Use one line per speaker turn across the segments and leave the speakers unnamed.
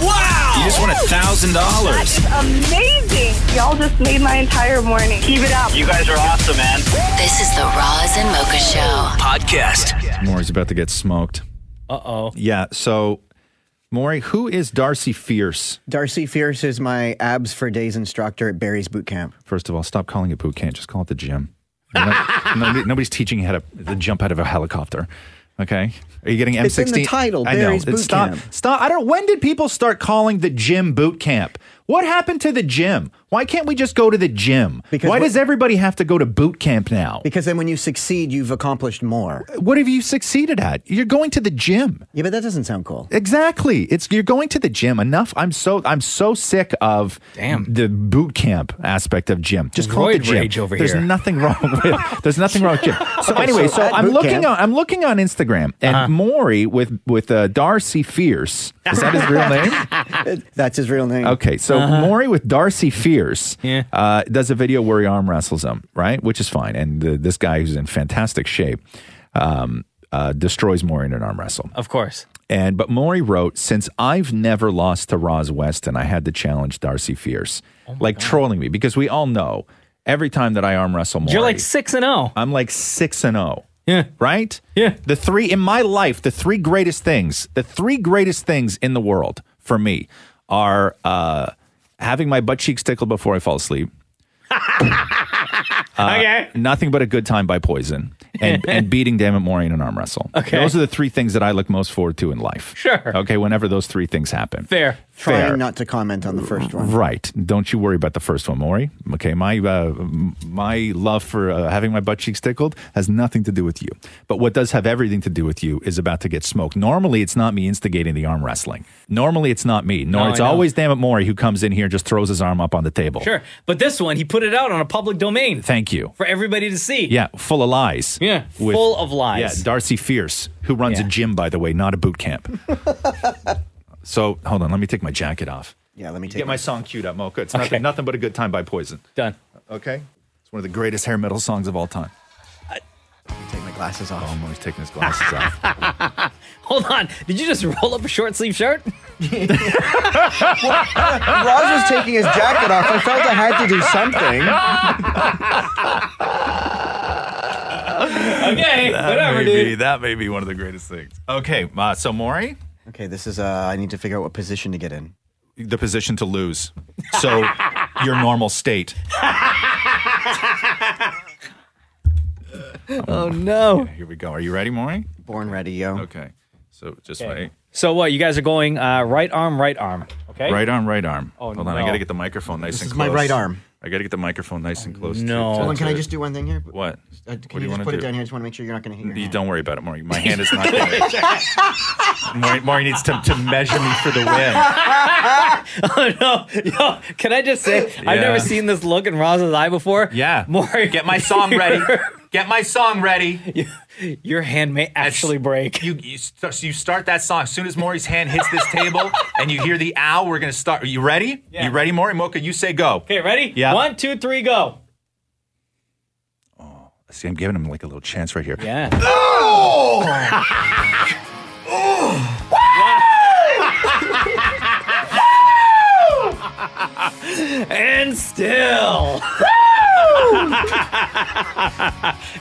Wow!
You just won a thousand dollars.
Amazing. Y'all just made my entire morning. Keep it up.
You guys are awesome, man.
This is the Roz and Mocha Show.
Podcast.
Maury's about to get smoked.
Uh oh.
Yeah. So, Maury, who is Darcy Fierce?
Darcy Fierce is my abs for days instructor at Barry's boot camp.
First of all, stop calling it boot camp. Just call it the gym. Nobody- nobody's teaching you how to jump out of a helicopter. Okay. Are you getting M60?
It's in the title,
I know.
Barry's
It's-
Boot
stop.
Camp.
Stop. I don't. When did people start calling the gym boot camp? What happened to the gym? Why can't we just go to the gym?
Because
Why
we-
does everybody have to go to boot camp now?
Because then when you succeed, you've accomplished more.
Uh, what have you succeeded at? You're going to the gym.
Yeah, but that doesn't sound cool.
Exactly. It's you're going to the gym enough. I'm so I'm so sick of
Damn.
the boot camp aspect of gym. Just call it the
Roid
gym.
rage over
there's
here.
nothing wrong with there's nothing wrong with gym. So anyway, so,
so at
I'm
boot
looking
camp- Uh-huh.
on I'm looking on Instagram and Maury with with uh, Darcy Fierce. Is that his real name?
That's his real name.
Okay, so Maury with Darcy Fierce
Uh-huh. Yeah.
uh, does a video where he arm wrestles him, right? Which is fine. And the, this guy who's in fantastic shape um, uh, destroys Maury in an arm wrestle.
Of course.
And but Maury wrote, since I've never lost to Roz Weston, I had to challenge Darcy Fierce,
Oh
like trolling me because we all know every time that I arm wrestle Maury,
You're like 6 and 0.
I'm like six and zero.
Yeah.
Right?
Yeah.
The three in my life, the three greatest things, the three greatest things in the world for me are uh, having my butt cheeks tickled before I fall asleep, Uh,
okay.
nothing but a good time by poison, and, and beating Dammit Maury in an arm wrestle.
Okay.
Those are the three things that I look most forward to in life.
Sure.
Okay, whenever those three things happen.
Fair.
Trying
Fair.
not to comment on the first one.
Right. Don't you worry about the first one, Maury. Okay, my uh, m- my love for uh, having my butt cheeks tickled has nothing to do with you. But what does have everything to do with you is about to get smoked. Normally, it's not me instigating the arm wrestling. Normally, it's not me. Nor
No,
it's
I know.
always damn it Maury who comes in here and just throws his arm up on the table.
Sure. But this one, he put it out on a public domain
Thank you.
for everybody to see.
Yeah, full of lies.
Yeah, full of lies.
Yeah, Darcy Fierce, who runs
Yeah.
a gym, by the way, not a boot camp. so hold on, let me take my jacket off.
Yeah, let me take
Get my song queued up, Mocha. It's nothing, nothing but a good time by Poison.
Done.
Okay. It's one of the greatest hair metal songs of all time.
take my glasses off.
Oh, Maury's taking his glasses off.
Hold on. Did you just roll up a short sleeve shirt?
Roz was taking his jacket off. I felt I had to do something.
Okay. Whatever,
may be,
dude.
that may be one of the greatest things. Okay, uh, so Maury,
Okay, this is. Uh, I need to figure out what position to get in.
the position to lose. So your normal state.
Oh, no.
Here we go. Are you ready, Maury?
Born ready, yo.
Okay. So just wait.
So what? You guys are going uh, right arm, right arm. Okay.
Right arm, right arm.
Oh,
Hold on, I
no.
gotta get the microphone nice and
is
close.
my right arm.
I gotta get the microphone nice and close. to-
no.
to-
Hold on, can I
to-
just do one thing here?
what?
Uh, can
what
you,
wanna
just put it down here? I just want to make sure you're not going to hit your
You
hand.
don't worry about it, Maury. My hand is not gonna. Maury, Maury needs to, to measure me for the win.
Oh, no. Yo, can I just say, I've
Yeah.
never seen this look in Roz's eye before.
Yeah.
Maury,
Get my song ready. Get my song ready.
your hand may actually break.
You you, st- you start that song as soon as Maury's hand hits this table, and you hear the owl. We're gonna start. Are you ready?
Yeah.
You ready, Maury? Mocha, you say go.
Okay, ready?
Yeah.
One, two, three, go.
Oh, See, I'm giving him like a little chance right here.
Yeah. and still.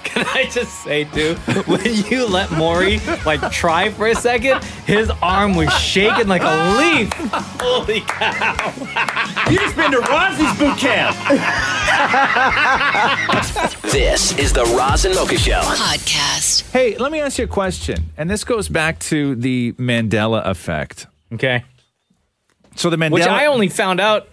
Can I just say, dude, when you let Maury like try for a second, his arm was shaking like a leaf. Holy cow!
You just been to Rosie's boot camp.
This is the Roz and Mocha Show.
Podcast.
Hey, let me ask you a question. And this goes back to the Mandela effect.
Okay.
So the Mandela
Which I only found out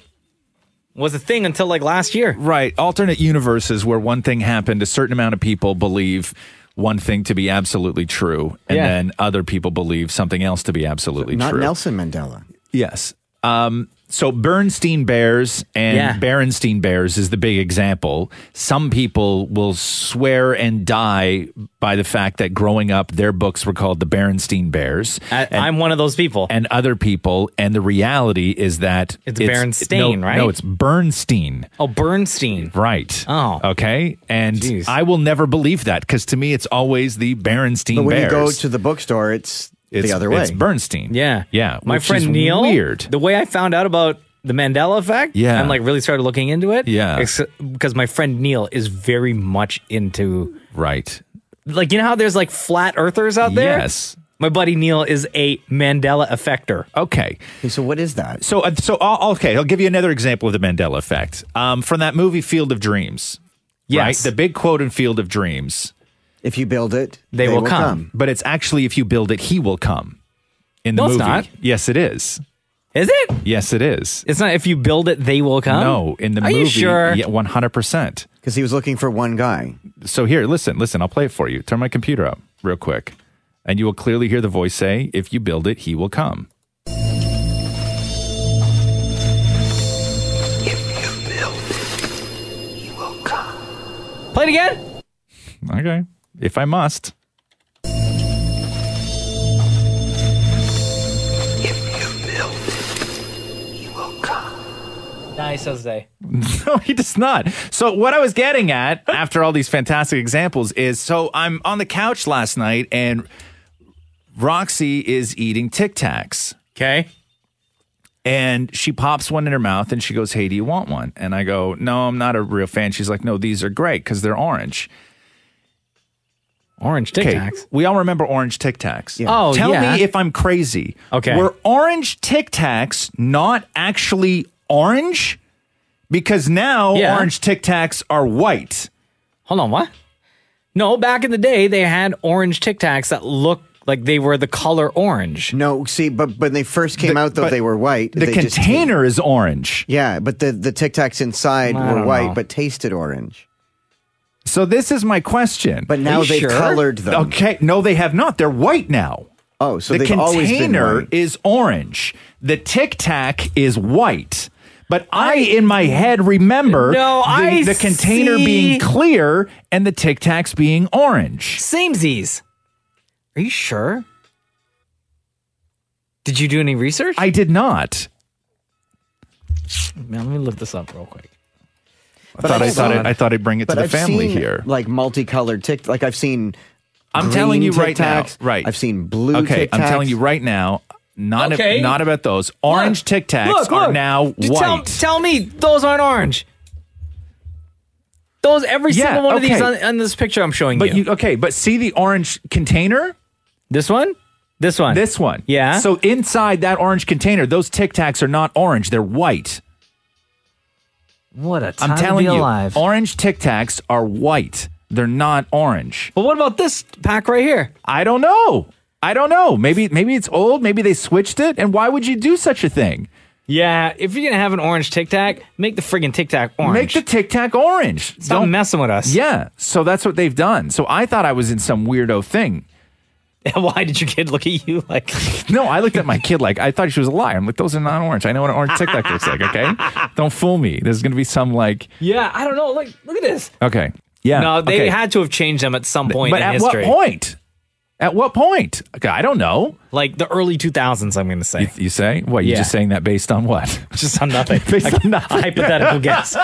was a thing until like last year.
right, alternate universes where one thing happened, a certain amount of people believe one thing to be absolutely true and
Yeah.
then other people believe something else to be absolutely
Not
true.
Nelson Mandela.
Yes. Um, So Bernstein Bears and
Yeah.
Berenstein Bears is the big example. Some people will swear and die by the fact that growing up, their books were called the Berenstein Bears.
I, I'm one of those people.
and other people, and the reality is that
It's Bernstein,
no,
right?
No, it's Bernstein.
oh, Bernstein.
Right.
Oh.
Okay. And
Jeez.
I will never believe that because to me, it's always the Berenstein
But when
Bears.
you go to the bookstore, it's,
it's,
the other way.
It's Bernstein.
Yeah.
Yeah.
My
which
friend
is
Neil.
Weird.
The way I found out about the Mandela effect.
Yeah.
And like really started looking into it.
Yeah.
Because my friend Neil is very much into
right.
like you know how there's like flat earthers out there?
Yes.
My buddy Neil is a Mandela effector.
Okay.
Okay, so what is that?
So, uh, so uh, okay, I'll give you another example of the Mandela effect um, from that movie Field of Dreams.
Yes.
Right? The big quote in Field of Dreams,
If you build it,
They will come.
but it's actually if you build it, he will come. In the
No, it's
movie,
not.
yes, it is.
Is it?
Yes, it is.
It's not if you build it, they will come.
no, in the
Are
movie,
you sure?
yeah, one hundred percent.
Because he was looking for one guy.
So here, listen, listen. I'll play it for you. Turn my computer up real quick, and you will clearly hear the voice say, "If you build it, he will come."
Play it again.
Okay, if I must.
Nice Jose.
No, he does not. So what I was getting at after all these fantastic examples is so I'm on the couch last night and Roxy is eating Tic Tacs
Okay.
and she pops one in her mouth and she goes, "Hey, do you want one?" And I go, "No, I'm not a real fan." She's like, "No, these are great cuz they're orange."
Orange Tic
Okay,
Tacs.
we all remember orange Tic Tacs.
Oh,
Tell
yeah.
me if I'm crazy.
Okay.
Were orange Tic Tacs not actually orange? Because now
Yeah.
orange Tic Tacs are white.
Hold on, what? No, back in the day they had orange Tic Tacs that looked like they were the color orange.
No, see, but when they first came
The-
out, though,
but
they were white.
The
They just ta-
container is orange.
yeah, but the, the Tic Tacs inside
I
were
don't
white,
know.
but tasted orange.
So this is my question.
But now
you
they've
sure?
colored them.
okay, no, they have not. They're white now.
Oh, so
the
they've always been
container
white.
is orange. The Tic Tac is white. But I, in my head, remember
No,
the,
I
the container
see.
being clear and the Tic Tacs being orange.
Samesies. Are you sure? Did you do any research?
I did not.
Man, let me look this up real quick.
I thought I,
hold
thought
on.
I, I thought I'd bring it to
But
the
I've
family
seen,
here.
Like multicolored Tic, like I've seen.
I'm
green
telling you
Tic
right now.
Tacs.
Right.
I've seen blue.
Okay,
Tic
I'm telling
Tacs.
you right now. Not
Okay.
not about those. Orange Tic Tacs
Look,
are
look.
now white.
Just Tell, tell me those aren't orange. Those every
Yeah,
single one of these on,
okay.
on this picture I'm showing
But you okay? But see the orange container.
This one? This one.
This one,
Yeah.
So inside that orange container, those Tic Tacs are not orange; they're white.
What a
I'm
time
telling
to be
you,
alive.
orange Tic Tacs are white. They're not orange.
but what about this pack right here?
I don't know. I don't know. Maybe maybe it's old. Maybe they switched it. And why would you do such a thing?
Yeah, if you're gonna have an orange Tic Tac, make the friggin' Tic Tac orange.
Make the Tic Tac orange.
Stop messing with us.
Yeah. So that's what they've done. So I thought I was in some weirdo thing.
Why did your kid look at you like?
No, I looked at my kid like I thought she was a liar. I'm like, those are not orange. I know what an orange Tic Tac looks like. Okay, don't fool me. There's gonna be some like,
yeah, I don't know. Like, look at this.
okay, yeah.
No, they
okay.
had to have changed them at some point
but
in
at
history.
what point? At what point? Okay, I don't know.
Like the early 2000s, I'm gonna say.
You say what? You're
Yeah.
just saying that based on what?
Just on nothing.
Based on nothing.
Hypothetical guess.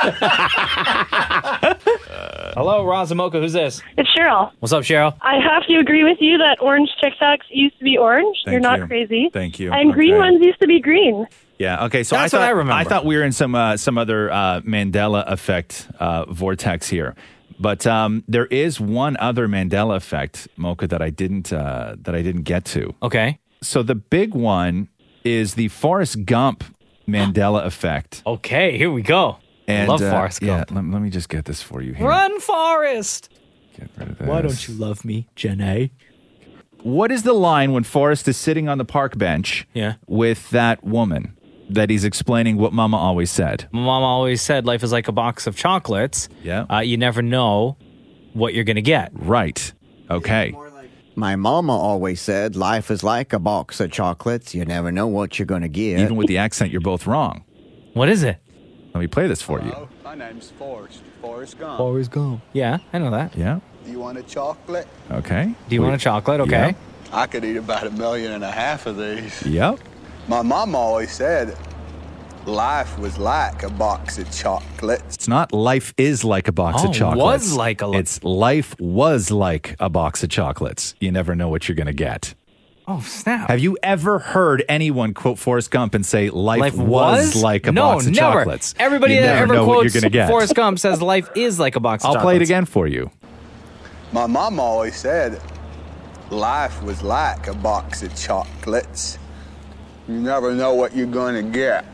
Hello, Razamoka. Who's this?
It's Cheryl.
What's up, Cheryl?
I have to agree with you that orange Tic Tacs used to be orange.
Thank
You're not
you.
crazy.
Thank you.
And green
Okay.
ones used to be green.
Yeah. Okay. So
That's
I
what
thought
I remember.
thought we were in some uh, some other uh, Mandela effect uh, vortex here, but um, there is one other Mandela effect, Mocha, that I didn't uh, that I didn't get to.
Okay.
So the big one is the Forrest Gump Mandela effect.
Okay. Here we go.
And,
love
uh,
Forrest
Yeah.
Gump.
Let, let me just get this for you here.
Run, Forrest.
Get rid of
Why
this.
don't you love me, Jen A?
What is the line when Forrest is sitting on the park bench
Yeah.
with that woman that he's explaining what mama always said?
My mom always said life is like a box of chocolates.
Yeah.
Uh, you never know what you're going to get.
Right. Okay.
My mama always said life is like a box of chocolates. You never know what you're going to get.
Even with the accent, you're both wrong.
What is it?
Let me play this for
Oh.
you.
My name's Forrest. Forrest Gump.
Always gone. Yeah, I know that.
Yeah.
Do you want a chocolate?
Okay.
Do you want a chocolate? Okay.
I could eat about a million and a half of these.
Yep.
My mom always said life was like a box of chocolates.
It's not life is like a box
Oh,
of chocolates.
was like a lo-
It's life was like a box of chocolates. You never know what you're going to get.
Oh snap!
Have you ever heard anyone quote Forrest Gump and say life,
life
was?
was,
like a
no,
box of
never.
chocolates?
Everybody
you
that
never
ever
know what
quotes
you're going to get.
Forrest Gump says life is like a box of
I'll
chocolates.
play it again for you.
My mom always said life was like a box of chocolates. You never know what you're going to get.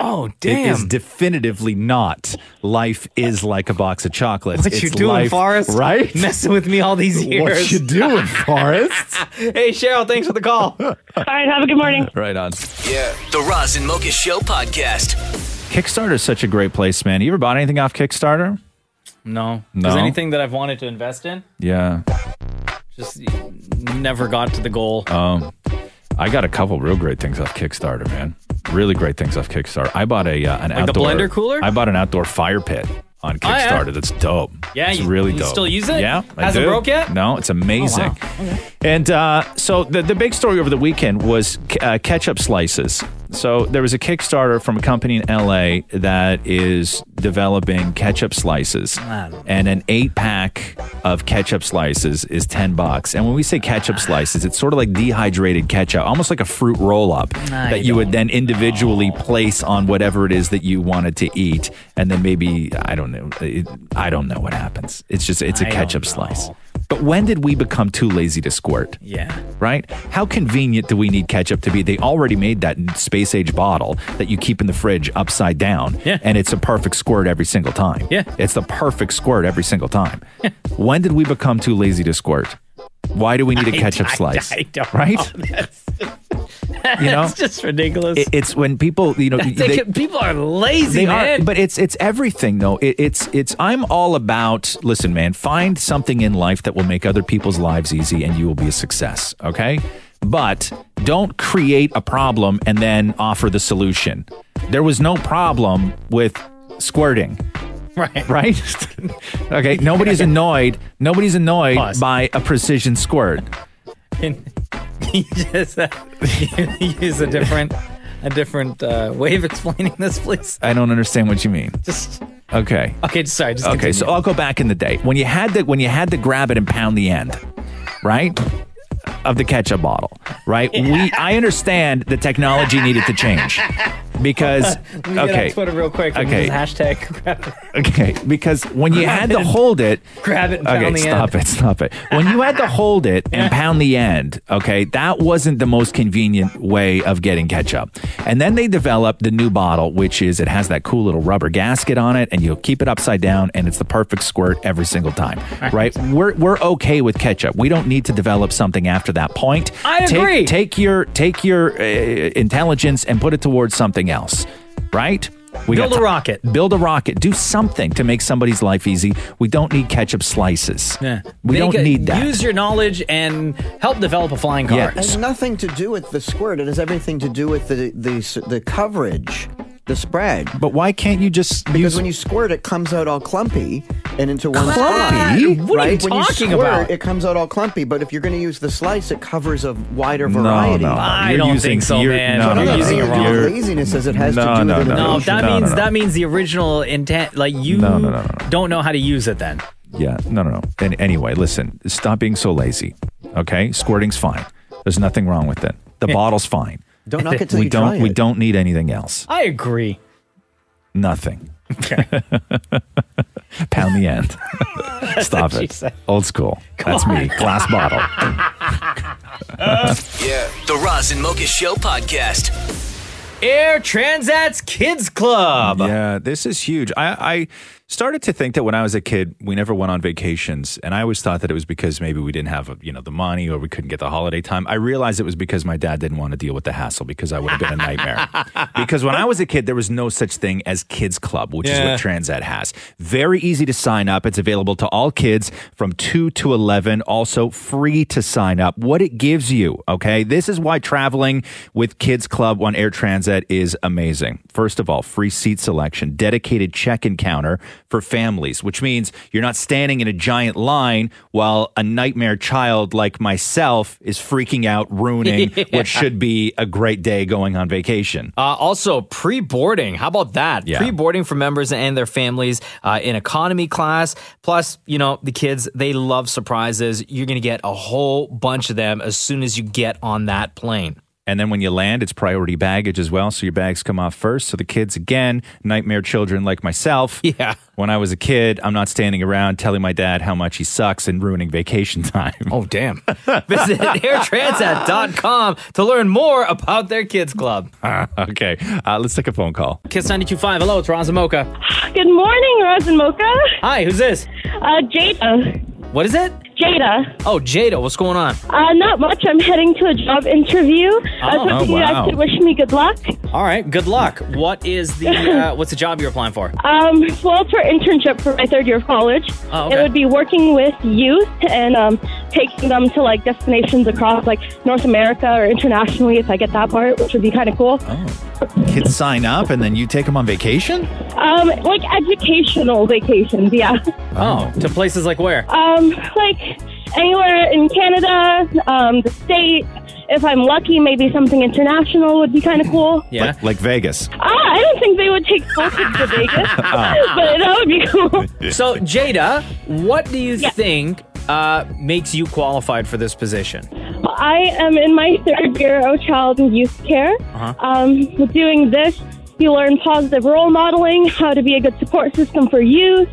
Oh
It is
damn!
definitively not life is like a box of chocolates.
what you
It's
doing,
life-
Forrest?
Right?
Messing with me all these
What
years.
you doing, Forrest?
hey Cheryl, thanks for the call.
All right, have a good morning.
right on.
Yeah. The Roz and Mocha Show podcast.
Kickstarter is such a great place, man. You ever bought anything off Kickstarter?
No,
No.
Is anything that I've wanted to invest in
Yeah.
just never got to the goal.
Um, I got a couple real great things off Kickstarter, man. Really great things off Kickstarter. I bought a uh, an
Like the
outdoor
blender cooler?
I bought an outdoor fire pit on
Oh, yeah.
Kickstarter. That's dope.
Yeah,
it's
you-
really
you
dope.
still use it?
Yeah, I
Hasn't
do.
broke yet?
No, it's amazing. And uh, so the the big story over the weekend was uh, ketchup slices. So there was a Kickstarter from a company in LA that is developing ketchup slices, and an eight pack of ketchup slices is ten bucks. And when we say ketchup slices, it's sort of like dehydrated ketchup, almost like a fruit roll up that you would then individually place on whatever it is that you wanted to eat, and then maybe I don't know, it, I don't know what happens. It's just it's a
I don't
ketchup
know.
slice. But when did we become too lazy to squirt?
yeah.
right? How convenient do we need ketchup to be? They already made that space age bottle that you keep in the fridge upside down.
Yeah.
And it's a perfect squirt every single time.
Yeah.
It's the perfect squirt every single time. when did we become too lazy to squirt? Why do we need a ketchup
I-
slice?
I don't
right? you know,
It's just ridiculous.
it- it's when people, you know,
They can- people are lazy, man.
are, but it's it's everything though. It, it's it's I'm all about. Listen, man, find something in life that will make other people's lives easy, and you will be a success. Okay, but don't create a problem and then offer the solution. There was no problem with squirting
right.
right? okay, nobody's annoyed. Nobody's annoyed
Pause.
by a precision squirt.
you just uh, you use a different a different uh, way of explaining this, please.
I don't understand what you mean.
Just
Okay.
okay. Sorry. Just
Okay, so I'll go back in the day when you had to when you had to grab it and pound the end, right? Of the ketchup bottle, right? We I understand the technology needed to change because
Let me get
okay,
on Twitter real quick.
Okay.
Okay. Just hashtag grab it.
okay, because when you had to
it.
hold it,
Grab it and
okay,
pound the
stop
end.
it, stop it. When you had to hold it and pound the end, okay, that wasn't the most convenient way of getting ketchup. And then they developed the new bottle, which is it has that cool little rubber gasket on it, and you'll keep it upside down, and it's the perfect squirt every single time, right? We're we're okay with ketchup. We don't need to develop something after that point.
I
Take-
agree.
Take, your take your uh, intelligence and put it towards something else, right? We
Build
got
a rocket.
Build a rocket. Do something to make somebody's life easy. We don't need ketchup slices. We
Make
don't
a-
need that.
Use your knowledge and help develop a flying car.
Yeah.
It has nothing to do with the squirt. It has everything to do with the the s- the coverage, the spread.
but why can't you just
Because
use
when you squirt, it comes out all clumpy and into one spot.
Clumpy?
Right?
What are you
When
talking
squirt,
about?
It comes out all clumpy. But if you're going to use the slice, it covers a wider
no, no,
variety.
no.
I
You're
don't
using,
think so,
you're,
man.
No,
You're
no, no,
using
no,
it wrong.
you're-
Laziness as it has to
No,
do with
no, no,
innovation.
No, that
No, no,
means
no.
that means the original intent. Like you
No, no, no, no, no.
don't know how to use it. Then
Yeah, no, no, no. And anyway, listen, stop being so lazy. Okay, squirting's fine. There's nothing wrong with it. The bottle's fine.
Don't knock it till
we
you
don't.
try
We
it.
don't need anything else.
I agree.
Nothing. Pound the end. Stop
what she
it.
said.
Old school. That's me. Glass bottle.
Yeah. The Roz and Mocha Show podcast.
Air Transat's Kids Club.
Yeah, this is huge. I, I started to think that when I was a kid, we never went on vacations, and I always thought that it was because maybe we didn't have you know the money or we couldn't get the holiday time. I realized it was because my dad didn't want to deal with the hassle because I would have been a nightmare. because when I was a kid, there was no such thing as kids club, which is
Yeah.
what Transat has. Very easy to sign up. It's available to all kids from two to eleven. Also free to sign up. What it gives you, okay? This is why traveling with Kids Club on Air Transat is amazing. First of all, free seat selection, dedicated check-in counter for families, which means you're not standing in a giant line while a nightmare child like myself is freaking out, ruining what should be a great day going on vacation.
Uh, also, pre boarding. How about that?
Yeah.
Pre boarding for members and their families uh, in economy class. Plus, you know, the kids, they love surprises. You're going to get a whole bunch of them as soon as you get on that plane.
And then when you land, it's priority baggage as well. So your bags come off first. So the kids, again, nightmare children like myself.
Yeah.
When I was a kid, I'm not standing around telling my dad how much he sucks and ruining vacation time.
Oh, damn. Visit airtransat.com to learn more about their kids club.
okay. Uh, let's take a phone call.
Kiss 925. Hello, it's Ron Zamoka.
Good morning, Roz and Mocha.
Hi, who's this?
Uh, Jada.
What is it?
Jada.
Oh, Jada. What's going on?
Uh, not much. I'm heading to a job interview. I was
Oh,
hoping
oh,
you
wow.
guys could wish me good luck.
All right. Good luck. What is the uh, what's the job you're applying for?
Um, well, for internship for my third year of college,
Oh, okay.
it would be working with youth and um, taking them to like destinations across like North America or internationally. If I get that part, which would be kind of cool.
Oh. Kids sign up and then you take them on vacation?
Um, like educational vacations, yeah.
Oh, to places like where?
Um, like anywhere in Canada, um, the state. If I'm lucky, maybe something international would be kind of cool.
Yeah.
Like, like Vegas.
Ah, I don't think they would take both of to Vegas, but that would be cool.
So, Jada, what do you
Yeah.
think uh, makes you qualified for this position?
I am in my third year of child and youth care.
Uh-huh.
Um, with doing this, you learn positive role modeling, how to be a good support system for youth.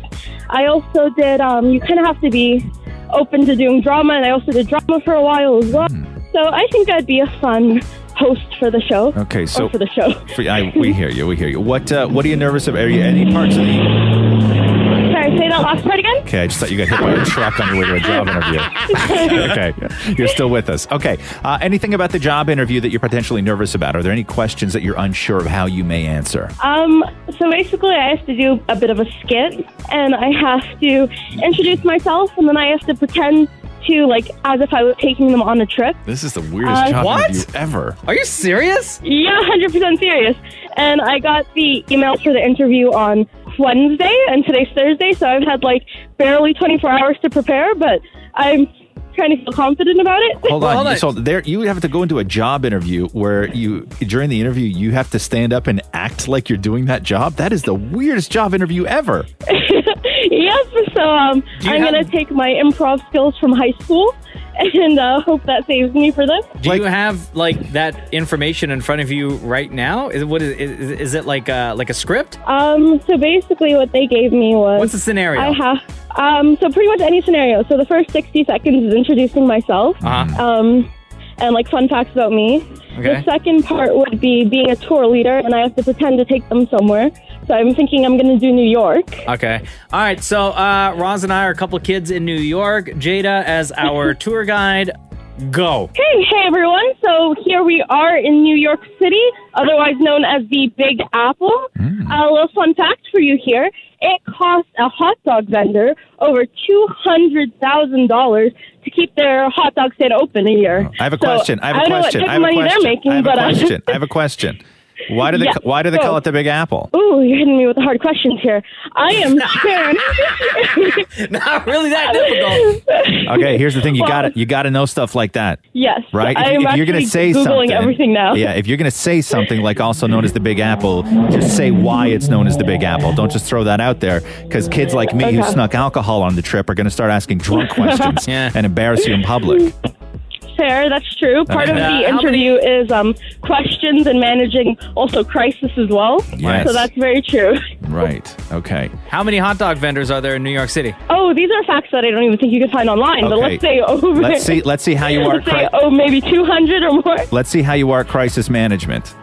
I also did, um, you kind of have to be open to doing drama, and I also did drama for a while as
Hmm.
well. So I think I'd be a fun host for the show.
Okay,
Or
so-
for Oh, the show.
Free- I, we hear you. We hear you. What uh, What are you nervous of? Are you any parts of the.
Sorry, say that last part again?
Okay, I just thought you got hit by a truck on your way to a job interview. okay, you're still with us. Okay, uh, anything about the job interview that you're potentially nervous about? Are there any questions that you're unsure of how you may answer?
Um, so basically, I have to do a bit of a skit, and I have to introduce myself, and then I have to pretend to like as if I was taking them on a trip.
This is the weirdest
Uh,
job
what?
interview ever.
Are you serious?
Yeah, hundred percent serious. And I got the email for the interview on Wednesday, and today's Thursday, so I've had like barely twenty four hours to prepare, but I'm trying to feel confident about it.
Hold
Well,
on.
hold on.
So there, you have to go into a job interview where you, during the interview, you have to stand up and act like you're doing that job. That is the weirdest job interview ever.
yep. So um,
Do you
I'm
have-
gonna take my improv skills from high school, and uh, hope that saves me for this.
Do
Like-
you have like that information in front of you right now? Is what is is, is it like a, like a script?
Um, so basically, what they gave me was
What's the scenario?
I have um, so pretty much any scenario. So the first sixty seconds is introducing myself,
Uh-huh.
um, and like fun facts about me.
Okay.
The second part would be being a tour leader, and I have to pretend to take them somewhere. So I'm thinking I'm going to do New York.
Okay. All right. So, uh, Roz and I are a couple kids in New York. Jada as our tour guide. Go.
Hey, hey everyone! So here we are in New York City, otherwise known as the Big Apple.
Hmm.
A little fun fact for you here: it costs a hot dog vendor over two hundred thousand dollars to keep their hot dog stand open a year.
I have a
So,
question. I have a
don't
question.
know what type
I have a
of money
question.
they're making,
I have a
but uh,
question. I have a question. Why do they
Yeah,
ca- Why do they
go.
call it the Big Apple?
Ooh, you're hitting me with the hard questions here. I am Sharon.
Not really that difficult.
Okay, here's the thing. You
Well-
got to You got to know stuff like that.
yes,
Right?
I
If-
am
if, you're
going to
say
googling
something,
everything now.
Yeah, if you're going to say something like also known as the Big Apple, just say why it's known as the Big Apple. Don't just throw that out there because kids like me who
Okay.
snuck alcohol on the trip are going to start asking drunk questions
Yeah.
and embarrass you in public.
Fair, that's true. Part of
Uh,
the
how many-
interview is um, questions and managing also crisis as well.
Yes.
So that's very true.
Right. Okay.
How many hot dog vendors are there in New York City?
Oh, these are facts that I don't even think you can find online. But
Okay.
let's say over.
Let's see let's see how you are
Let's say
cri-
oh maybe two hundred or more.
Let's see how you are at crisis management.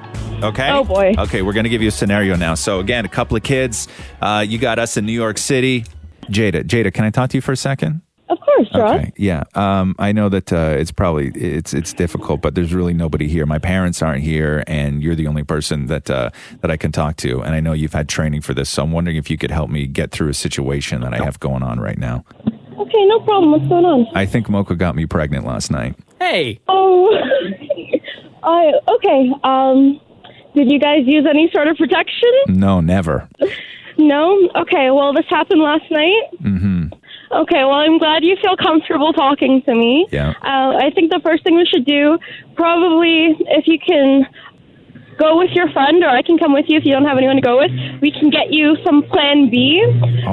Okay.
Oh, boy.
Okay, we're gonna give you a scenario now. So again, a couple of kids. Uh, you got us in New York City. Jada, Jada, can I talk to you for a second?
Of course, Ross.
Okay. Yeah. Um, I know that uh, it's probably it's it's difficult, but there's really nobody here. My parents aren't here, and you're the only person that uh, that I can talk to. And I know you've had training for this, so I'm wondering if you could help me get through a situation that I have going on right now.
Okay, no problem. What's going on?
I think Mocha got me pregnant last night.
Hey,
Oh, I okay. Um, did you guys use any sort of protection?
No, never.
No. Okay. Well, this happened last night. Mm-hmm. Okay. Well, I'm glad you feel comfortable talking to me.
Yeah.
Uh, I think the first thing we should do, probably, if you can. Go with your friend, or I can come with you if you don't have anyone to go with. We can get you some Plan B.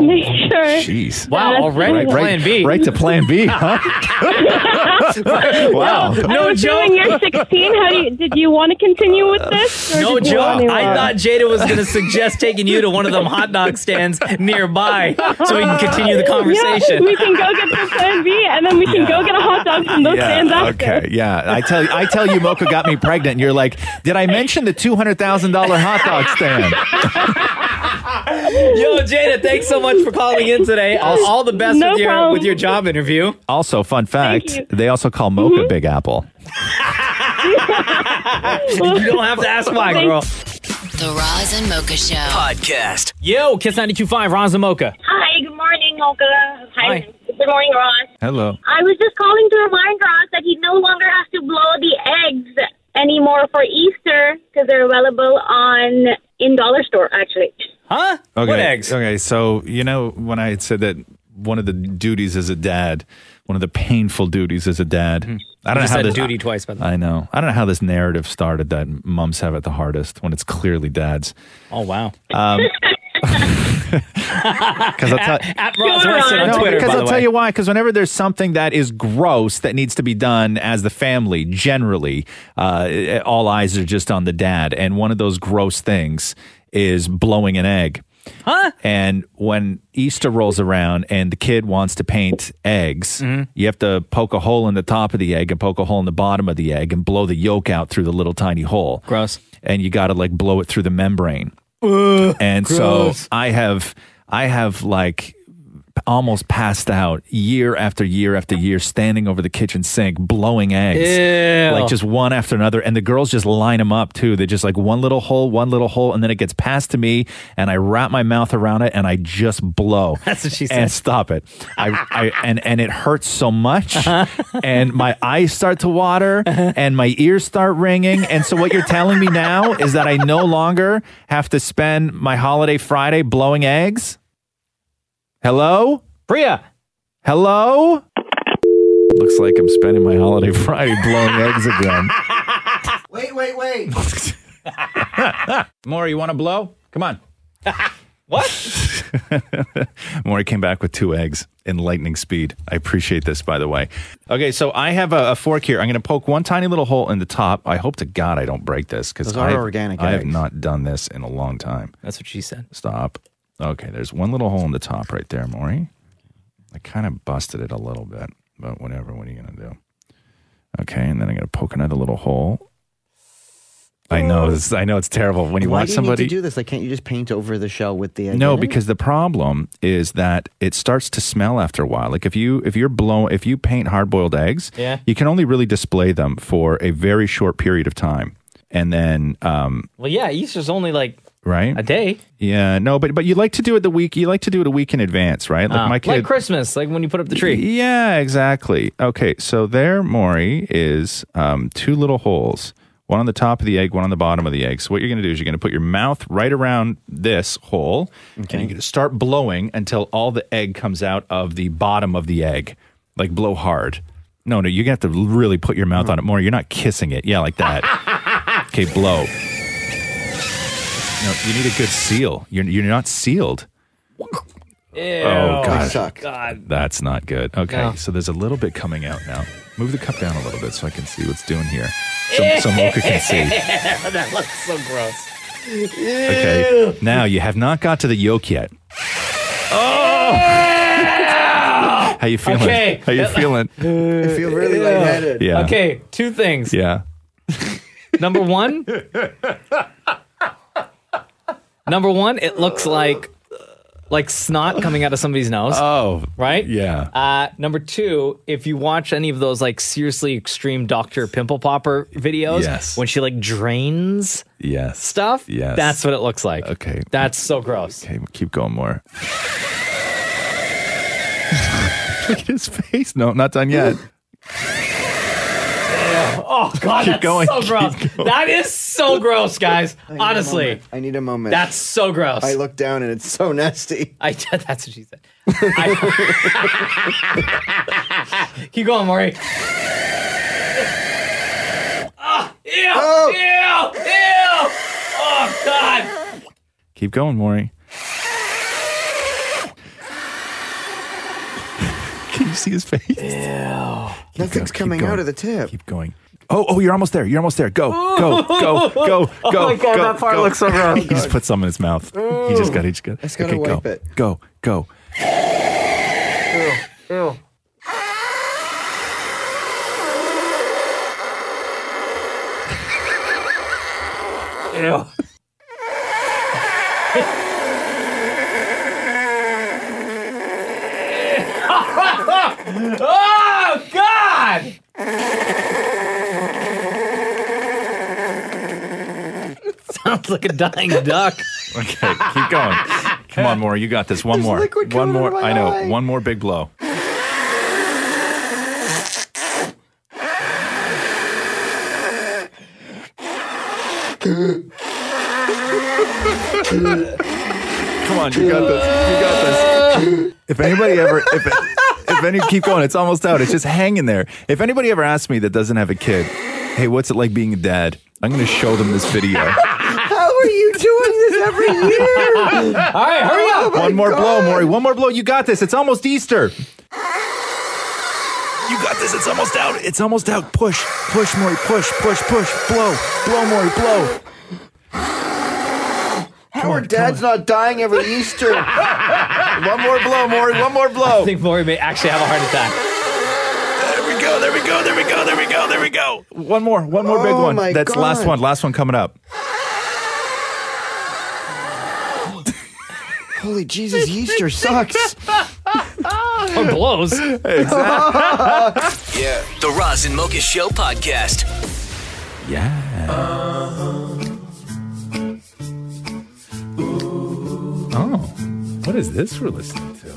Make sure.
Oh, Jeez.
wow,
That's
already
right,
Plan B.
Right to Plan B, huh? wow.
No
I'm assuming
joke.
you're 16. How do you, did you want to continue with this? or
No
did you
joke.
want to,
I
uh,
thought Jada was going to suggest taking you to one of them hot dog stands nearby so we can continue the
Yeah,
conversation.
we can go get some Plan B, and then we can go get a hot dog from those stands
Yeah.
after.
Okay. Yeah. I tell you, I tell you, Mocha got me pregnant, and you're like, "Did I mention the two hundred thousand dollar hot dog stand?"
Yo, Jada, thanks so much for calling in today. All, all the best
No
with your
problem.
with your job interview.
Also, fun fact:
you. Mm-hmm.
they also call Mocha Big Apple.
You don't have to ask why, girl.
The Roz and Mocha Show.
Podcast.
Yo, Kiss 925, Ron Zamoka.
Hi, good morning, Olga.
Hi.
Good morning, Ross.
Hello.
I was just calling to remind Ross that he no longer has to blow the eggs anymore for Easter because they're available on in dollar store actually.
Huh?
Okay.
What eggs?
Okay. So you know when I had said that one of the duties as a dad, one of the painful duties as a dad. I don't
Mm-hmm. You
know how
said
this
duty twice, by the way.
I know. I don't know how this narrative started that mums have it the hardest when it's clearly dads.
Oh, wow.
Um, Because I'll tell.
At Roz
Go on.
Wilson on
No,
Twitter,
because
by
I'll
the
tell
way.
you why. Because whenever there's something that is gross that needs to be done as the family, generally, uh, all eyes are just on the dad. And one of those gross things is blowing an egg. Huh? And when Easter rolls around and the kid wants to paint eggs,
Mm-hmm.
you have to poke a hole in the top of the egg and poke a hole in the bottom of the egg and blow the yolk out through the little tiny hole.
Gross.
And you got to like blow it through the membrane. and so I have, I have like almost passed out year after year after year, standing over the kitchen sink, blowing eggs.
Ew.
Like just one after another. And the girls just line them up too. They just like one little hole, one little hole, and then it gets passed to me, and I wrap my mouth around it and I just blow.
That's what she said.
And stop it. I, I and and it hurts so much,
Uh-huh.
and my eyes start to water, and my ears start ringing. And so what you're telling me now is that I no longer have to spend my holiday Friday blowing eggs. Hello.
Priya.
Hello? Looks like I'm spending my holiday Friday blowing eggs again.
Wait, wait, wait.
Maury, you want to blow? Come on.
What?
Maury came back with two eggs in lightning speed. I appreciate this, by the way. Okay, so I have a, a fork here. I'm going to poke one tiny little hole in the top. I hope to God I don't break this because
Those are
I,
organic
I have
eggs.
not done this in a long time.
That's what she said.
Stop. Okay, there's one little hole in the top right there, Maury. I kind of busted it a little bit, but whatever. What are you going to do? Okay, and then I'm going to poke another little hole. I know this. I know it's terrible when you
Why
watch
do you
somebody.
need to do this? Like, can't you just paint over the shell with the egg?
no,
in it?
because the problem is that it starts to smell after a while. Like if you if you're blow if you paint hard boiled eggs,
Yeah.
you can only really display them for a very short period of time, and then um,
Well, yeah, Easter's only like
right
a day.
yeah, no, but but you like to do it the week. You like to do it a week in advance, right? Like
Uh,
my kid.
like Christmas, like when you put up the tree.
Yeah, exactly. Okay, so there, Maury is um, two little holes, one on the top of the egg, one on the bottom of the egg. So what you're going to do is you're going to put your mouth right around this hole, and you're going to start blowing until all the egg comes out of the bottom of the egg. Like blow hard. No, no, you have to really put your mouth on it, Maury. You're not kissing it. Yeah, like that. okay, blow. No, you need a good seal. You're you're not sealed. Oh
I
God,
suck.
God.
that's not good. Okay,
No.
so there's a little bit coming out now. Move the cup down a little bit so I can see what's doing here. So, so Mocha can see.
That looks so gross.
Okay, now you have not got to the yolk yet. Oh, how you feeling?
Okay.
How you feeling?
I feel really lightheaded.
Yeah.
Okay, two things.
Yeah.
Number one, Number one, it looks like like snot coming out of somebody's nose.
Oh,
right.
Yeah.
Uh, number two, if you watch any of those like seriously extreme Doctor Pimple Popper videos,
Yes.
when she like drains
Yes.
stuff,
Yes.
that's what it looks like.
Okay.
That's so gross.
Okay, keep going more. Look at his face. No, not done yet.
Oh god,
Keep
that's
going,
so
keep
gross.
going.
That is so gross, guys. Honestly,
I need a moment.
that's so gross.
I look down and it's so nasty.
I that's what she said. I- Keep going, Maury. Ah, ew,
Oh!
ew, ew. Oh God!
Keep going, Maury. Can you see his face?
Nothing's
Keep
coming
going.
out of the tip.
Keep going. Oh, oh, you're almost there. You're almost there. Go, go, go, go, go.
Oh my God,
go,
that part
go.
looks so wrong.
he just put some in his mouth. He just got. He just got.
It's gotta
okay,
wipe
go,
it.
Go, go.
Ew. Ew. oh God! Sounds like a dying duck.
Okay, keep going. Come on, Maury. You got this. One more.
liquid
One
coming out
more.
of my
I know.
eye.
One more big blow. Come on, you got this. You got this. If anybody ever, if if any, keep going. It's almost out. It's just hanging there. If anybody ever asks me that doesn't have a kid, hey, what's it like being a dad? I'm going to show them this video.
How are you doing this every year?
All right, hurry
Oh
up.
One more blow, Maury. One more blow. You got this. It's almost Easter. You got this. It's almost out. It's almost out. Push, push, Maury. Push, push, push. Blow, blow, Maury. Blow.
How are dads not dying every Easter?
One more blow, Maury. One more
I
blow.
think Maury may actually have a heart attack.
There we go. There we go. There we go. There we go. There we go. One more. One more big
Oh
one.
my
That's last
God.
one. Last one coming up.
Holy Jesus, Easter sucks.
Oh, blows.
Yeah. The Roz and Mocha Show podcast.
Yeah. Oh, what is this we're listening to?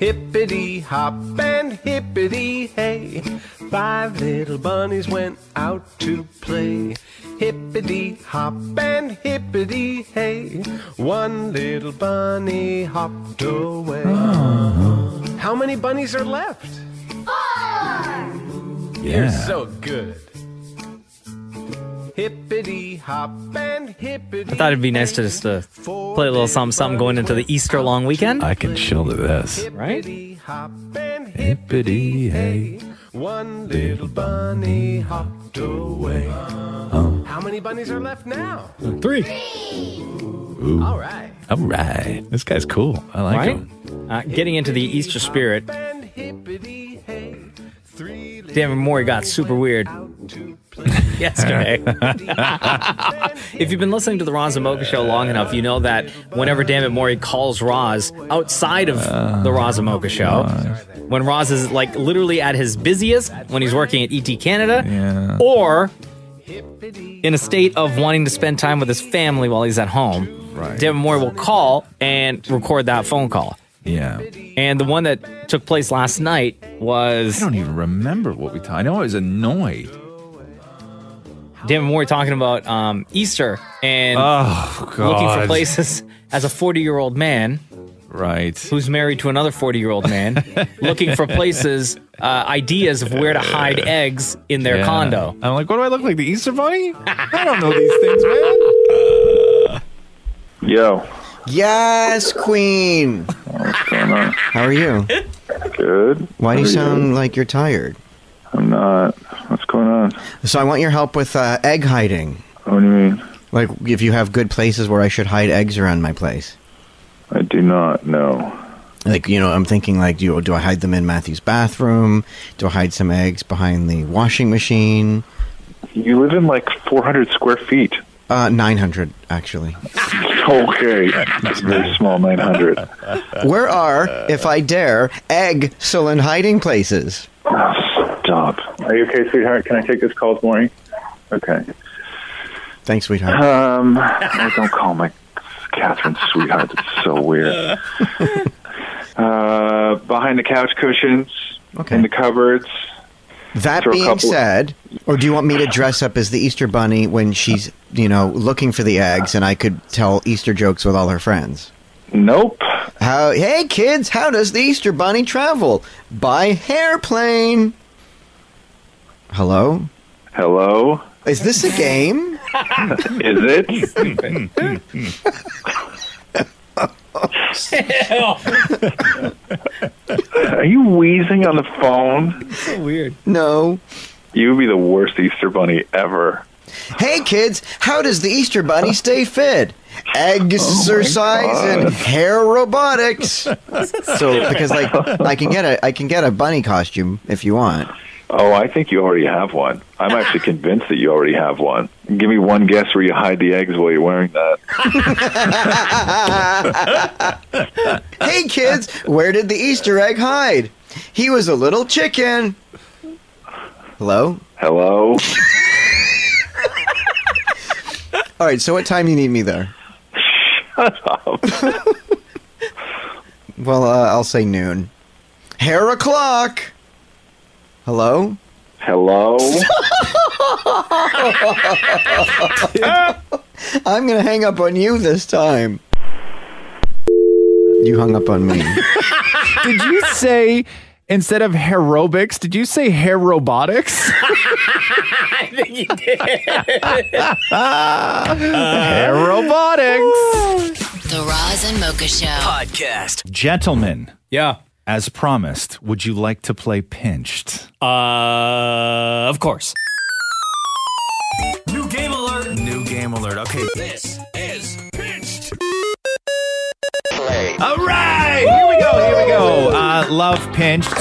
Hippity hop and hippity hey. Five little bunnies went out to play. Hippity hop and hippity hey. One little bunny hopped away.
Uh-huh.
How many bunnies are left? You're so good. Hippity hop and hippity.
I thought it'd be nice to just uh, play a little something, something going into the Easter long weekend.
I can chill to this.
right?
Hippity hop and
Hippity hey.
One little bunny hopped away. How many bunnies are left now?
Three.
All right.
All right. This guy's cool. I like
Right?
him.
Uh, getting into the Easter spirit.
And hippity hey. Three little
Damn, Maury got super weird
out to play.
yesterday. if you've been listening to the Roz and Mocha show long enough, you know that whenever Damn it Maury calls Roz outside of
Uh,
the Roz and Mocha show, when Roz is like literally at his busiest, when he's working at ET Canada,
Yeah.
or in a state of wanting to spend time with his family while he's at home,
Right.
Devin Moore will call and record that phone call.
Yeah.
And the one that took place last night
I
was
don't even remember what we talked. I know I was annoyed.
Devin Moore talking about um, Easter and
Oh God.
looking for places as a 40 year old man
Right.
who's married to another 40 year old man, looking for places, uh, ideas of where to hide eggs in their
Yeah.
condo.
I'm like, what do I look like? The Easter Bunny? I don't know these things, man.
Yo,
yes, Queen. How are you?
good.
Why do you
How are
sound like you're tired?
I'm not. What's going on?
So I want your help with uh, egg hiding.
What do you mean?
Like, if you have good places where I should hide eggs around my place.
I do not know.
Like, you know, I'm thinking, like, do, you- do I hide them in Matthew's bathroom? Do I hide some eggs behind the washing machine?
You live in like 400 square feet.
Uh, 900, actually.
Okay. It's very small, 900.
Where are, if I dare, egg sullen hiding places?
Stop. Are you okay, sweetheart? Can I take this call this morning? Okay.
Thanks, sweetheart.
Um, I don't call my Catherine sweetheart. It's so weird. Uh, behind the couch cushions, in the cupboards.
That
Throw a
being
couple-
said, or do you want me to dress up as the Easter Bunny when she's, you know, looking for the eggs and I could tell Easter jokes with all her friends?
Nope.
How, hey, kids, how does the Easter Bunny travel? By airplane. Hello?
Hello?
Is this a game?
Is it? Are you wheezing on the phone?
so weird.
No.
You would be the worst Easter bunny ever.
Hey kids, how does the Easter Bunny stay fit? Exercise and hair robotics. so because like I can get a I can get a bunny costume if you want.
Oh, I think you already have one. I'm actually convinced that you already have one. Give me one guess where you hide the eggs while you're wearing that.
Hey kids, where did the Easter egg hide? He was a little chicken. Hello?
Hello?
All right, so what time do you need me there?
Shut up.
Well, uh, I'll say noon. Hair o'clock. Hello?
Hello?
I'm going to hang up on you this time. You hung up on me.
did you say instead of aerobics, did you say hair robotics?
I think you did.
hair robotics.
The Roz and Mocha Show podcast.
Gentlemen.
Yeah.
As promised, would you like to play pinched?
Uh, of course.
New game alert.
New game alert. Okay.
This is pinched.
All right, here we go. Here we go. Uh, love pinched.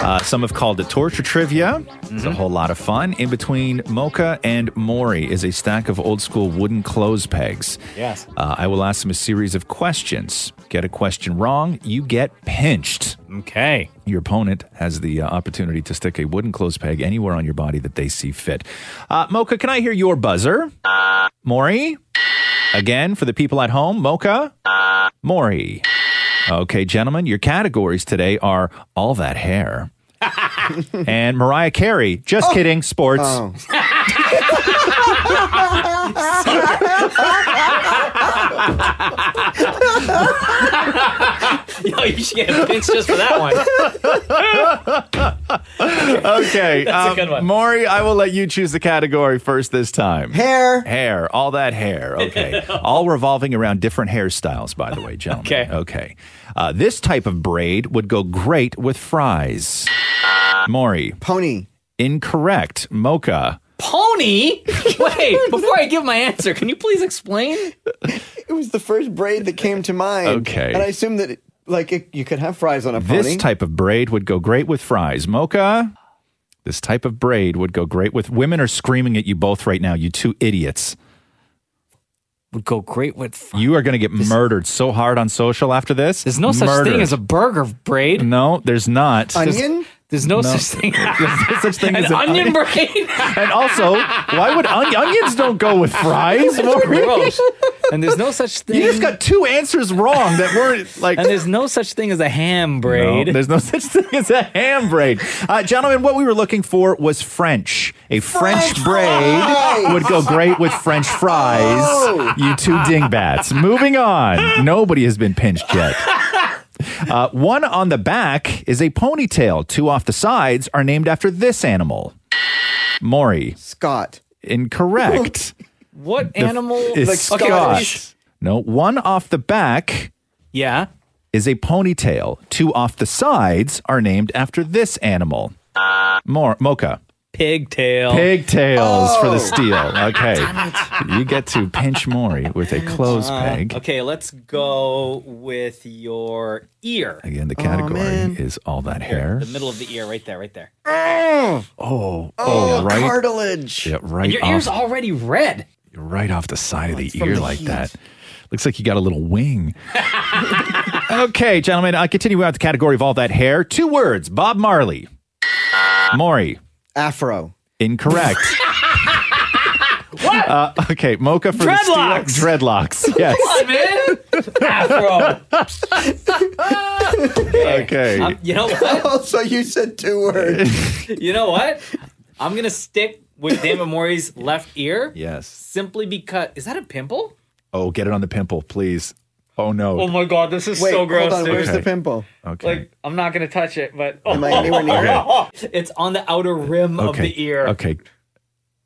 Uh, some have called it torture trivia. It's a whole lot of fun. In between Mocha and Maury is a stack of old school wooden clothes pegs.
Yes.
Uh, I will ask them a series of questions. Get a question wrong, you get pinched.
Okay.
Your opponent has the uh, opportunity to stick a wooden clothes peg anywhere on your body that they see fit. Uh, Mocha, can I hear your buzzer? Maury? Again, for the people at home, Mocha? Maury. Okay, gentlemen, your categories today are all that hair. and Mariah Carey. Just kidding, sports.
Oh.
Yo, you should get a pinch just for that one.
okay.
That's a
um,
good one.
Maury, I will let you choose the category first this time.
Hair.
Hair. All that hair. Okay. all revolving around different hairstyles, by the way, gentlemen. okay. Okay. Uh, this type of braid would go great with fries. Maury.
Uh, Pony.
Incorrect. Mocha.
Pony? Wait, before I give my answer, can you please explain?
It was the first braid that came to mind.
Okay.
And I assumed that, it, like, it, you could have fries on a pony.
This type of braid would go great with fries. Mocha. This type of braid would go great with. Women are screaming at you both right now, you two idiots.
Would go great with.
You are going to get murdered so hard on social after this. There's
no such thing as a burger braid.
No, there's not.
There's, there's no,
No.
such thing.
There's no such thing
an
as an
onion,
onion.
braid.
And also, why would on- onions don't go with fries? Maury?
Gross. And there's no such thing.
You just got two answers wrong that weren't like.
And there's no such thing as a ham braid.
No, there's no such thing as a ham braid. Uh, gentlemen, what we were looking for was French. A French,
French
braid
fries!
would go great with French fries.
Oh!
You two dingbats. Moving on. Nobody has been pinched yet. Uh, one on the back is a ponytail. Two off the sides are named after this animal. Maury.
Scott.
Incorrect.
what
The f-
animal
is
Okay,
Scott.
please-
No, one off the back
yeah.
is a ponytail. Two off the sides are named after this animal. More mocha.
Pigtail.
Pigtails for the
Oh.
steal. Okay. you get to pinch Maury with a clothes
Uh,
peg.
Okay, let's go with your ear.
Again, the category is all that hair.
The middle of the ear, right there, right there.
Oh, oh, right.
cartilage.
Yeah, right.
And your ear's
off-
already red.
right off the side of the
from
ear
the
like
heat.
that. Looks like you got a little wing. okay, gentlemen, I continue out the category of all that hair. Two words: Bob Marley, Maury,
Afro.
Incorrect.
What?
Uh, okay, Mocha for
Dreadlocks.
The steel- dreadlocks. Yes. okay.
Um, you know what?
Oh,
also, you said two words.
you know what? I'm gonna stick with Damon Mori's left ear.
yes.
Simply because is that a pimple?
Oh, get it on the pimple, please. Oh no.
Oh my god, this is
Wait,
so
hold
gross.
on,
dude.
where's the Okay.
pimple?
Okay.
Like I'm not gonna touch it, but
Am I anywhere near
It's on the outer rim of
okay.
the ear.
Okay.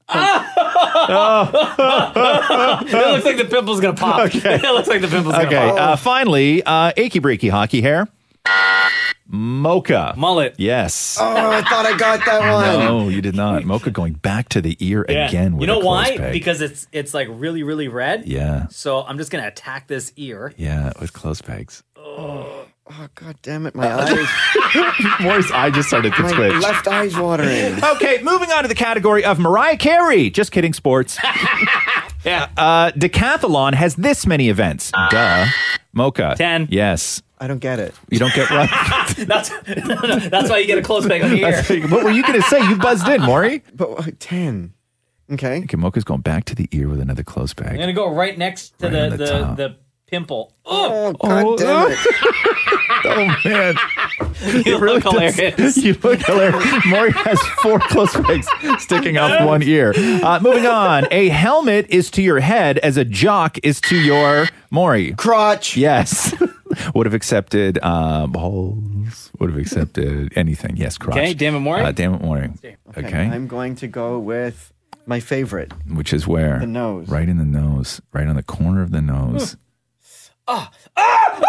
Oh.
it looks like the pimple's gonna pop. it looks like the pimple's gonna
Okay.
pop.
Uh, finally, uh, achy breaky hockey hair. Mocha.
Mullet.
Yes.
Oh, I thought I got that one.
No, you did not. Mocha going back to the ear
Yeah.
again. With
you know
a clothes
why?
peg.
Because it's it's like really really red.
Yeah.
So I'm just gonna attack this ear.
yeah, with clothes pegs.
Oh, oh, god damn it, my eyes.
Morris, I just started to
my
twitch.
left eye's watering.
okay, moving on to the category of Mariah Carey. Just kidding, sports. yeah. Uh, decathlon has this many events.
Ah.
Duh. Mocha. 10. Yes.
I don't get it.
You don't get right.
that's that's why you get a close bag on the ear.
That's- what were you going to say? You buzzed in, Maury.
But uh, 10. Okay.
Okay, Mocha's going back to the ear with another clothes
I'm
bag.
gonna go right next to
Right
the
on the
the, the,
top.
pimple.
Oh, god damn it.
oh man.
You
really
look
does-
hilarious.
You look hilarious. Maury has four clothes pegs sticking off one ear. Uh, moving on. A helmet is to your head as a jock is to your Maury.
Crotch.
Yes. would have accepted uh, balls. Would have accepted anything. Yes, crotch.
Okay, damn it, Maury.
Uh, damn it, Maury. Okay.
I'm going to go with my favorite.
Which is where?
The nose.
Right in the nose. Right on the corner of the nose.
Hmm. Ah,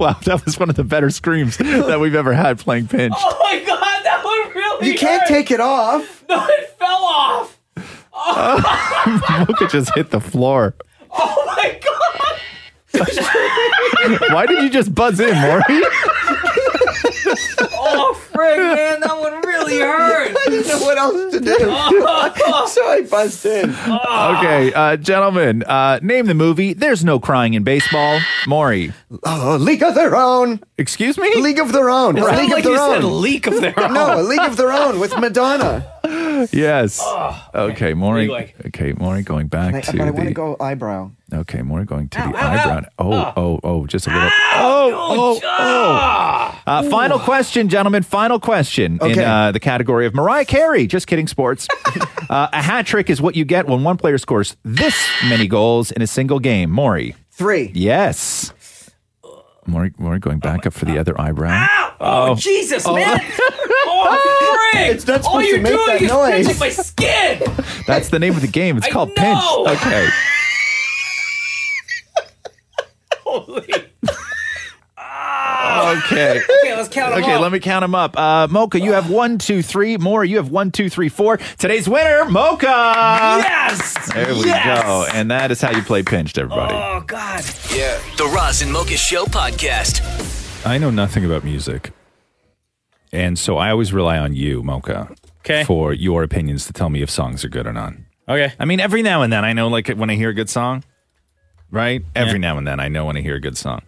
wow, that was one of the better screams that we've ever had playing pinch.
Oh my god, that one really.
You can't
hurt.
take it off.
No, it fell off.
Mocha just hit the floor.
Oh my god.
Why did you just buzz in, Maury?
Oh frig, man, that one really hurt.
I didn't know what else to do. so I buzzed in.
Oh
Ah.
Okay, uh, gentlemen, uh, name the movie. There's no crying in baseball. Maury.
Oh, League of Their Own.
Excuse me?
League of Their Own. It's
Right.
League
Like
of Their
you
Own.
said League of Their
No,
Own.
a League of Their Own with Madonna.
Yes.
Ah,
Okay, Maury. Okay, Maury going back
I-
to
but I want
the.
to go eyebrow.
Okay, Maury going to the eyebrow.
Ah.
Oh, oh, oh, just a little. Oh, oh, oh. Uh, final question, gentlemen. Final question in
Okay.
uh, the category of Mariah Carey. Just kidding, sports. uh, a hat trick is what you get when one player scores this many goals in a single game. Maury.
Three.
Yes.
Uh,
Maury, Maury going back up for the other eyebrow.
Oh, Jesus, man. Oh frig.
It's not
All
supposed to
you're
make
doing
that
is
noise.
pinching my skin.
That's the name of the game. It's
I
called
know.
Pinch. Okay.
Holy.
Okay.
Okay, let's count 'em
Okay,
up.
let me count them up. Uh, Mocha, you have one, two, three. More, you have one, two, three, four. Today's winner, Mocha.
Yes!
There we
Yes!
go. And that is how you play pinched, everybody.
Oh, God. Yeah. The Roz and Mocha Show podcast.
Oh. I know nothing about music. And so I always rely on you, Mocha, okay. for your opinions to tell me if songs are good or not.
Okay.
I mean, every now and then I know, like, when I hear a good song, right? Every now and then I know when I hear a good song.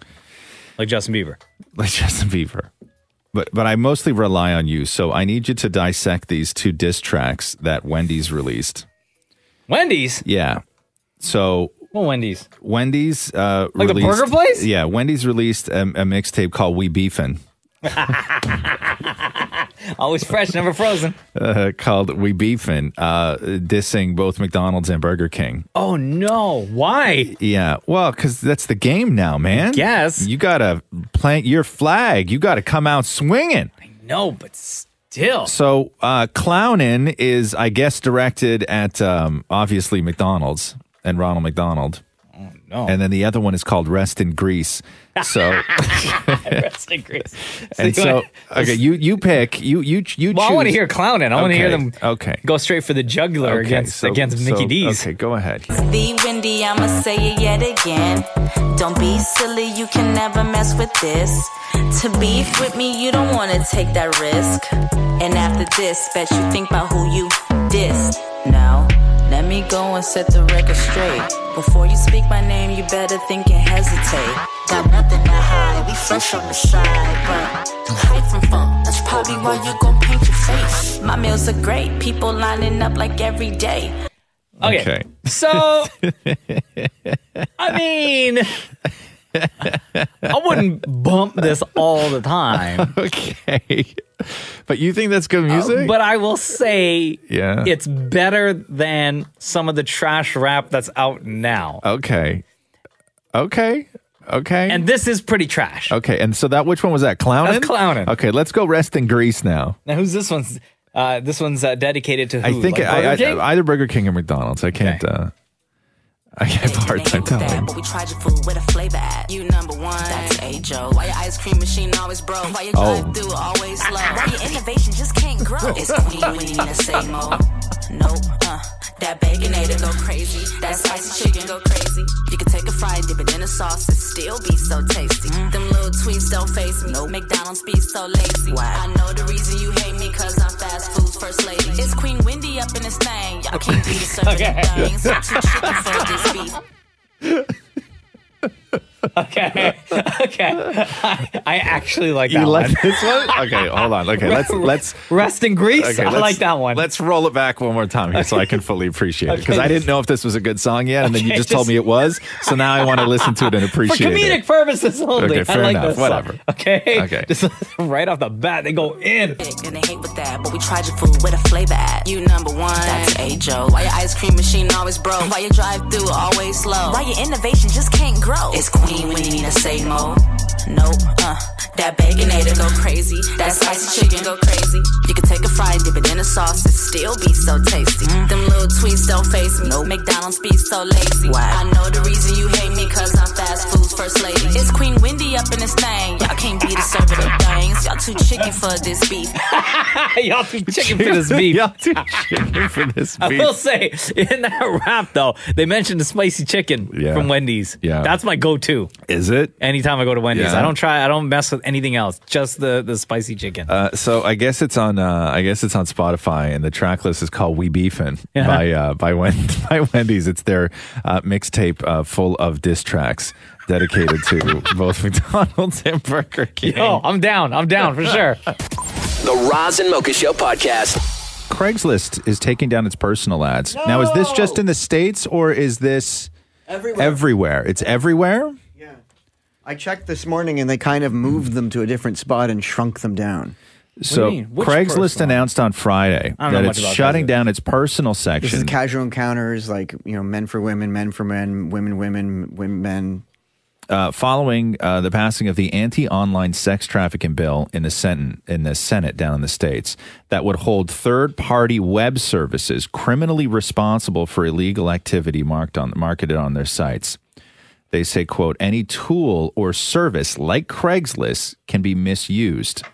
Like Justin Bieber.
Like Justin Bieber. But, but I mostly rely on you. So I need you to dissect these two diss tracks that Wendy's released.
Wendy's.
Yeah. So
Well, Wendy's.
Wendy's uh,
Like the
released,
burger place?
Yeah, Wendy's released a, a mixtape called We Beefin'.
Always fresh, never frozen.
uh, called We Beefin', uh, dissing both McDonald's and Burger King.
Oh no! Why?
Yeah, well, because that's the game now, man.
Yes.
You got to plant your flag. You got to come out swinging.
No, but still.
So, uh, Clownin' is, I guess, directed at um, obviously McDonald's and Ronald McDonald. Oh,
no.
And then the other one is called Rest in Greece. So,
Rest in grace.
and
you
so,
wanna-
okay, you you pick, you you you.
Well, I want to
choose-
hear clowning. I want to hear
Okay,
them
Okay,
go straight for the jugular
Okay,
against
so-
against
so-
Mickey D's.
Okay, go ahead.
The Wendy, I'ma say it yet again. Don't be silly, you can never mess with this. To beef with me, you don't wanna take that risk. And after this, bet you think about who you diss. Now, let me go and set the record straight. Before you speak my name, you better think and hesitate. Got nothing to hide, we fresh on the side, but you hide from fun. That's probably why you gon' paint your face. My meals are great, people lining up like every day.
Okay. So, I mean, I wouldn't bump this all the time. Uh,
okay. But you think that's good music?
but I will say
Yeah.
it's better than some of the trash rap that's out now.
okay. Okay. Okay.
And this is pretty trash.
Okay. And so that which one was that? Clownin?
That's Clownin.
Okay, let's go rest in Greece now.
Now, who's this one's? Uh, this one's uh, dedicated to who?
I think
Like
I,
Burger King?
I, either Burger King or McDonald's. I can't uh I have a hard time telling.
But we tried your food with a flavor at. You number one, that's A Joe. Why your ice cream machine always broke? Why your
Oh.
drive through always slow? Why your innovation just can't grow? It's Queen Winnie the same old. Nope, uh, that baconator go crazy. That spicy chicken go crazy. You can take a fry and dip it in a sauce and still be so tasty. Them little tweets don't face me. McDonald's be so lazy. I know the reason you hate me cause I'm fast food's first lady. It's Queen Wendy up in this thing. Y'all can't be the serving
Okay.
things. So two chicken sandwiches beef.
okay. okay. I, I actually like that
you
one.
like this one? Okay, hold on. Okay, let's let's
rest in Greece. I like
that one. Let's roll it back one more time here so I can fully appreciate it because
Okay.
I didn't know if this was a good song yet, and then you
Okay,
just told
just-
me it was. So now I want to listen to it and
for
appreciate
comedic
it.
purposes only.
Okay, fair
I like
enough.
This song.
Whatever.
Okay.
Okay.
Just right off the bat, they go in.
And they hate with that, but we tried your food with a flavor at. You number one, that's A Joe. Why your ice cream machine always broke? Why your drive through always slow? Why your innovation just can't grow? It's Queen Winnie the same old. Nope, uh, that baconator go crazy. That spicy chicken go crazy. You can take a fry and dip it in a sauce and still be so tasty. Them little tweets don't face me. Nope. McDonald's be so lazy. I know the reason you hate me cause I'm fast food's first lady. It's Queen Wendy up in this thing. Y'all can't be the serving of things. Y'all too chicken for this beef.
Y'all too chicken for this beef.
Y'all too chicken for this
I
beef.
will say, in that rap though, they mentioned the spicy chicken
Yeah.
from Wendy's.
Yeah.
That's my go-to.
Is it?
Anytime I go to Wendy's,
Yeah.
I don't try. I don't mess with anything else. Just the the spicy chicken.
Uh, so I guess it's on. Uh, I guess it's on Spotify, and the track list is called "We Beefin"
Uh-huh.
Yeah.
by uh, by, Wend- by Wendy's. It's their uh, mixtape uh, full of diss tracks dedicated to both McDonald's and Burger King.
Yo, I'm down. I'm down for sure.
The Roz and Mocha Show podcast.
Craigslist is taking down its personal ads. Now, is this just in the states or is this
Everywhere.
Everywhere. It's everywhere.
I checked this morning, and they kind of moved them to a different spot and shrunk them down.
So Craigslist announced on Friday
I don't know
that
much
it's
about
shutting down its personal section.
This is casual encounters, like you know, men for women, men for men, women, women, women, men.
uh, following uh, the passing of the anti-online sex trafficking bill in the Senate, in the Senate down in the states, that would hold third-party web services criminally responsible for illegal activity marked on marketed on their sites. They say, "quote Any tool or service like Craigslist can be misused.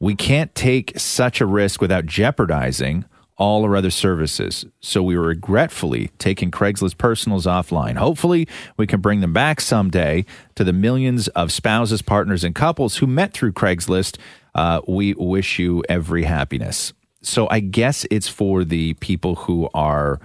We can't take such a risk without jeopardizing." All our other services. So we were regretfully taking Craigslist personals offline. Hopefully, we can bring them back someday to the millions of spouses, partners, and couples who met through Craigslist. Uh, we wish you every happiness. So I guess it's for the people who are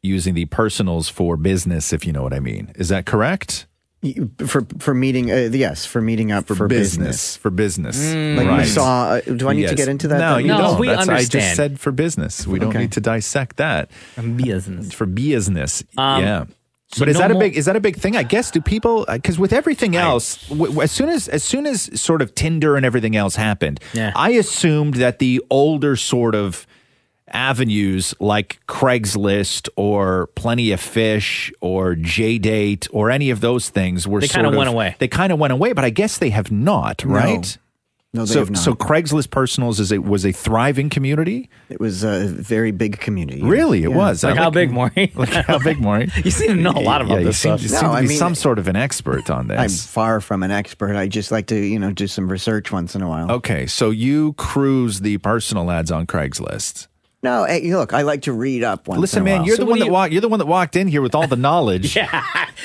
using the personals for business, if you know what I mean. Is that correct?
You- For for meeting, uh, yes, for meeting up for, business.
For business.
Mm. Like massage- do I need to get into that
No,
then?
you
No,
don't.
we
That's, I just
understand.
said for business. We don't
Okay.
need to dissect that.
business.
For business.
Um,
yeah.
so
but is
no
that a
more-
big is that a big thing? I guess do people because with everything else, w- w- as soon as as soon as sort of Tinder and everything else happened,
Yeah.
I assumed that the older sort of avenues like Craigslist or Plenty of Fish or J Date or any of those things were
They
sort
kinda
of
went away.
They kind of went away, but I guess they have not,
No.
right?
No, they
so,
have not.
So Craigslist Personals is a, was a thriving community.
It was uh, a very big community.
Really, it was.
Like
I
how big, Maury?
Like how big, Maury?
you seem to know a lot
Yeah,
about
you
this
seem-
stuff.
you seem to be some sort of an expert on
I'm
this.
far from an expert. I just like to, you know, do some research once in a while.
okay, so you cruise the personal ads on Craigslist.
No, hey, look, I like to read up once.
Listen,
in a
man,
while.
you're the one that walked. You're the one that walked in here with all the knowledge.
yeah,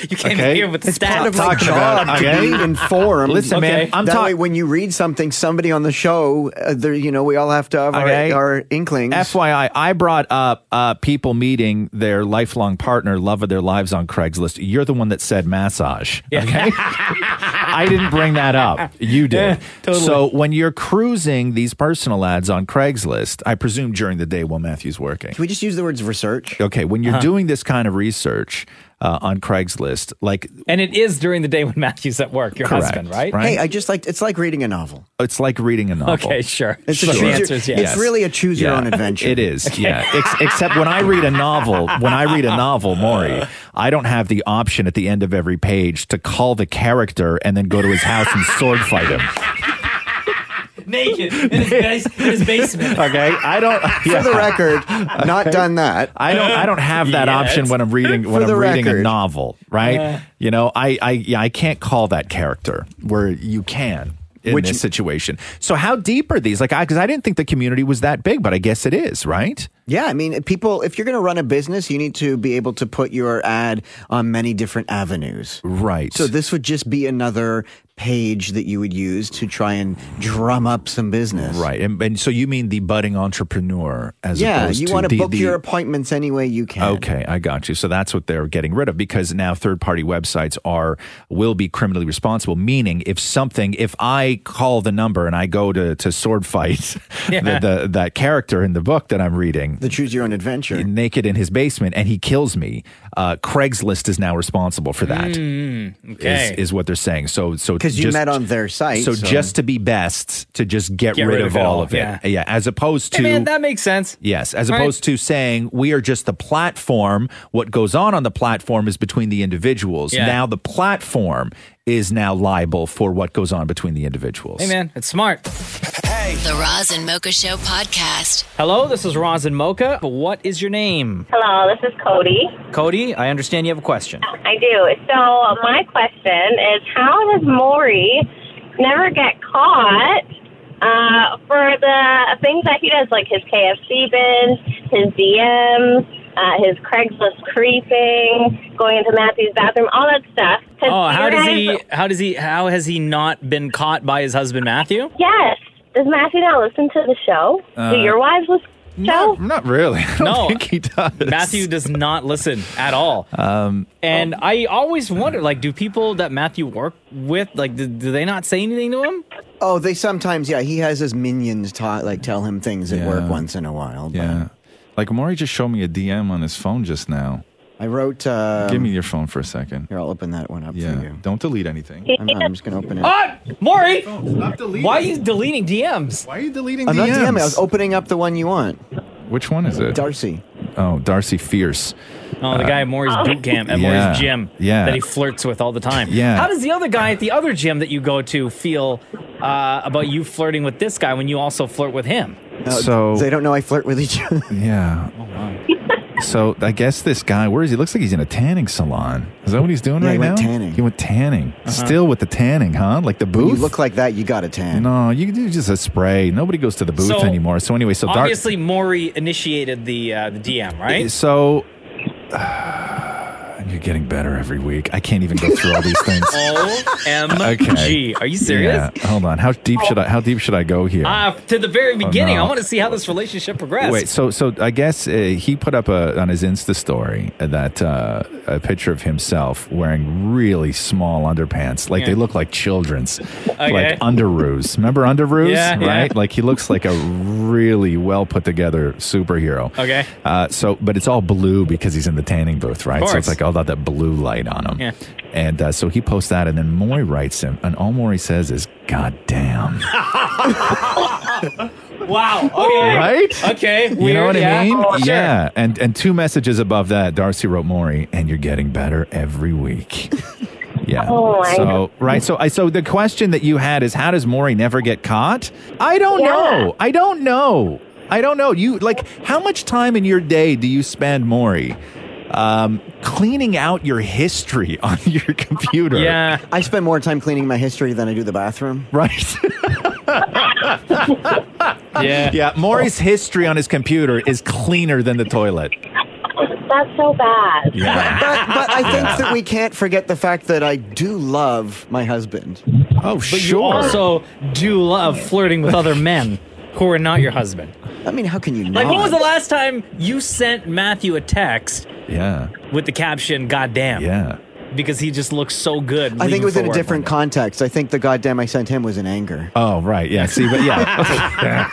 You came
Okay.
here with
It's
stats.
part
of my job to be informed.
Listen, man, I'm
that
talk-
way when you read something, somebody on the show, uh, there, you know, we all have to have our,
Okay.
our inklings.
FYI, I brought up uh, people meeting their lifelong partner, love of their lives on Craigslist. You're the one that said massage. Okay. I didn't bring that up. You did.
Yeah, totally.
So when you're cruising these personal ads on Craigslist, I presume during the day while Matthew's working. Can
we just use the words research?
Okay. When you're
Uh-huh.
doing this kind of research uh, on Craigslist, like
And it is during the day when Matthew's at work, your
Correct,
husband, right?
right? Hey, I
just like it's like reading a novel.
it's like reading a novel.
Okay, sure.
It's a
Sure.
choose-
The answer is yes.
it's really a choose your own adventure.
It is, yeah. Ex- except when I read a novel, when I read a novel, Maury, I don't have the option at the end of every page to call the character and then go to his house and sword fight him.
Naked in his, bas- in his basement.
Okay, I don't.
For the record, not done that.
I don't. I don't have that
Yet.
option when I'm reading when
For
I'm
the
reading a
record.
novel, right?
Yeah.
You know, I I yeah, I can't call that character where you can in
Which-
this situation. So how deep are these? Like, because I, didn't think the community was that big, but I guess it is, right?
Yeah, I mean, people, if you're going to run a business, you need to be able to put your ad on many different avenues.
Right.
So this would just be another page that you would use to try and drum up some business.
Right, and, and so you mean the budding entrepreneur as
yeah,
opposed
you
to
want
the-
to book
the-
your appointments any way you can.
Okay, I got you. So that's what they're getting rid of because now third-party websites are will be criminally responsible. Meaning, if something, if I call the number and I go to to sword fight
Yeah.
the, the, that character in the book that I'm reading,
the choose your own adventure,
naked in his basement, and he kills me, uh, Craigslist is now responsible for that. Is
Mm,
Mm-hmm.
okay.
is, what they're saying. So so
Because you
just-
met on their site.
So, just to be best, to just get, rid, of,
it
all
all,
of it.
yeah.
as opposed to
Hey, man, that makes sense.
Yes, as
All right.
opposed to saying we are just the platform. What goes on on the platform is between the individuals.
Yeah.
Now the platform is now liable for what goes on between the individuals.
Hey, man, it's smart.
The Roz and Mocha Show podcast.
Hello, this is Roz and Mocha. What is your name?
Hello, this is Cody.
Cody, I understand you have a question.
I do. So my question is, how does Maury never get caught uh, for the things that he does, like his KFC bins, his DMs, uh, his Craigslist creeping, going into Matthew's bathroom, all that stuff? 'Cause
Oh, how
you
does
guys-
he? How does he? How has he not been caught by his husband Matthew?
Yes. Does Matthew not listen to the show?
Uh,
do your wives listen? to the Show?
Not really. I don't
No.
think he does.
Matthew does not listen at all.
Um,
And I always wonder, like, do people that Matthew work with, like, do, do they not say anything to him?
Oh, they sometimes, yeah, he has his minions ta- like tell him things at work once in a while. But
yeah, like Maury just showed me a DM on his phone just now.
I wrote. Uh,
Give me your phone for a second.
Here, I'll open that one up
for you. Don't delete anything.
I'm, not, I'm just going to open it.
Ah, Maury, why are you
deleting.
deleting DMs?
Why are you deleting
I'm not DMing. I was opening up the one you want.
Which one is it?
Darcy.
Oh, Darcy Fierce.
Oh, the
Uh,
guy at Maury's boot camp at
Yeah,
Maury's gym
yeah.
that he flirts with all the time.
Yeah.
How does the other guy at the other gym that you go to feel uh, about you flirting with this guy when you also flirt with him?
Uh, so
they don't know I flirt with each other. Oh,
Yeah. so I guess this guy, where is he? Looks like he's in a tanning salon. Is that what he's doing
Yeah,
right
he went
now?
tanning.
He went tanning. Still with the tanning, huh? Like the
When
booth.
you look like that, you got a tan.
no, you do just a spray. Nobody goes to the booth
So,
anymore. So anyway, so dark.
Obviously, Maury initiated the uh, the DM, right?
Eh, So you're getting better every week. I can't even go through all these things.
O M
Okay.
G. Um, Are you serious?
Yeah. Hold on. How deep should I? How deep should I go here?
Ah, to the very
Oh,
beginning.
no.
I want to see how this relationship progressed.
Wait, so so I guess uh, he put up a, on his Insta story that uh, a picture of himself wearing really small underpants, like
Yeah.
they look like children's,
Okay.
like underoos. Remember underoos,
Yeah, yeah.
right? Like he looks like a really well put together superhero.
Okay.
Uh, so, but it's all blue because he's in the tanning booth, right? So
course.
it's like all that that blue light on him. And uh, so he posts that, and then Maury writes him, and all Maury says is, "God damn."
wow. Okay.
Right?
Okay.
You know
weird,
what
yeah. Oh,
I mean?
Sure.
Yeah. And and two messages above that, Darcy wrote Maury, and you're getting better every week. Yeah.
Oh, my
so
God.
right. So I so the question that you had is how does Maury never get caught? I don't
Yeah.
know. I don't know. I don't know. You like how much time in your day do you spend, Maury? Um, cleaning out your history on your computer.
Yeah.
I spend more time cleaning my history than I do the bathroom.
Right.
Yeah.
Yeah. Maury's history on his computer is cleaner than the toilet.
That's so bad.
but, but I think that we can't forget the fact that I do love my husband.
Oh,
But you also do love flirting with other men who are not your husband.
I mean, how can you
Like, when
not?
was the last time you sent Matthew a text
Yeah.
with the caption, God damn?
Yeah.
Because he just looks so good.
I think
leaving
it was
for
in a
work
different context. I think the goddamn I sent him was in anger.
Oh right, yeah. See, but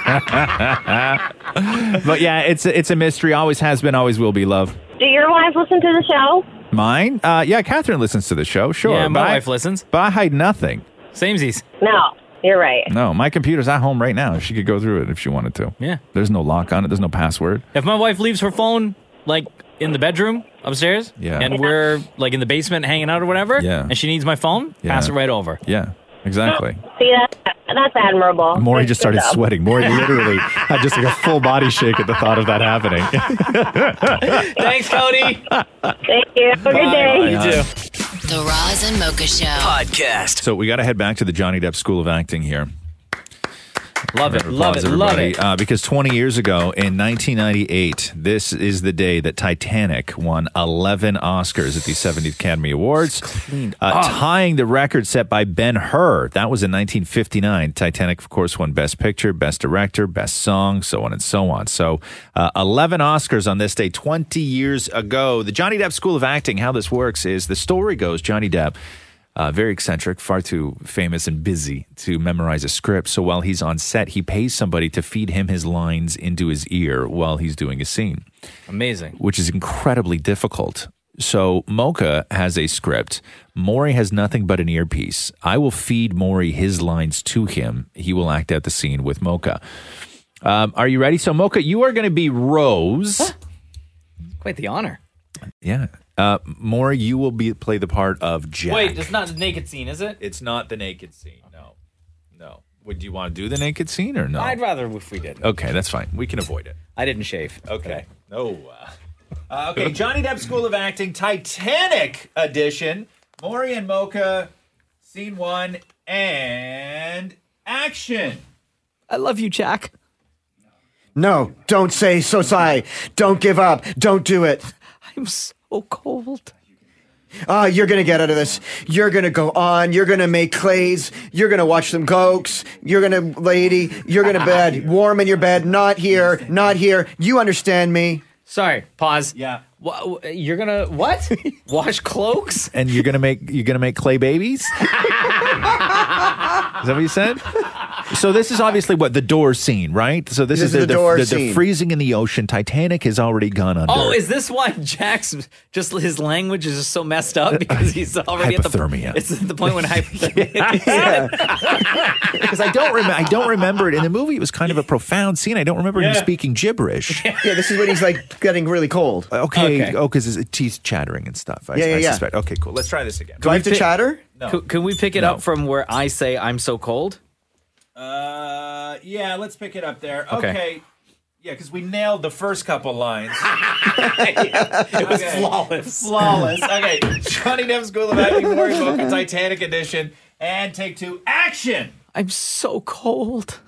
yeah, but yeah, it's a, it's a mystery. Always has been, always will be. Love
Do your wives listen to the show?
mine. Uh, yeah, Catherine listens to the show. Sure,
Yeah, my
but I-
wife listens.
But I hide nothing.
Samesies.
No, you're right.
No, my computer's at home right now. She could go through it if she wanted to.
Yeah.
There's no lock on it. There's no password.
If my wife leaves her phone like in the bedroom upstairs,
Yeah.
and we're like in the basement hanging out or whatever,
Yeah.
and she needs my phone,
Yeah.
pass it right over.
Yeah, exactly.
See, that, that's admirable.
Maury
That's
just
good
started
stuff.
sweating. Maury literally had just like a full body shake at the thought of that happening.
Thanks, Cody.
Thank you. Have a good day.
The Roz and Mocha Show podcast.
So we got to head back to the Johnny Depp School of Acting here.
Love it,
Round of
love
applause,
it, love
everybody.
it.
Uh, because 20 years ago in 1998, this is the day that Titanic won 11 Oscars at the 70th Academy Awards, uh,
up.
tying the record set by Ben Hur. That was in 1959. Titanic, of course, won Best Picture, Best Director, Best Song, so on and so on. So uh, 11 Oscars on this day 20 years ago. The Johnny Depp School of Acting, how this works is the story goes Johnny Depp uh, very eccentric, far too famous and busy to memorize a script. So while he's on set, he pays somebody to feed him his lines into his ear while he's doing a scene,
Amazing.
which is incredibly difficult. So Mocha has a script. Maury has nothing but an earpiece. I will feed Maury his lines to him. He will act out the scene with Mocha. Um, are you ready? So Mocha, you are going to be Rose.
Quite the honor.
Yeah. Uh, Maury, you will be play the part of Jack.
Wait, it's not the naked scene, is it?
It's not the naked scene. No, no. Would you want to do the naked scene or no?
I'd rather if we didn't.
Okay, that's fine. We can avoid it.
I didn't shave.
Okay. No. uh, uh, okay, Johnny Depp School of Acting Titanic edition. Maury and Mocha, scene one, and action.
I love you, Jack.
No, don't say so sorry. Don't give up. Don't do it.
I'm so cold.
Ah, you're gonna get out of this. You're gonna go on. You're gonna make clays. You're gonna watch them gokes. You're gonna lady. You're gonna bed warm in your bed. Not here. Not here. You understand me?
Sorry, pause.
Yeah.
you're gonna what? Wash cloaks?
And you're gonna make you're gonna make clay babies. is that what you said? So this is obviously what the door scene, right? So this,
This
is,
is
the,
the door
the- the
scene.
freezing in the ocean. Titanic has already gone under.
Oh, is this why Jack's just his language is just so messed up because he's already
Hypothermia.
at the it's at the point when hypothermia.
because I don't remember. I don't remember it in the movie. It was kind of a profound scene. I don't remember him
Yeah.
speaking gibberish.
Yeah, this is when he's like getting really cold.
Okay. Oh, because his teeth chattering and stuff. I,
Yeah, yeah,
I
yeah.
suspect. Okay, cool. Let's try this again.
Do I have to chatter?
No.
Can, can we pick it up from where I say I'm so cold?
Uh, yeah. Let's pick it up there.
Okay.
Yeah, because we nailed the first couple lines.
It
was flawless. Flawless. Okay. Johnny Depp School of Acting, Maury Mocha, Titanic Edition, and take two, action.
I'm so cold.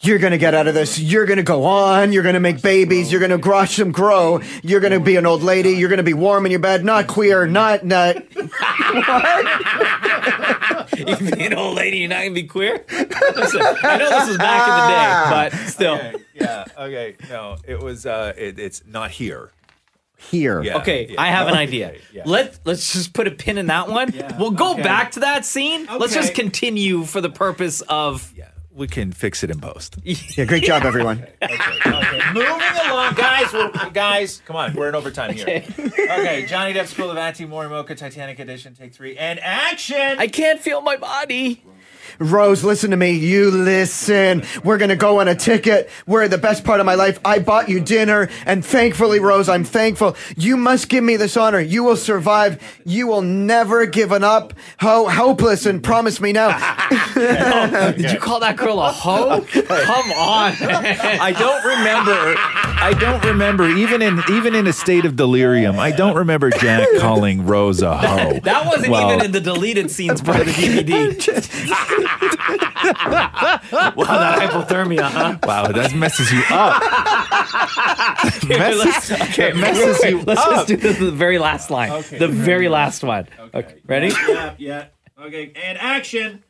You're gonna get out of this. You're gonna go on. You're gonna make babies. You're gonna watch them grow. You're gonna be an old lady. You're gonna be warm in your bed. Not queer. Not not.
you be an old lady, you're not gonna be queer. Listen, I know this was back in the day, but still.
yeah. Okay. No, it was. Uh, it, it's not here.
Here.
Yeah,
okay,
yeah.
I have an
Okay,
idea.
yeah.
Let Let's just put a pin in that one. we'll go
okay.
back to that scene. Let's
Okay.
just continue for the purpose of.
We can fix it in post.
Yeah. Great job, everyone.
Moving along, guys. We're, guys, come on. We're in overtime here. Okay, Johnny Depp School of Acting, Maury Mocha, Titanic Edition, take three, and action.
I can't feel my body.
Rose, listen to me. You listen. We're going to go on a ticket. We're the best part of my life. I bought you dinner. And thankfully, Rose, I'm thankful. You must give me this honor. You will survive. You will never give an up. Ho- hopeless. And promise me now.
Oh,
Did you call that girl a hoe? Come on.
I don't remember. I don't remember even in even in a state of delirium. I don't remember Jack calling Rose a hoe.
That wasn't
Oh. Well,
even in the deleted scenes part of the DVD. well, that hypothermia, huh?
Wow, that messes you up.
Oh.
Okay,
Messes-
let's- okay,
it messes you
let's
up.
just do this, the very last line.
Okay.
The very last one. Okay. Ready?
yeah, yeah. Okay, and action.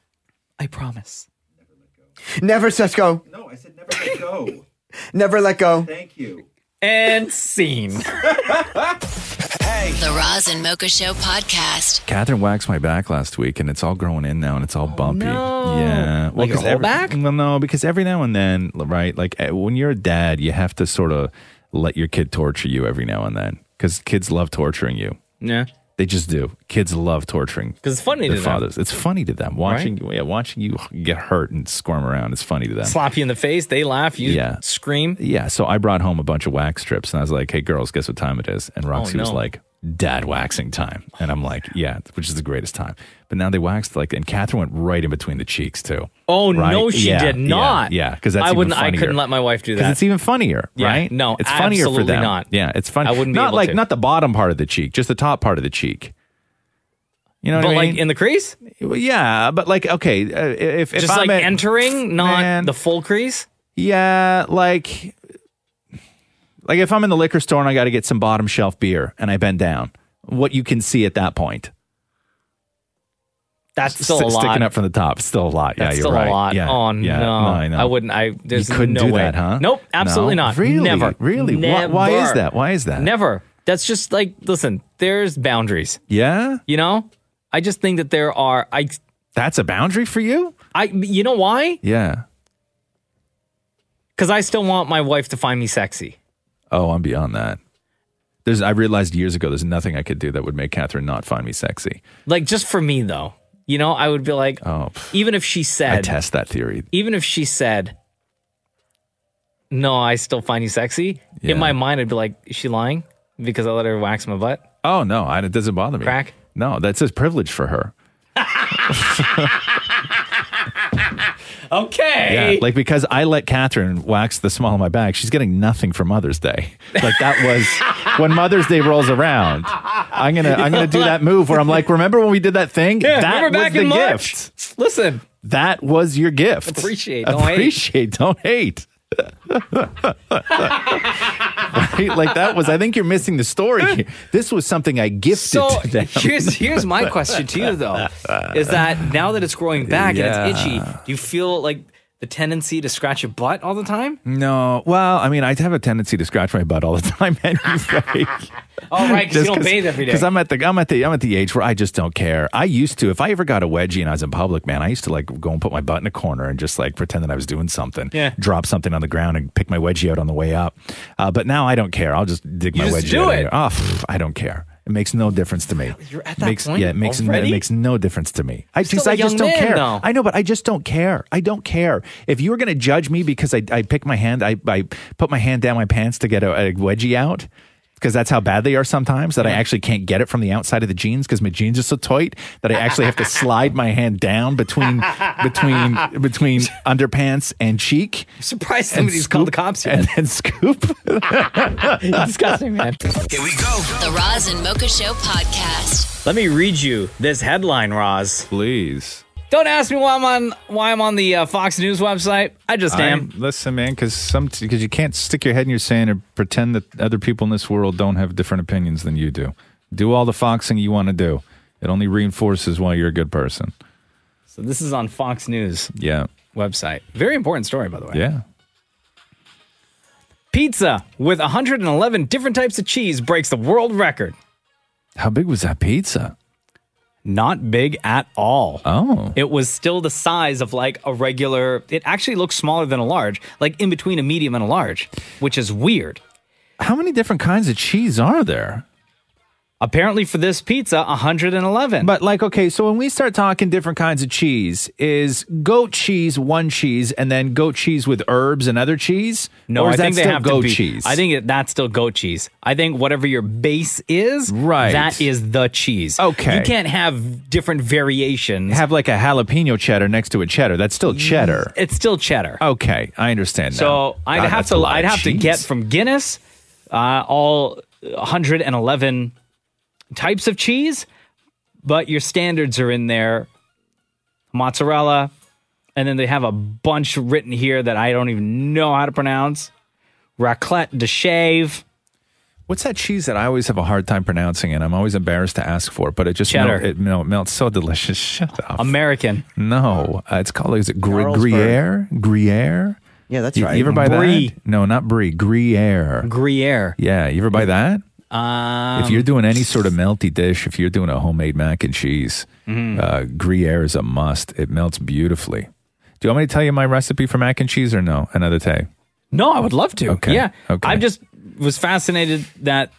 I promise.
Never let go.
No, I said never let go.
Never let go.
Thank you.
And scene.
The Roz and Mocha Show podcast.
Catherine waxed my back last week, and it's all growing in now, and it's all bumpy.
Oh.
Yeah,
Like your
'cause
whole
Uh, every-
back?
Well, no, because every now and then, right? Like eh, when you're a dad, you have to sort of let your kid torture you every now and then, because kids love torturing you.
Yeah.
They just do. Kids love torturing
'Cause it's funny
their
to them.
fathers. It's funny to them watching. Yeah, watching you get hurt and squirm around. It's funny to them.
Slap you in the face. They laugh. You
Yeah.
scream.
Yeah. So I brought home a bunch of wax strips and I was like, hey, girls, guess what time it is? And Roxy was
Oh, no.
like, dad waxing time. And I'm like, yeah, which is the greatest time. But now they waxed like, and Catherine went right in between the cheeks too.
Oh
Right?
no, she
Yeah,
did
yeah,
not.
Yeah, because that's
I
even
wouldn't. I
funnier.
couldn't let my wife do
'Cause
that.
it's even funnier,
Yeah,
right?
no,
it's funnier for
absolutely
them.
not.
Yeah, it's funny.
I wouldn't be
not
able
like
to.
not the bottom part of the cheek, just the top part of the cheek. You know
but
what I mean?
like in the crease.
Well, yeah, but like okay, uh, if, if
Just
I'm
like
at-
entering, not
Man.
the full crease.
Yeah, like like if I'm in the liquor store and I got to get some bottom shelf beer and I bend down, what you can see at that point.
That's still a
St-
lot.
Sticking up from the top, still a lot.
That's
yeah, you're
still
right.
a lot.
Yeah,
oh
yeah,
no.
I, know.
wouldn't. I there's
you couldn't
no
do
way.
that, huh?
Nope, absolutely
No?
not.
Really?
never,
Really? Why-
Never.
Why, is that? Why is that?
Never. That's just like listen. There's boundaries.
Yeah.
You know, I just think that there are. I.
That's a boundary for you.
I. You know why?
Yeah.
Because I still want my wife to find me sexy.
Oh, I'm beyond that. There's. I realized years ago there's nothing I could do that would make Catherine not find me sexy.
Like just for me though. You know, I would be like,
oh,
even if she
I
said,
test that theory.
even if she said, no, I still find you sexy.
Yeah.
In my mind, I'd be like, is she lying? Because I let her wax my butt.
Oh no, I, it doesn't bother me. Crack? No, that's a privilege for her.
Okay.
Yeah, like because I let Catherine wax the small of my back, she's getting nothing for Mother's Day. Like that was when Mother's Day rolls around. I'm gonna I'm gonna do that move where I'm like, remember when we did that thing?
Yeah,
that
remember back
was the
in March?
gift.
Listen,
That was your gift.
Appreciate, don't hate.
Appreciate, don't hate. right? Like that was. I think you're missing the story. here. This was something I gifted
So
to them.
here's here's my question to you though, is that now that it's growing back and it's itchy,
Yeah.
do you feel like the tendency to scratch your butt all the time?
No, well, I mean, I have a tendency to scratch my butt all the time anyway.
Oh, right, 'cause you don't bathe every day.
Because I'm at the I'm at the I'm at the age where I just don't care. I used to, if I ever got a wedgie and I was in public, man, I used to like go and put my butt in a corner and just like pretend that I was doing something.
Yeah.
Drop something on the ground and pick my wedgie out on the way up. Uh, but now I don't care. I'll just dig
You
my
just
wedgie
do
out
it.
Here. Oh, pff, I don't care. It makes no difference to me. You're at
that
makes,
point
Yeah, it makes
already?
it makes no difference to me. I
You're
just
still a
I just
young
don't
man,
care.
though.
I know, but I just don't care. I don't care. If you were going to judge me because I, I pick my hand, I, I put my hand down my pants to get a, a wedgie out because that's how bad they are sometimes that I actually can't get it from the outside of the jeans because my jeans are so tight that I actually have to slide my hand down between between between underpants and cheek.
surprised somebody's called the cops yet.
And then scoop.
Disgusting, man.
Here we go. The Roz and Mocha Show podcast.
Let me read you this headline, Roz.
Please.
Don't ask me why I'm on why I'm on the uh, Fox News website. I just am.
Listen, man, because some because you can't stick your head in your sand and pretend that other people in this world don't have different opinions than you do. Do all the foxing you want to do. It only reinforces why you're a good person.
So this is on Fox News
Yeah,
website. Very important story, by the way.
yeah.
Pizza with 111 different types of cheese breaks the world record.
How big was that pizza?
Not big at all.
Oh.
It was still the size of like a regular, it actually looks smaller than a large, like in between a medium and a large, which is weird.
How many different kinds of cheese are there?
Apparently for this pizza, 111.
But like, okay, so when we start talking different kinds of cheese, is goat cheese one cheese and then goat cheese with herbs and other cheese?
No,
or
I
is
think
that
they
still
have
goat
to be,
cheese?
I think it- that's still goat cheese. I think whatever your base is, right. that is the cheese.
Okay.
You can't have different variations. Mm,
have like a jalapeno cheddar next to a cheddar. That's still cheddar.
It's still cheddar.
Okay, I understand.
So
now.
I'd
uh, God,
have
that's a
to
lot
I'd
of
have to get
cheese.
from Guinness uh, all 111 types of cheese, but your standards are in there. Mozzarella, and then they have a bunch written here that I don't even know how to pronounce. Raclette de chèvre.
What's that cheese that I always have a hard time pronouncing, and I'm always embarrassed to ask for, but it just
Cheddar.
melt- it, melt- melts so delicious. Shut up.
American.
No, uh, it's called is it gr-
Carlsberg.
Gruyere? Gruyere.
Yeah,
that's
you,
right.
You ever buy
Brie.
that? No, not brie. Gruyere.
Gruyere.
Yeah, you ever buy that?
Um,
if you're doing any sort of melty dish, if you're doing a homemade mac and cheese,
Mhm.
uh, Gruyere is a must. It melts beautifully. Do you want me to tell you my recipe for mac and cheese or no? Another day.
No, I would love to.
Okay.
Yeah.
Okay.
I just was fascinated that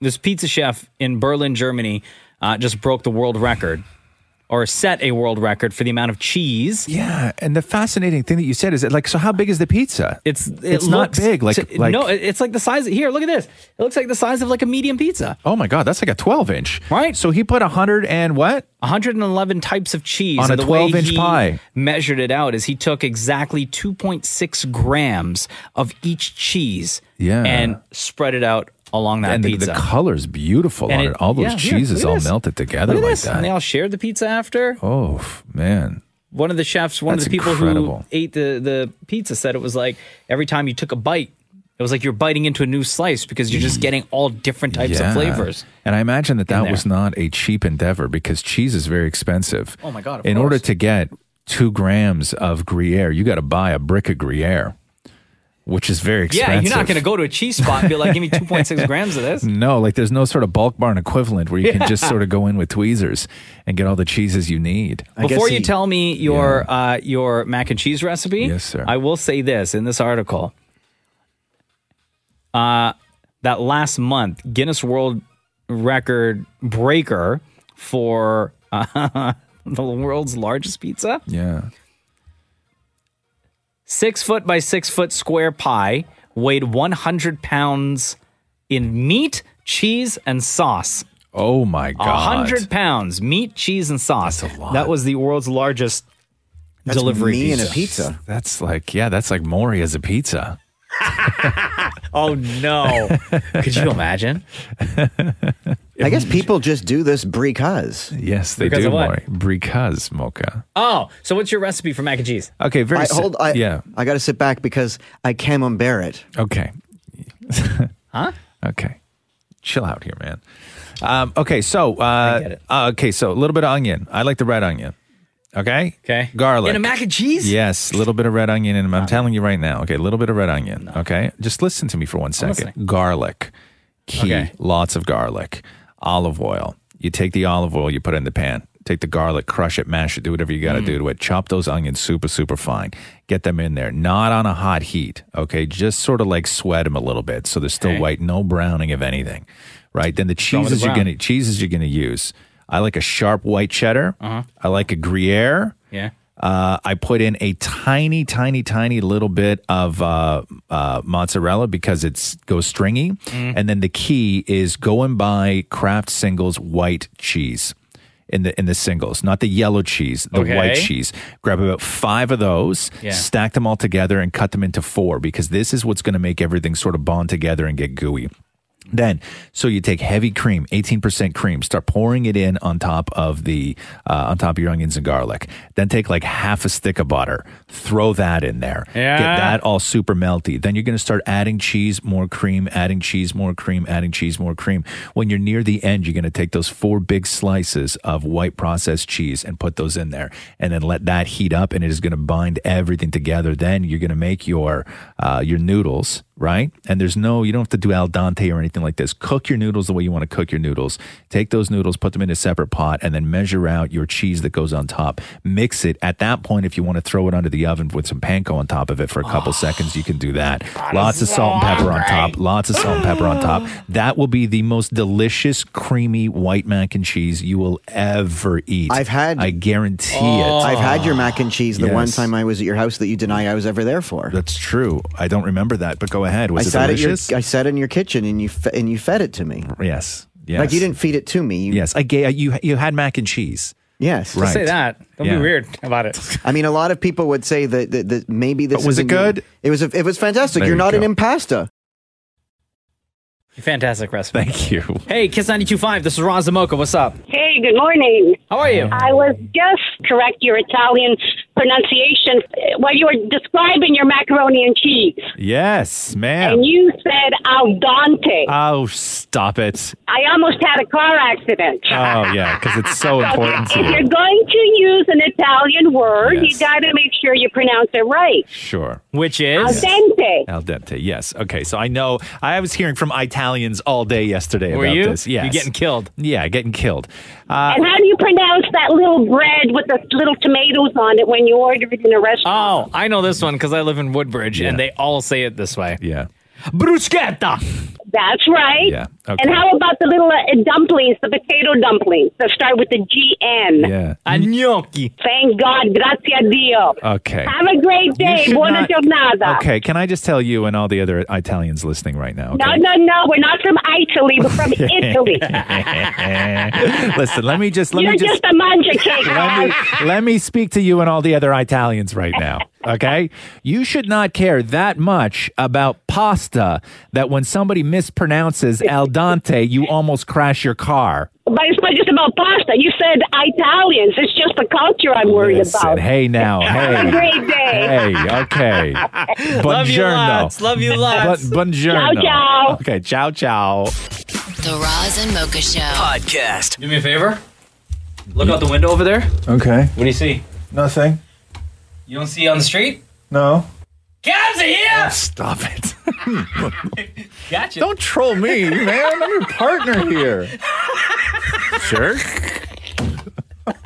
this pizza chef in Berlin, Germany, uh, just broke the world record or set a world record for the amount of cheese.
Yeah, and the fascinating thing that you said is that like, so how big is the pizza?
It's it
it's not
looks
big. Like,
to-
like
no, it- it's like the size. Here, look at this. It looks like the size of like a medium pizza.
oh my god, that's like a twelve inch.
Right.
So he put hundred and what?
111 types of cheese
On
and
a
the way
12-inch
he
pie.
Measured it out is he took exactly 2.6 grams of each cheese.
Yeah.
and spread it out along that
and the,
pizza.
the color's beautiful
And
on it.
it-
All those
yeah, here,
cheeses
look at
all
this.
melted together
Look at
like
this. And they
that.
all shared the pizza after.
Oh f- man,
One of the chefs, one
That's
of the people
incredible.
who ate the, the pizza said it was like every time you took a bite, it was like you're biting into a new slice because you're just getting all different types
Mm. Yeah.
of flavors.
And I imagine that
in
that
there.
was not a cheap endeavor because cheese is very expensive.
Oh my God, of
in order to get two grams of Gruyere, you got to buy a brick of Gruyere, which is very expensive.
Yeah, you're not going to go to a cheese spot and be like, give me 2.6 grams of this.
No, like there's no sort of bulk barn equivalent where you can just
Yeah.
sort of go in with tweezers and get all the cheeses you need.
Before you tell me your uh, your mac and cheese recipe, yes, sir. I will say this in this article. Uh, that last month, Guinness World Record breaker for uh, the world's largest pizza,
yeah,
six foot by six foot square pie, weighed 100 pounds in meat, cheese, and sauce.
Oh my
A hundred pounds, meat, cheese, and sauce. That was the world's largest
That's
delivery
me and
pizza.
a pizza. That's like yeah, that's like Maury as a pizza.
Oh no! Could you imagine?
I guess people just do this because.
Yes, they
Because
do,
of what?
Maury. Because mocha.
Oh, so what's your recipe for mac and cheese?
Okay,
I, hold, I,
yeah.
I got to sit back because I camembert it.
Okay.
Huh?
Okay. Chill out here, man. Um, okay, so uh, uh, okay, so a little bit of onion. I like the red onion. Okay. Okay. Garlic
In a mac and cheese?
Yes, a little bit of red onion, and I'm telling you right now. Okay, a little bit of red onion. Okay, just listen to me for one second.
listening.
Garlic, key, lots of garlic, olive oil. You take the olive oil, you put it in the pan. Take the garlic, crush it, mash it, do whatever you got
Mm.
to do to it. Chop those onions super, super fine. Get them in there, not on a hot heat. Okay, just sort of like sweat them a little bit, so they're still
Okay.
white, no browning of anything. Right then, the
Going with the
cheeses you're
brown.
gonna cheeses you're gonna use. I like a sharp white cheddar.
Uh-huh.
I like a Gruyere.
Yeah.
Uh, I put in a tiny, tiny, tiny little bit of uh, uh, mozzarella because it goes stringy.
Mm.
And then the key is go and buy Kraft Singles white cheese in the in the singles, not the yellow cheese, the
Okay.
white cheese. Grab about five of those,
Yeah.
stack them all together, and cut them into four because this is what's going to make everything sort of bond together and get gooey. Then, so you take heavy cream, eighteen percent cream, start pouring it in on top of the uh, on top of your onions and garlic. Then take like half a stick of butter, throw that in there, get
Yeah.
that all super melty. Then you're going to start adding cheese, more cream, adding cheese, more cream, adding cheese, more cream. When you're near the end, you're going to take those four big slices of white processed cheese and put those in there, and then let that heat up, and it is going to bind everything together. Then you're going to make your uh, your noodles. right? And there's no, you don't have to do al dente or anything like this. Cook your noodles the way you want to cook your noodles. Take those noodles, put them in a separate pot, and then measure out your cheese that goes on top. Mix it. At that point, if you want to throw it under the oven with some panko on top of it for a couple seconds, you can do that. Lots of salt and pepper on top. Lots of salt and pepper on top. That will be the most delicious, creamy white mac and cheese you will ever eat.
I've had.
I guarantee it.
I've had your mac and cheese the one
Yes.
time I was at your house that you deny I was ever there for.
That's true. I don't remember that, but go ahead. Was
I
it
sat
delicious?
at your I sat in your kitchen and you fe- and you fed it to me.
Yes. Yes.
Like you didn't feed it to me. You,
yes. I gave you. You had mac and cheese.
Yes.
Just say Right. that. Don't be Yeah.
weird
about it.
I mean, a lot of people would say that, that, that maybe this.
But was it
isn't your-
good?
It was. A, it was fantastic.
There
You're
you
not
go.
an impasta.
Fantastic recipe.
Thank you.
Hey, Kiss 925, this is Ron Zamoka. What's up?
Hey, good morning.
How are you?
I was just correct your Italian pronunciation while you were describing your macaroni and cheese,
Yes, ma'am.
and you said al dente.
oh, stop it.
I almost had a car accident.
Oh, yeah, because it's so important to
If you're
you.
going to use an Italian word, you
Yes.
got to make sure you pronounce it right.
Sure. Which is
Al dente.
Al dente, yes. Okay, so I know I was hearing from Italians all day yesterday
Were
about
you?
this. Yes.
You getting
killed. Yeah, getting killed. Uh,
and how do you pronounce that little bread with the little tomatoes on it when you order it in a restaurant?
I know this one because I live in Woodbridge and they all say it this way.
Yeah.
Bruschetta.
That's right.
Yeah, Oh, okay.
And how about the little uh, dumplings, the potato dumplings that start with the GN?
Yeah.
gnocchi.
Thank God. Grazie a Dio.
Okay.
Have a great day.
should
Buona
not-
giornata.
Okay, can I just tell you and all the other Italians listening right now?
No, no, no. We're not from Italy. We're from Italy.
Listen, let me just let
You're
me
just, a manja cake.
let me, let me speak to you and all the other Italians right now. Okay? You should not care that much about pasta that when somebody mispronounces al dente, you almost crash your car.
But it's not just about pasta. You said Italians. It's just the culture I'm worried
Listen,
about.
hey now,
Have a
hey.
great day.
Hey, okay.
Love you lots, love you lots.
Bu- buongiorno.
Ciao, ciao.
Okay, ciao, ciao.
The Roz and Mocha Show podcast.
Do me a favor. Look out the window over there.
Okay.
What do you see?
Nothing.
You don't see on the street?
No.
Cabs are here!
Stop it.
Gotcha.
Don't troll me, man. I'm your partner here.
Sure.
what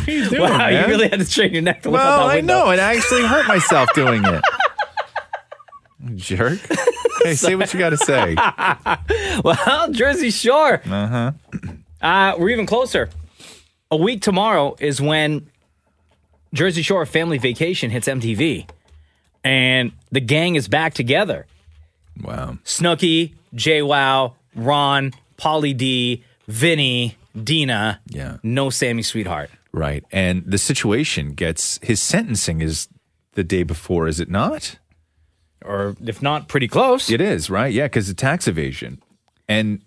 are
you doing,
wow,
man?
you really had to strain your neck to look out
Well,
that
I
window.
know, and I actually hurt myself doing it. Jerk. Hey, say what you got to say.
well, Jersey Shore.
Uh-huh.
Uh, we're even closer. A week tomorrow is when Jersey Shore Family Vacation hits MTV, and the gang is back together.
Wow.
Snooki, Jay Wow, Ron, Polly D, Vinny, Dina. Yeah. No Sammy Sweetheart.
Right. And the situation gets his sentencing is the day before, is it not?
Or if not, pretty close.
It is, right? Yeah, because of tax evasion. And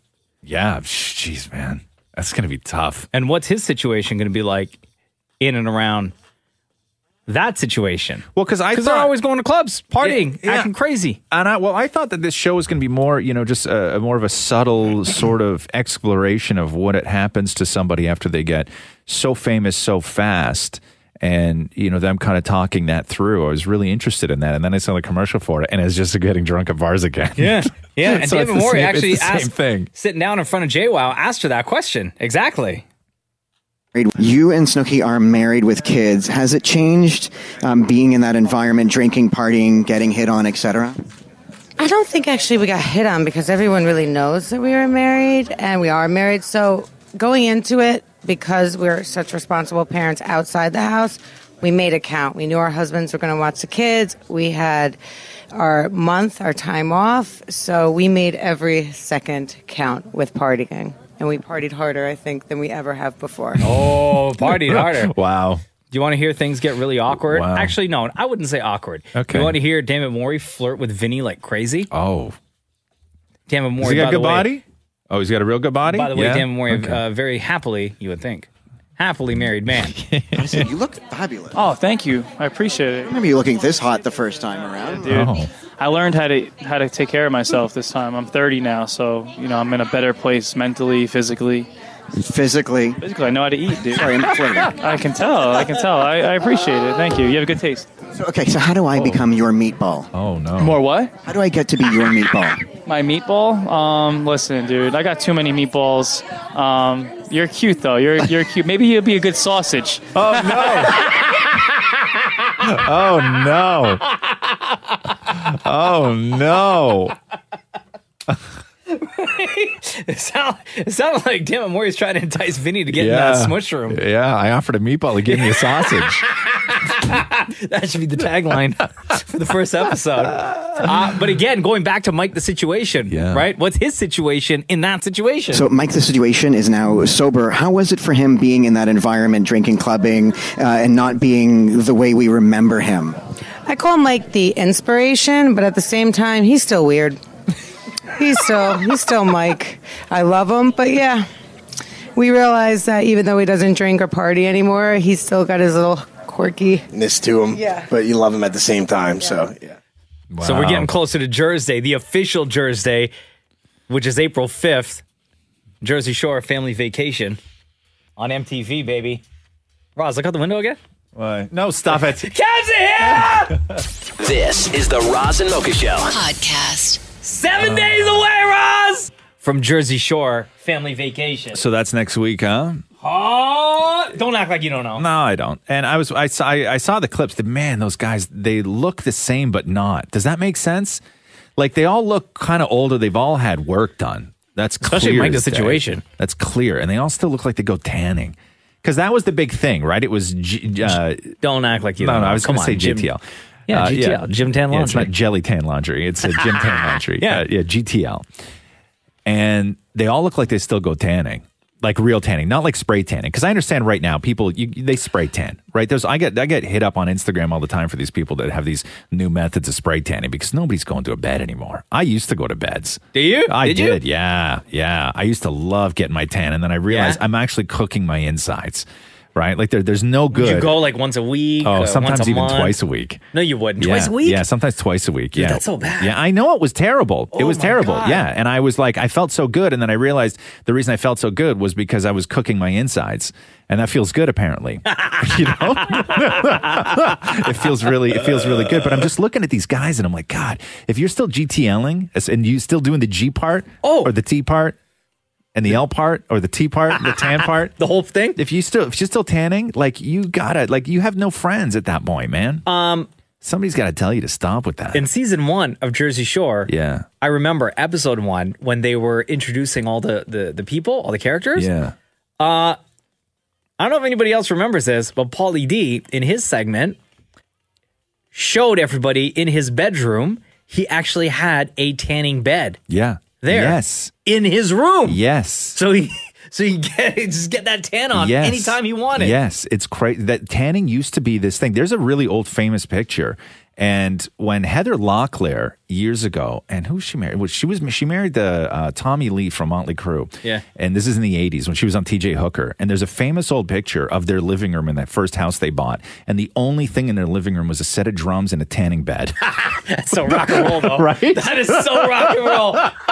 yeah, jeez, man, that's going to be tough.
And what's his situation going to be like in and around that situation?
Well, because I
they're
thought-
always going to clubs, partying,
Yeah, yeah.
acting crazy.
And I, well, I thought that this show was going to be more, you know, just a, a more of a subtle sort of exploration of what it happens to somebody after they get so famous so fast. And, you know, them kind of talking that through. I was really interested in that. And then I saw the commercial for it, and it's just getting drunk at bars again.
Yeah. Yeah, and
So it's
David
the same-
Morey
it's
actually
the same
asked,
thing.
sitting down in front of JWoww, asked her that question. Exactly.
Married- You and Snooki are married with kids. Has it changed um, being in that environment, drinking, partying, getting hit on, etc.?
I don't think actually we got hit on because everyone really knows that we were married and we are married. So going into it, because we're such responsible parents outside the house, we made it count. We knew our husbands were going to watch the kids. We had our month, our time off. So we made every second count with partying. And we partied harder, I think, than we ever have before.
Oh, party harder.
wow. Do
you want to hear things get really awkward? Actually, no, I wouldn't say awkward.
Okay.
You want to hear Dammit Mori flirt with Vinny like crazy?
Oh.
Dammit Mori.
Has he got
by
a good
the way-
body? Oh, he's got a real good body?
By the way,
Yeah?
Dammit Mori,
Okay.
uh, very happily, you would think, happily married man.
you look fabulous.
Oh, thank you. I appreciate it. I
remember you looking this hot the first time around.
Dude,
Oh.
I learned how to how to take care of myself this time. I'm 30 now, so you know I'm in a better place mentally, physically.
Physically.
Physically, I know how to eat, dude.
Sorry, I'm flirting.
I can tell. I can tell. I, I appreciate it. Thank you. You have a good taste.
So, okay, so how do I become your meatball?
Oh no.
More what?
How do I get to be your meatball?
My meatball? Um, listen, dude, I got too many meatballs. Um, you're cute though. You're you're cute. Maybe you'll be a good sausage.
Oh no. oh no. Oh no.
it, sound, it sounded like Damon Mori's trying to entice Vinny to get in that smush room.
Yeah, I offered a meatball. He gave me a sausage.
That should be the tagline for the first episode. Uh, but again, going back to Mike the situation, right? What's his situation in that situation?
So, Mike, the situation is now sober. How was it for him being in that environment, drinking, clubbing, uh, and not being the way we remember him?
I call Mike the inspiration, but at the same time, he's still weird. He's still he's still Mike. I love him, but yeah, we realize that even though he doesn't drink or party anymore, he's still got his little quirky.
Ness to him,
Yeah.
but you love him at the same time. So yeah.
So we're
Wow.
getting closer to Jersey, the official Jersey, which is April 5th. Jersey Shore family vacation on MTV, baby. Roz, look out the window again.
Why? No, stop it.
Cats are here!
This is the Roz and Mocha Show.
Podcast.
Seven days away, Roz! From Jersey Shore family vacation.
So that's next week, huh?
Oh, don't act like you don't know.
No, I don't. And I was I saw I, I saw the clips. That, man, those guys they look the same but not. Does that make sense? Like they all look kind of older. They've all had work done. That's
Especially
clear
Mike the
as day.
Situation.
That's clear, and they all still look like they go tanning. Because that was the big thing, right? It was G, uh,
don't act like you
No,
don't
no,
know.
I was
Come
going to say
on, Jim-
GTL.
Yeah, GTL, Jim Tan
Uh, Yeah, it's
Laundry.
not jelly tan laundry. It's a Jim Tan laundry. yeah, yeah, GTL. And they all look like they still go tanning, like real tanning, not like spray tanning. Because I understand right now, people you, they spray tan, right? There's I get I get hit up on Instagram all the time for these people that have these new methods of spray tanning because nobody's going to a bed anymore. I used to go to beds.
Do you?
I
Did
did.
you?
Yeah, yeah. I used to love getting my tan, and then I realized I'm actually cooking my insides. Right, like there, there's no good.
Would you go like once a week?
Oh,
uh,
sometimes
once a
even
month?
twice a week.
No, you wouldn't.
Yeah,
Twice a week?
Yeah, sometimes twice a week.
Dude,
Yeah,
that's so bad. Oh
Yeah, I know it was terrible. it was
my
terrible.
God.
Yeah, and I was like, I felt so good, and then I realized the reason I felt so good was because I was cooking my insides, and that feels good apparently. you know, it feels really, it feels really good. But I'm just looking at these guys, and I'm like, God, if you're still GTLing and you still doing the G part, oh. or the T part, and the L part or the T part, the tan part,
the whole thing.
If you still if you're still tanning, like you gotta like you have no friends at that point, man.
Um,
somebody's got to tell you to stop with that.
In season one of Jersey Shore,
yeah,
I remember episode one when they were introducing all the the, the people, all the characters.
Yeah.
Uh, I don't know if anybody else remembers this, but Paulie D in his segment showed everybody in his bedroom he actually had a tanning bed
Yeah.
there.
Yes.
in his room.
Yes.
So he so he get just get that tan on
Yes.
anytime he wanted.
Yes, it's crazy. That tanning used to be this thing. There's a really old famous picture, and when Heather Locklear years ago, and who she married? Well, she was she married the uh, Tommy Lee from Motley Crue.
Yeah.
and this is in the 80s when she was on TJ Hooker. And there's a famous old picture of their living room in that first house they bought, and the only thing in their living room was a set of drums and a tanning bed.
That's so rock and roll, though.
Right?
That is so rock and roll.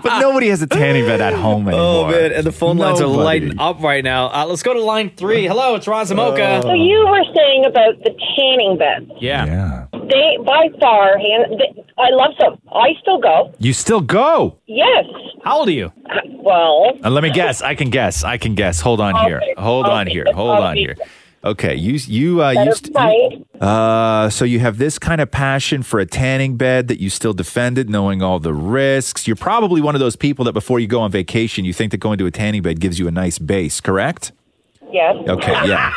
but nobody has a tanning bed at home anymore.
Oh man, and the phone lines are
Nobody.
lighting up right now. Uh, let's go to line three. Hello, it's Ron Zamoka.
So Oh, you were saying about the tanning beds.
yeah.
They by far, hand, they, I love them. I still go.
You still go?
Yes.
How old are you?
Well,
Uh, let me guess. I can guess. I can guess. Hold on here. Hold on here. Hold on here. Okay, you you uh, used
right.
uh, so you have this kind of passion for a tanning bed that you still defended, knowing all the risks. You're probably one of those people that before you go on vacation, you think that going to a tanning bed gives you a nice base, correct?
Yes.
Okay, yeah.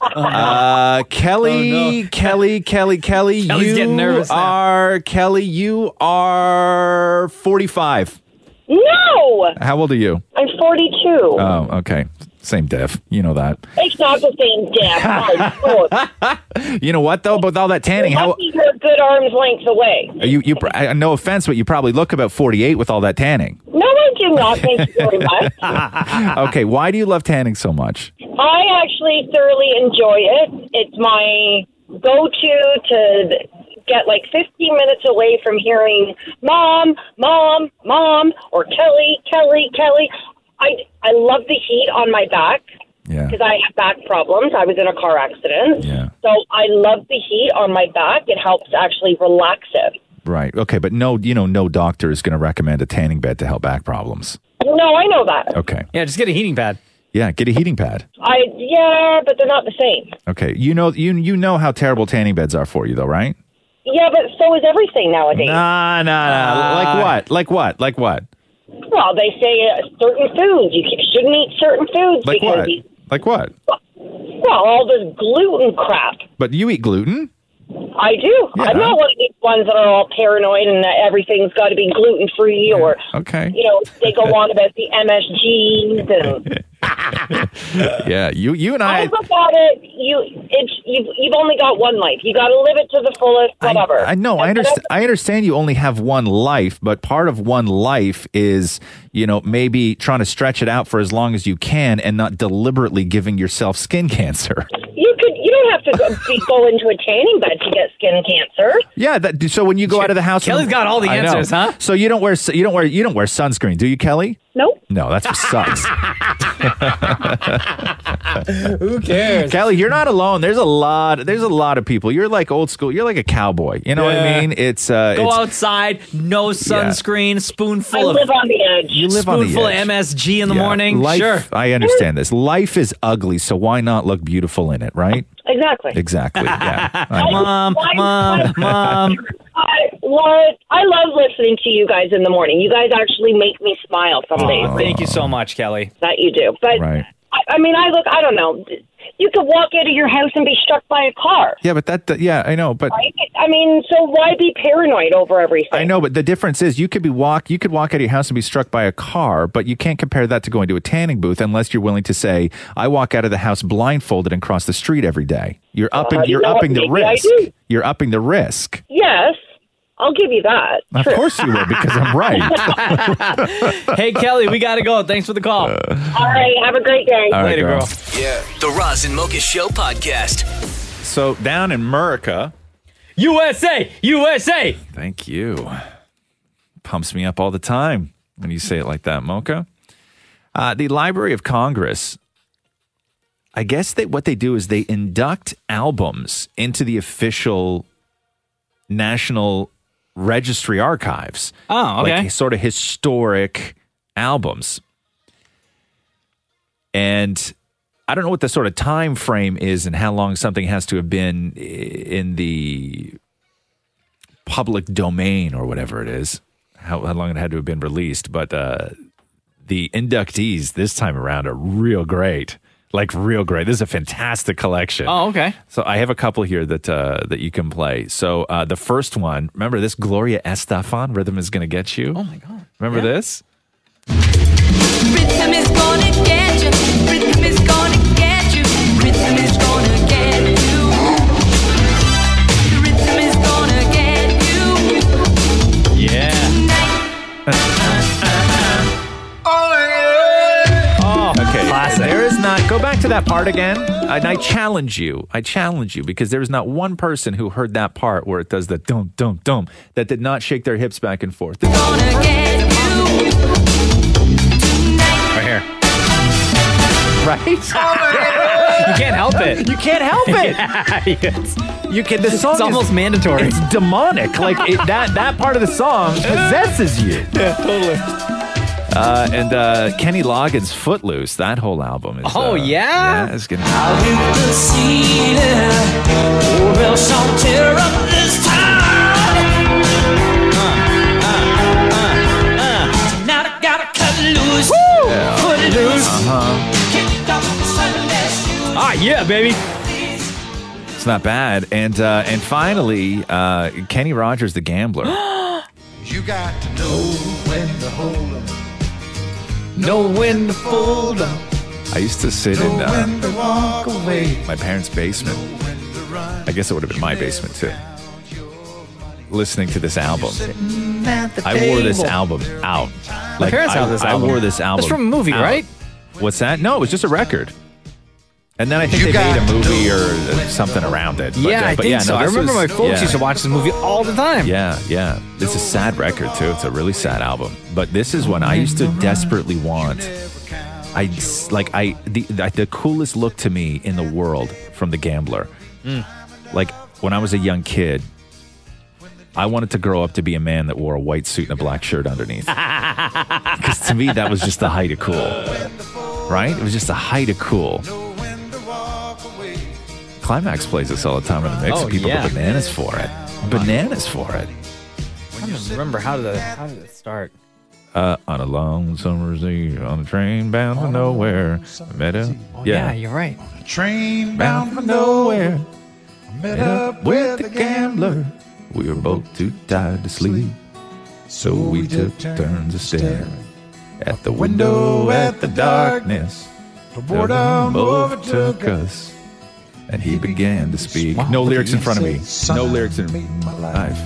Uh, Kelly, Kelly, Kelly, Kelly,
Oh, Kelly's
you
getting nervous now.
are Kelly. You are 45.
No,
How old are you?
I'm 42.
Oh, okay. Same diff. You know that.
it's not the same depth. My God.
You know what though? With all that tanning, how
Lucky you're a good arm's length away.
are Uh, you? You pr- I- no offense, but you probably look about forty-eight with all that tanning.
No, I do not. Thank you very much.
okay, why do you love tanning so much?
I actually thoroughly enjoy it. It's my go to to get like 15 minutes away from hearing mom, mom, mom, or Kelly, Kelly, Kelly. I, I love the heat on my back.
Yeah.
because I have back problems. I was in a car accident. Yeah. So I love the heat on my back. It helps actually relax it.
Right. Okay, but no, you know, no doctor is going to recommend a tanning bed to help back problems.
No, I know that.
Okay.
Yeah, just get a heating pad.
Yeah, get a heating pad.
I yeah, but they're not the same.
Okay. You know you you know how terrible tanning beds are for you though, right?
Yeah, but so is everything nowadays.
Uh,
Nah, nah, nah. Uh, like what? Like what? Like what?
Well, they say uh, certain foods you c- shouldn't eat certain foods
Like
because
what?
you-
Like what?
well, all this gluten crap.
But you eat gluten?
I do. I'm not one of these ones that are all paranoid and that everything's got to be gluten free or
Okay.
you know they go on about the MSGs and
yeah, you you and I
Oh,
I look at it. You it's you've you've only got one life. You got to live it to the fullest. Whatever.
I know. I understand. I understand. You only have one life, but part of one life is, you know, maybe trying to stretch it out for as long as you can, and not deliberately giving yourself skin cancer.
You could. You don't have to go, be, go into a tanning bed to get skin cancer.
Yeah. That, so when you go out of the house,
Kelly's got all the
I know.
answers, huh?
So you don't wear you don't wear you don't wear sunscreen, do you, Kelly?
Nope.
No, that's what sucks.
Who cares?
Kelly, you're not alone. There's a lot. There's a lot of people. You're like old school. You're like a cowboy. You know what
Yeah.
I mean? It's uh,
Go
it's,
outside, no sunscreen, spoonful
I
of
live on the edge.
You live on the
spoonful
edge.
of MSG in the
Yeah,
morning.
Life,
sure.
I understand this. Life is ugly, so why not look beautiful in it, right?
Exactly.
Exactly. Yeah. I know.
Mom, mom, mom.
I, what I love listening to you guys in the morning. You guys actually make me smile some days.
Aw, thank you so much, Kelly.
That you do, but I, I mean, I look. I don't know. You could walk out of your house and be struck by a car.
Yeah, but that, that- yeah, I know, but
Right? I mean, so why be paranoid over everything?
I know, but the difference is you could be walk, you could walk out of your house and be struck by a car, but you can't compare that to going to a tanning booth unless you're willing to say, I walk out of the house blindfolded and cross the street every day. You're upping,
Uh, you
you're
know what?
upping the
Maybe I
risk.
do.
You're upping the risk.
Yes, I'll give you that.
Of course you will, because I'm right.
hey, Kelly, we got to go. Thanhanks for the call.
Uh,
All right. Have a great day.
All right,
Later,
girl.
girl.
Yeah. The Roz and Mocha Show podcast.
So down in America,
USA, USA.
Thank you. Pumps me up all the time when you say it like that, Mocha. Uh, the Library of Congress, I guess that what they do is they induct albums into the official National Registry archives.
Oh, okay.
Like sort of historic albums. And I don't know what the sort of time frame is and how long something has to have been i- in the public domain or whatever it is, how, how long it had to have been released. But uh, the inductees this time around are real great. Like real great. This is a fantastic collection.
Oh, okay.
So I have a couple here that uh, that you can play. So uh, the first one, remember this Gloria Estefan rhythm is going to get you. Oh my god! Remember this?
Rhythm is gonna get you. Rhythm is gonna get you. Rhythm is gonna get you. Rhythm is gonna get you.
Yeah.
Oh, okay. There is not. Go back to that part again, and I challenge you. I challenge you because there is not one person who heard that part where it does the dum dum dum that did not shake their hips back and forth. Right here. Right? you
can't help it.
You can't help
it.
You can. The song is-
it's almost mandatory.
It's demonic. Like it, that. That part of the song possesses you.
Yeah, totally.
Uh, and uh, Kenny Loggins' "Footloose," that whole album is.
Oh,
uh,
yeah?
yeah, it's gonna.
I'll hit the ceiling, or else I'll tear up this town. Tonight I gotta cut loose, foot loose.
Uh-huh.
Kicked off my Sunday shoes.
Ah, yeah, baby.
It's not bad. And uh, and finally, uh, Kenny Rogers, the gambler.
You got to know when to hold 'em,
no
when to fold 'em,
I used to sit in
when
uh,
to walk away.
my parents' basement. I guess it would have been my basement too. Listening to this album, I wore this album out.
My parents
I,
have this
I
album.
wore this album.
That's from a movie,
out.
right?
What's that? No, it was just a record. And then I think
You
they
got
made a movie or uh, something around it. But,
yeah,
uh,
I
but
think
yeah, no,
so. I
this
remember
was-
my folks
yeah.
used to watch this movie all the time.
Yeah, yeah. It's a sad record too. It's a really sad album. But this is one I used to desperately want. I like I the the coolest look to me in the world from the gambler. Like when I was a young kid, I wanted to grow up to be a man that wore a white suit and a black shirt underneath.
Mm.
Because to me, that was just the height of cool, right? It was just the height of cool. Climax plays this all the time in the mix.
Oh,
and people
yeah.
go bananas for it. Bananas for it.
I don't remember how did the, how did it start?
Uh, on a long summer's eve, on a train bound for nowhere, I met a
Oh,
yeah,
yeah, you're right.
Train
bound
for nowhere. Met
up with the gambler. We were both too tired to sleep, so we took turns of staring at the window at the darkness. The
boredom
overtook us, and he began to speak. No lyrics in front of me. No lyrics in my life.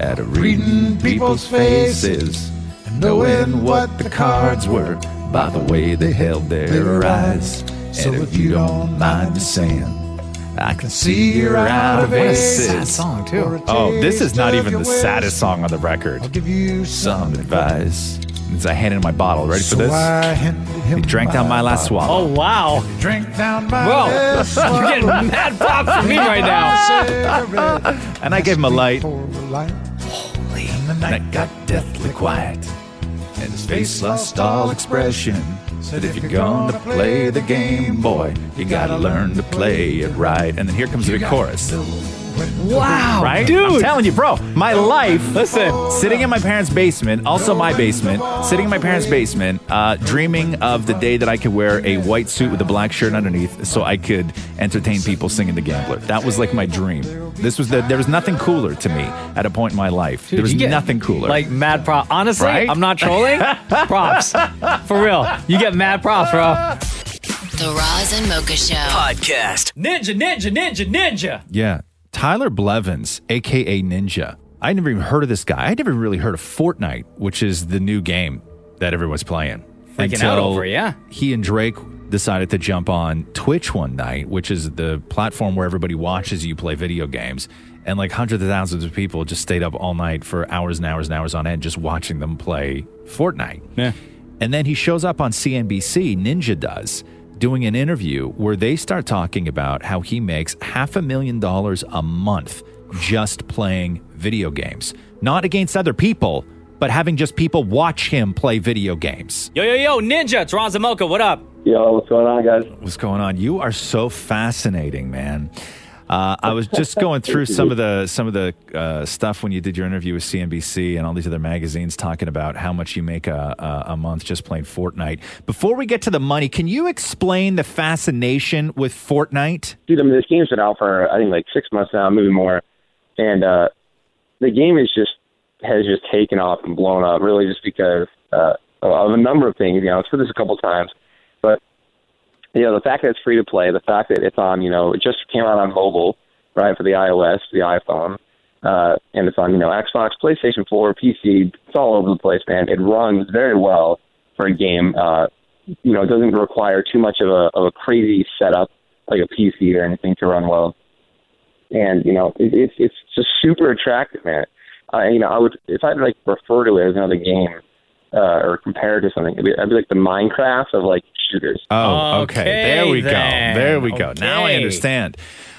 At a reading people's faces, and knowing what the cards were by the way they held their eyes. And if you don't mind me saying, I can see you're out of aces.
song too.
Oh, this is not even the saddest song on the record. I'll give you some advice. As I handed him my bottle, ready for
So I
this? He drank down my last swallow.
Oh wow!
Drink down my
Whoa,
last
you're getting
swallow.
mad pop from me right now.
and I gave him a light.
Holy.
And the night got deathly quiet. And his face lost all expression. Said, if you're gonna play the game, boy, you gotta learn to play it right. And then here comes the big chorus.
Wow,
Right?
dude.
I'm telling you, bro, my life.
Listen.
Sitting in my parents' basement, also my basement, sitting in my parents' basement, uh, dreaming of the day that I could wear a white suit with a black shirt underneath so I could entertain people singing The Gambler. That was like my dream. This was the, there was nothing cooler to me at a point in my life.
Dude,
there was
you get,
nothing cooler.
Like mad prop. Honestly,
Right?
I'm not trolling. props, for real. You get mad props, bro.
The Roz and Mocha Show podcast.
Ninja, ninja, ninja, ninja.
Yeah. Tyler Blevins, aka Ninja. I never even heard of this guy. I never really heard of Fortnite, which is the new game that everyone's playing.
Freaking out over, yeah.
He and Drake decided to jump on Twitch one night, which is the platform where everybody watches you play video games. And like hundreds of thousands of people just stayed up all night for hours and hours and hours on end just watching them play Fortnite. Yeah. And then he shows up on CNBC, Ninja does, doing an interview where they start talking about how he makes half a million dollars a month just playing video games. Not against other people, but having just people watch him play video games.
Yo, yo, yo, ninja. It's Ron Zamoka. What up?
Yo, what's going on, guys? What's going on? You are so fascinating, man. Uh, I was just going through some of the some of the uh, stuff when you did your interview with CNBC and all these other magazines talking about how much you make a, a, a month just playing Fortnite. Before we get to the money, can you explain the fascination with Fortnite?
dude, I mean, this game's been out for I think like six months now, maybe more, and uh, the game is just has just taken off and blown up, really, just because uh, of a number of things. You know, I've said this a couple times, but you know, the fact that it's free to play, the fact that it's on, you know, it just came out on mobile, right, for the iOS, the iPhone, uh, and it's on, you know, Xbox, PlayStation 4, PC. It's all over the place, man. It runs very well for a game. Uh, you know, it doesn't require too much of a of a crazy setup like a PC or anything to run well. And you know, it, it's it's just super attractive, man. I you know, I would if I'd like refer to it as another game uh, or compare it to something, it'd be, I'd be like the Minecraft of like shooters.
Oh, okay. There we go. There we go. Now I understand.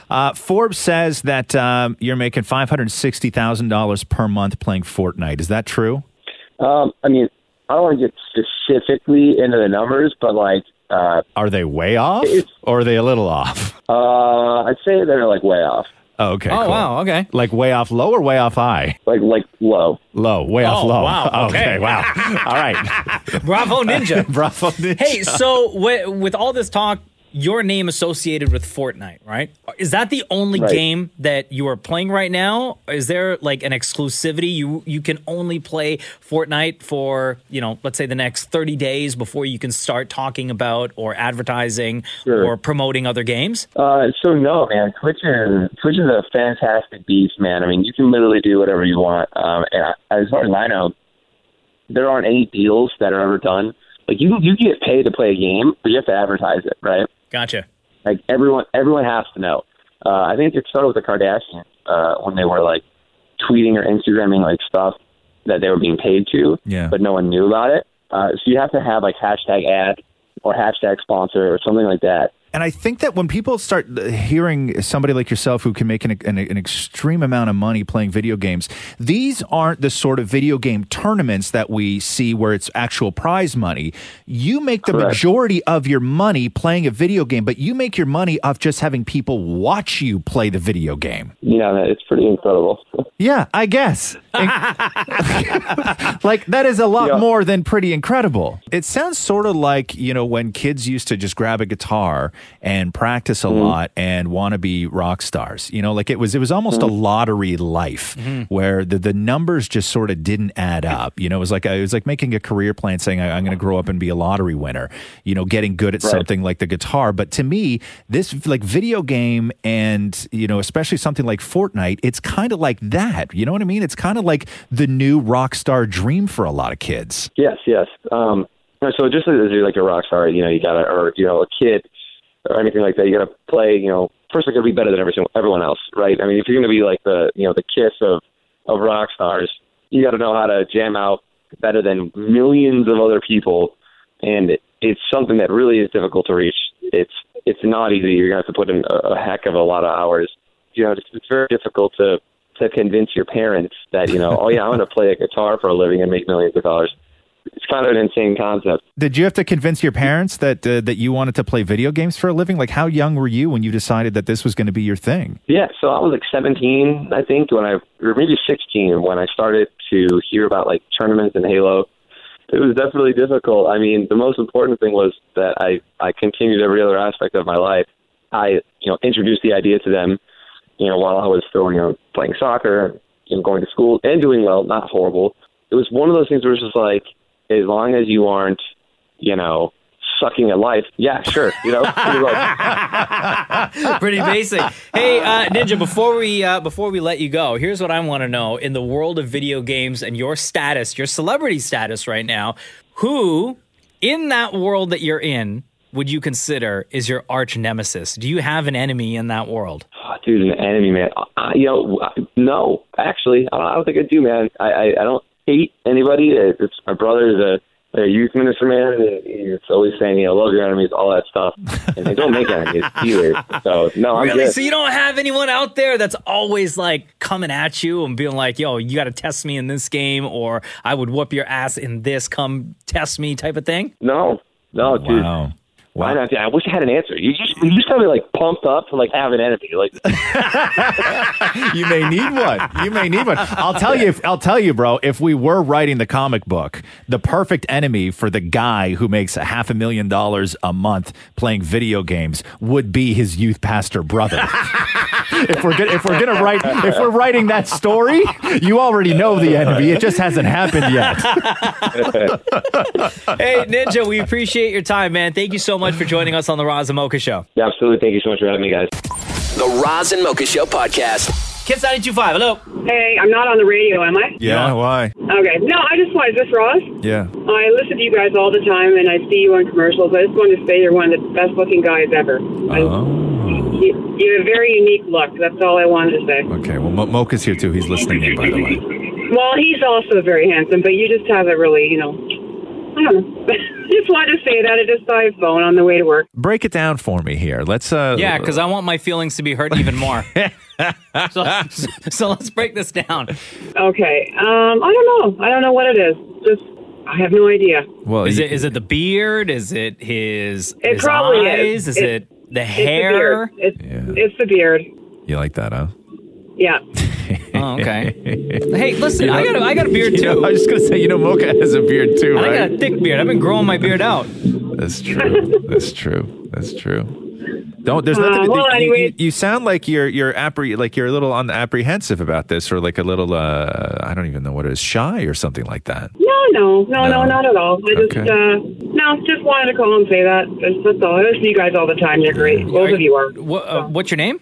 Uh, Forbes says that um, you're making five hundred sixty thousand dollars per month playing Fortnite. Is that true?
Um, I mean, I don't want to get specifically into the numbers, but like, uh,
are they way off or are they a little off?
Uh, I'd say they're like way off.
Oh, okay.
Oh,
cool.
wow,
Okay.
Like way off low or way off high?
Like like low.
Low. Way off
Oh,
low.
wow, okay.
Wow. All right.
Bravo, ninja.
Bravo, ninja.
Hey, so wi- with all this talk, your name associated with Fortnite, right? Is that the only
Right.
game that you are playing right now? Is there like an exclusivity you you can only play Fortnite for, you know, let's say the next 30 days before you can start talking about or advertising
Sure.
or promoting other games?
Uh, so no, man. Twitch is Twitch is a fantastic beast, man. I mean, you can literally do whatever you want. Um, and I, as far as I know, there aren't any deals that are ever done. Like you, you get paid to play a game, but you have to advertise it, right?
Gotcha.
Like everyone, everyone has to know. Uh, I think it started with the Kardashians uh, when they were like tweeting or Instagramming like stuff that they were being paid to,
Yeah.
but no one knew about it. Uh, so you have to have like hashtag ad or hashtag sponsor or something like that.
And I think that when people start uh, hearing somebody like yourself who can make an, an, an extreme amount of money playing video games, these aren't the sort of video game tournaments that we see where it's actual prize money. You make the
Correct.
majority of your money playing a video game, but you make your money off just having people watch you play the video game.
You know, that- it's pretty incredible.
Yeah, I guess. like that is a lot more than pretty incredible. It sounds sort of like, you know, when kids used to just grab a guitar and practice a lot and want to be rock stars. You know, like it was it was almost a lottery life
Mm-hmm.
Mm-hmm.
where the, the numbers just sort of didn't add up. You know, it was like it was like making a career plan saying I, I'm going to grow up and be a lottery winner, you know, getting good at
Right.
something like the guitar, but to me, this like video game and, you know, especially something like Fortnite, it's kind of like that. You know what I mean? It's kind of like the new rock star dream for a lot of kids.
Yes, yes. Um, so just as you're like a rock star, you know, you gotta, or you know, a kid or anything like that, you gotta play. You know, first you're gonna be better than every single, everyone else, right? I mean, if you're gonna be like the, you know, the kiss of of rock stars, you gotta know how to jam out better than millions of other people, and it, it's something that really is difficult to reach. It's it's not easy. You're gonna have to put in a, a heck of a lot of hours. You know, it's, it's very difficult to to convince your parents that you know, oh yeah, I'm gonna play a guitar for a living and make millions of dollars it's kind of an insane concept.
Did you have to convince your parents that uh, that you wanted to play video games for a living? Like how young were you when you decided that this was going to be your thing?
Yeah, so I was like 17, I think, when I or maybe 16 when I started to hear about like tournaments and Halo. It was definitely difficult. I mean, the most important thing was that I I continued every other aspect of my life. I you know introduced the idea to them, you know, while I was still you know playing soccer and going to school and doing well, not horrible. It was one of those things where it's just like, as long as you aren't, you know, sucking at life, yeah, sure, you know. It was like,
Pretty basic. Hey, uh, Ninja, before we uh, before we let you go, here's what I want to know: in the world of video games and your status, your celebrity status right now, who in that world that you're in would you consider is your arch nemesis? Do you have an enemy in that world?
Oh, dude, an enemy, man. I, you know, I- no, actually, I don't, I don't think I do, man. I, I, I don't hate anybody. It- It's my brother is a, a youth minister, man. and He's always saying, you know, love your enemies, all that stuff. And they don't make enemies either. So no, Oh, I'm
really?
good.
So you don't have anyone out there that's always like coming at you and being like, "Yo, you got to test me in this game," or "I would whoop your ass in this. Come test me," type of thing.
no, no, dude. Wow. I, know, dude, I wish I had an answer. You just, you just got me like pumped up to like have an enemy. Like,
you may need one. You may need one. I'll tell you. If, I'll tell you, bro. If we were writing the comic book, the perfect enemy for the guy who makes a half a million dollars a month playing video games would be his youth pastor brother. if we're gonna, if we're gonna write if we're writing that story, you already know the enemy. It just hasn't happened yet.
hey, Ninja, we appreciate your time, man. Thank you so much for joining us on the Roz and Mocha Show.
yeah, absolutely. Thank you so much for having me, guys.
The Roz and Mocha Show podcast.
Kids 925, hello.
Hey, I'm not on the radio, am I?
why?
Okay. No, I just wanted, is this Ross?
Yeah.
I listen to you guys all the time and I see you on commercials. I just wanted to say you're one of the best looking guys ever.
Uh-huh.
You, you have a very unique look. That's all I wanted to say.
Okay. Well, Mo- Mocha's here too. He's listening in, by the way.
Well, he's also very handsome, but you just have a really, you know, I don't know. just wanted to say that. I just saw his phone on the way to work.
Break it down for me here. Let's. Uh,
Yeah, because I want my feelings to be hurt even more. so, so let's break this down.
Okay. Um, I don't know. I don't know what it is. Just, I have no idea.
Well,
is it is it the beard? Is it his?
It
his
probably
eyes?
is.
Is
It-
it the hair?
It's the beard. It's, it's the beard.
You like that, huh?
Yeah.
Oh, okay. hey, listen, I got a, I got a beard
You
too.
know, I was just gonna say, you know, Mocha has a beard too,
And
right?
I got a thick beard. I've been growing my beard out.
That's true. That's true. That's true. Don't. There's
Uh,
nothing.
well,
you- you,
anyways.
you sound like you're you're appre- like you're a little un- apprehensive about this, or like a little uh, I don't even know what it is, shy or something like that.
No, no, no,
No.
no, not at all. I just,
Okay.
uh, no, just wanted to call and say that. That's, that's all. I listen to you guys all the time. You're great. Both of you are.
What, uh, what's your name?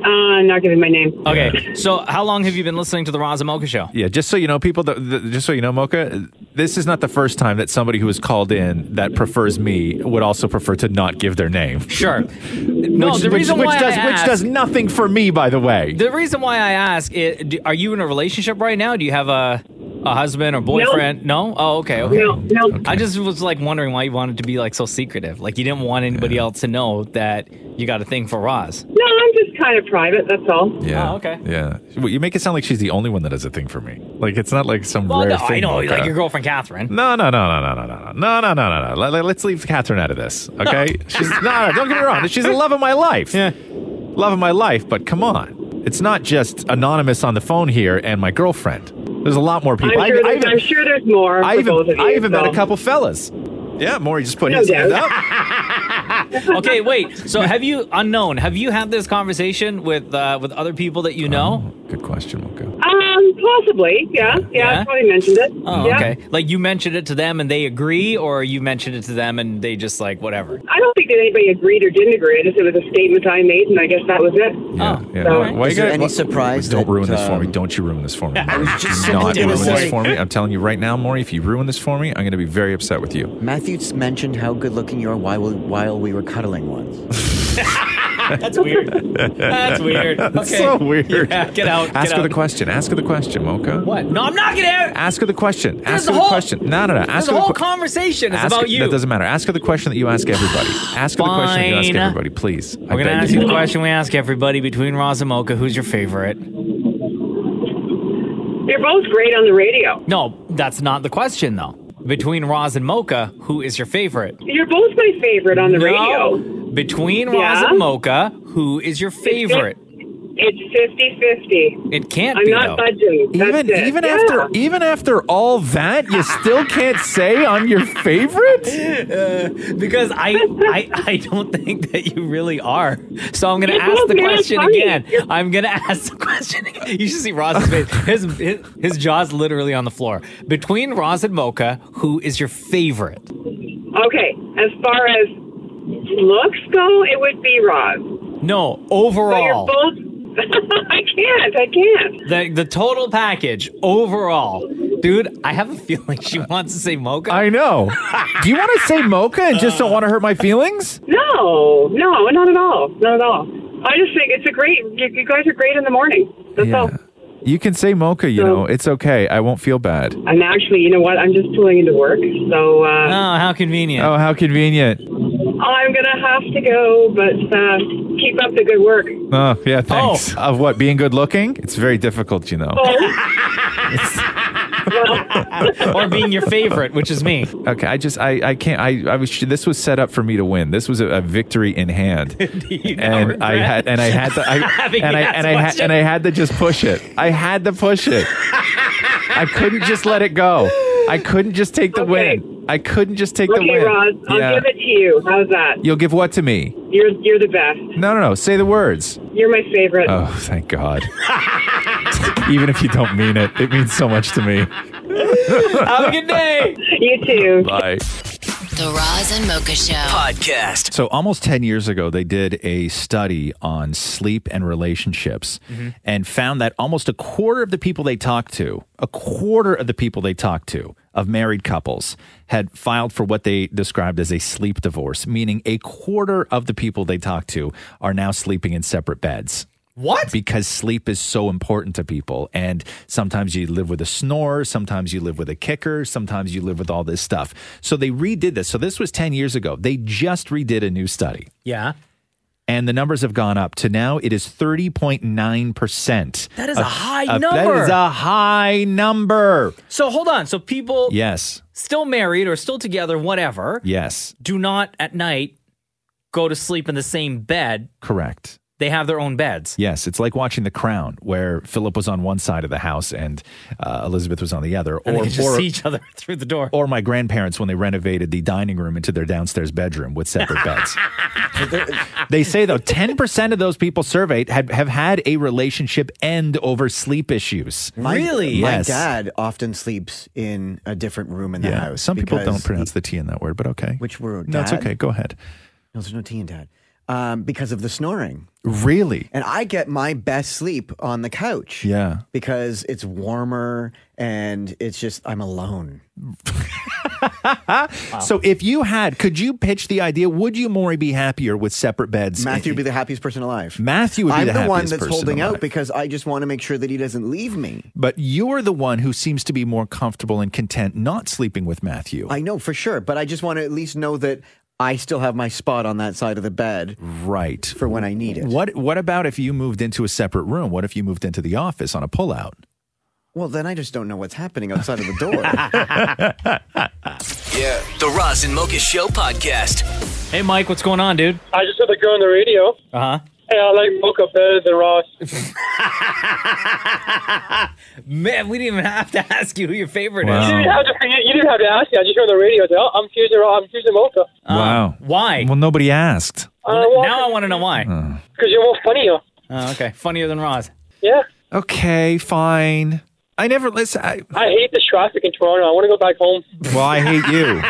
Uh, I'm not giving my name.
Okay. So how long have you been listening to the Roz and Mocha Show?
Yeah, just so you know, people. That, th- just so you know, Mocha, this is not the first time that somebody who was called in that prefers me would also prefer to not give their name.
Sure. No,
which,
the
which-
reason
which
why I
does which does
asked-
nothing for me, by the way.
The reason why I ask, i- do- are you in a relationship right now? Do you have a A husband or boyfriend? No. Oh, okay. Okay.
No, no.
I just was like wondering why you wanted to be like so secretive. Like you didn't want anybody else to know that you got a thing for Roz.
No, I'm just kind of private. That's all.
Yeah.
Oh, okay.
Yeah. Well, you make it sound like she's the only one that has a thing for me. Like it's not like some
Well,
rare
no,
thing.
I know,
Mocha.
like your girlfriend Catherine.
No, no, no, no, no, no, no, no, no, no, no, no. Let- let- Let's leave Catherine out of this, okay? She's no, no, don't get me wrong. She's the love of my life. Yeah, love of my life. But come on, it's not just anonymous on the phone here and my girlfriend. There's a lot more people.
I'm, sure there's, I'm sure there's more.
I
for
even,
both of you,
I even
so.
met a couple fellas. Yeah, Maury just put
No
his hand up.
doubt.
okay, wait. So have you unknown? Have you had this conversation with uh, with other people that you know?
good question, Mocha.
Um, possibly. Yeah. Yeah.
Yeah?
I probably mentioned it.
Oh,
yeah.
okay. Like you mentioned it to them and they agree, or you mentioned it to them and they just like whatever.
I don't think that anybody agreed or didn't agree. I just it was a statement I made, and I guess that was it.
Yeah,
Oh.
yeah.
So-
Why- why
Is
you
there
gotta-
any uh,
why-
surprise
Don't
that,
ruin this for
um,
me. Don't you ruin this for me.
I
Maury.
was just
Do not
simply
ruin
gonna
this
say-
for me. I'm telling you right now, Maury. If you ruin this for me, I'm going to be very upset with you.
Matthews mentioned how good looking you are while we, while we were cuddling once.
That's weird. That's weird.
That's
Okay.
so weird.
Yeah, get out,
Ask her
get out.
the question. Ask her the question, Mocha.
What? No, I'm not gonna out.
Ask her the question.
There's
ask her
a
the
whole-
question. No, no, no. Uh, Ask
This
her the
whole
que-
conversation is
ask-
about you.
That doesn't matter. Ask her the question that you ask everybody. ask her the question that you ask
Fine.
everybody, please. I
We're gonna
beg
ask
you.
you the question we ask everybody between Roz and Mocha. Who's your favorite?
They're both great on the radio.
No, that's not the question though. Between Roz and Mocha, who is your favorite?
You're both my favorite on the
No.
radio.
Between Roz
Yeah.
and Mocha, who is your favorite?
It's 50-50.
It can't
I'm
be
not
though.
budging. That's
Even
it.
even
Yeah.
after even after all that, you still can't say I'm your favorite.
Uh, because I, I I don't think that you really are. So I'm gonna
You're
ask
both
the
very
question
funny.
again. I'm gonna ask the question. again. You should see Roz's face. His, his his jaw's literally on the floor. Between Roz and Mocha, who is your favorite?
Okay, as far as looks go, it would be Roz.
No,
So you're
overall.
both. I can't. I can't.
The the total package overall, dude. I have a feeling she wants to say mocha.
I know. Do you want to say Mocha and just don't want to hurt my feelings?
No, no, not at all. Not at all. I just think it's a great. You, you guys are great in the morning. That's all.
You can say Mocha. You know, it's okay. I won't feel bad.
I'm actually, you know what? I'm just pulling into work, so uh,
how convenient.
Oh, how convenient.
I'm gonna have to go. But uh, keep up the good work.
Oh, yeah, thanks. Of what, being good looking? It's very difficult, you know.
Oh,
or being your favorite, which is me.
Okay, I just, I, I can't, I, I was, this was set up for me to win. This was a, a victory in hand. and I had, and I had to, I,
Having
and I,
asked
and I, had,
question.
and I had to just push it. I had to push it. I couldn't just let it go. I couldn't just take the win. I couldn't just take the
okay,
win.
Roz, I'll
yeah.
give it to you. How's that?
You'll give what to me?
You're you're the best.
No, no, no. Say the words.
You're my favorite.
Oh, thank God. Even if you don't mean it, it means so much to me.
Have a good day.
You too.
Bye.
The Roz and Mocha Show podcast.
So, almost 10 years ago, they did a study on sleep and relationships and found that almost a quarter of the people they talked to, a quarter of the people they talked to of married couples had filed for what they described as a sleep divorce, meaning a quarter of the people they talked to are now sleeping in separate beds.
What?
Because sleep is so important to people. And sometimes you live with a snore, sometimes you live with a kicker, sometimes you live with all this stuff. So they redid this. So this was 10 years ago. They just redid a new study.
Yeah.
And the numbers have gone up to now it is 30.9%.
That is
of-
a high
of- That
number.
is a high number.
So hold on. So people
Yes.
still married or still together, whatever,
Yes.
do not at night go to sleep in the same bed.
Correct.
They have their own beds.
Yes, it's like watching The Crown, where Philip was on one side of the house and uh, Elizabeth was on the other.
And they can just see each other through the door.
Or my grandparents, when they renovated the dining room into their downstairs bedroom with separate beds. they say though, ten percent of those people surveyed had, have had a relationship end over sleep issues.
My, My
yes.
dad often sleeps in a different room in the
Yeah.
house.
Some people
because
don't pronounce the T in that word, but okay.
Which word?
No, it's
Dad?
okay. Go ahead.
No, there's no tea in dad. Um, because of the snoring.
Really?
And I get my best sleep on the couch.
Yeah.
Because it's warmer and it's just, I'm alone.
So if you had, could you pitch the idea? Would you, Maury, be happier with separate beds?
Matthew would be the happiest person alive.
Matthew would be
I'm
the,
the, one
happiest
that's
person
holding
alive.
out because I just want to make sure that he doesn't leave me.
But you're the one who seems to be more comfortable and content not sleeping with Matthew.
I know for sure, but I just want to at least know that I still have my spot on that side of the bed.
Right.
For when I need it.
What What about if you moved into a separate room? What if you moved into the office on a pullout?
Well, then I just don't know what's happening outside of the door.
Yeah. The Roz and Mocha Show podcast.
Hey, Mike, what's going on, dude?
I just had to go on the radio.
Uh huh.
Hey, I like Mocha better than Ross.
Man, we didn't even have to ask you who your favorite
You,
is.
didn't have to, you, you didn't have to ask me. I just heard on the radio. I said, oh, I'm choosing. Ro- I'm choosing Mocha.
wow.
Why?
Well, nobody asked.
now I want to know why.
Because you're more funnier.
Oh, okay. Funnier than Roz.
Yeah.
Okay, fine. I never listen. I,
I hate this traffic in Toronto. I want to go back home.
Well, I hate you.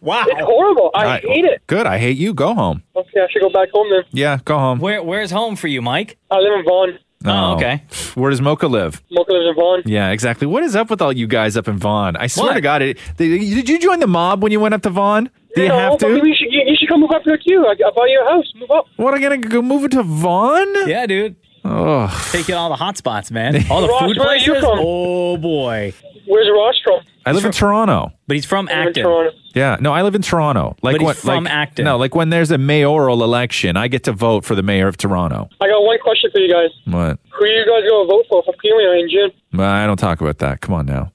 Wow.
It's horrible. I
Alright,
hate it. Oh,
Good. I hate you. Go home.
Okay, I should go back home then.
Yeah, go home.
Where Where's home for you, Mike?
I live in Vaughan.
Oh,
okay.
Where does Mocha live?
Mocha lives in Vaughan.
Yeah, exactly. What is up with all you guys up in Vaughn? I swear
What?
to God, it, they, did you join the mob when you went up to Vaughn? Do you
No,
have
but
to?
maybe you should, you, you should come move up here too. I, I bought you a house. Move up.
What, I gotta go move it to Vaughn?
Yeah, dude.
Oh.
Taking all the hot spots, man. All the
Ross,
food
where are you
places.
from?
Oh, boy.
Where's Ross from?
I live in Toronto.
But he's from
I live in
Acton.
Toronto.
Yeah, no, I live in Toronto. Like
But he's
what?
from
like,
Acton.
No, like when there's a mayoral election, I get to vote for the mayor of Toronto.
I got one question for you guys.
What?
Who are you guys going to vote for for Premier in June?
Well, I don't talk about that. Come on now.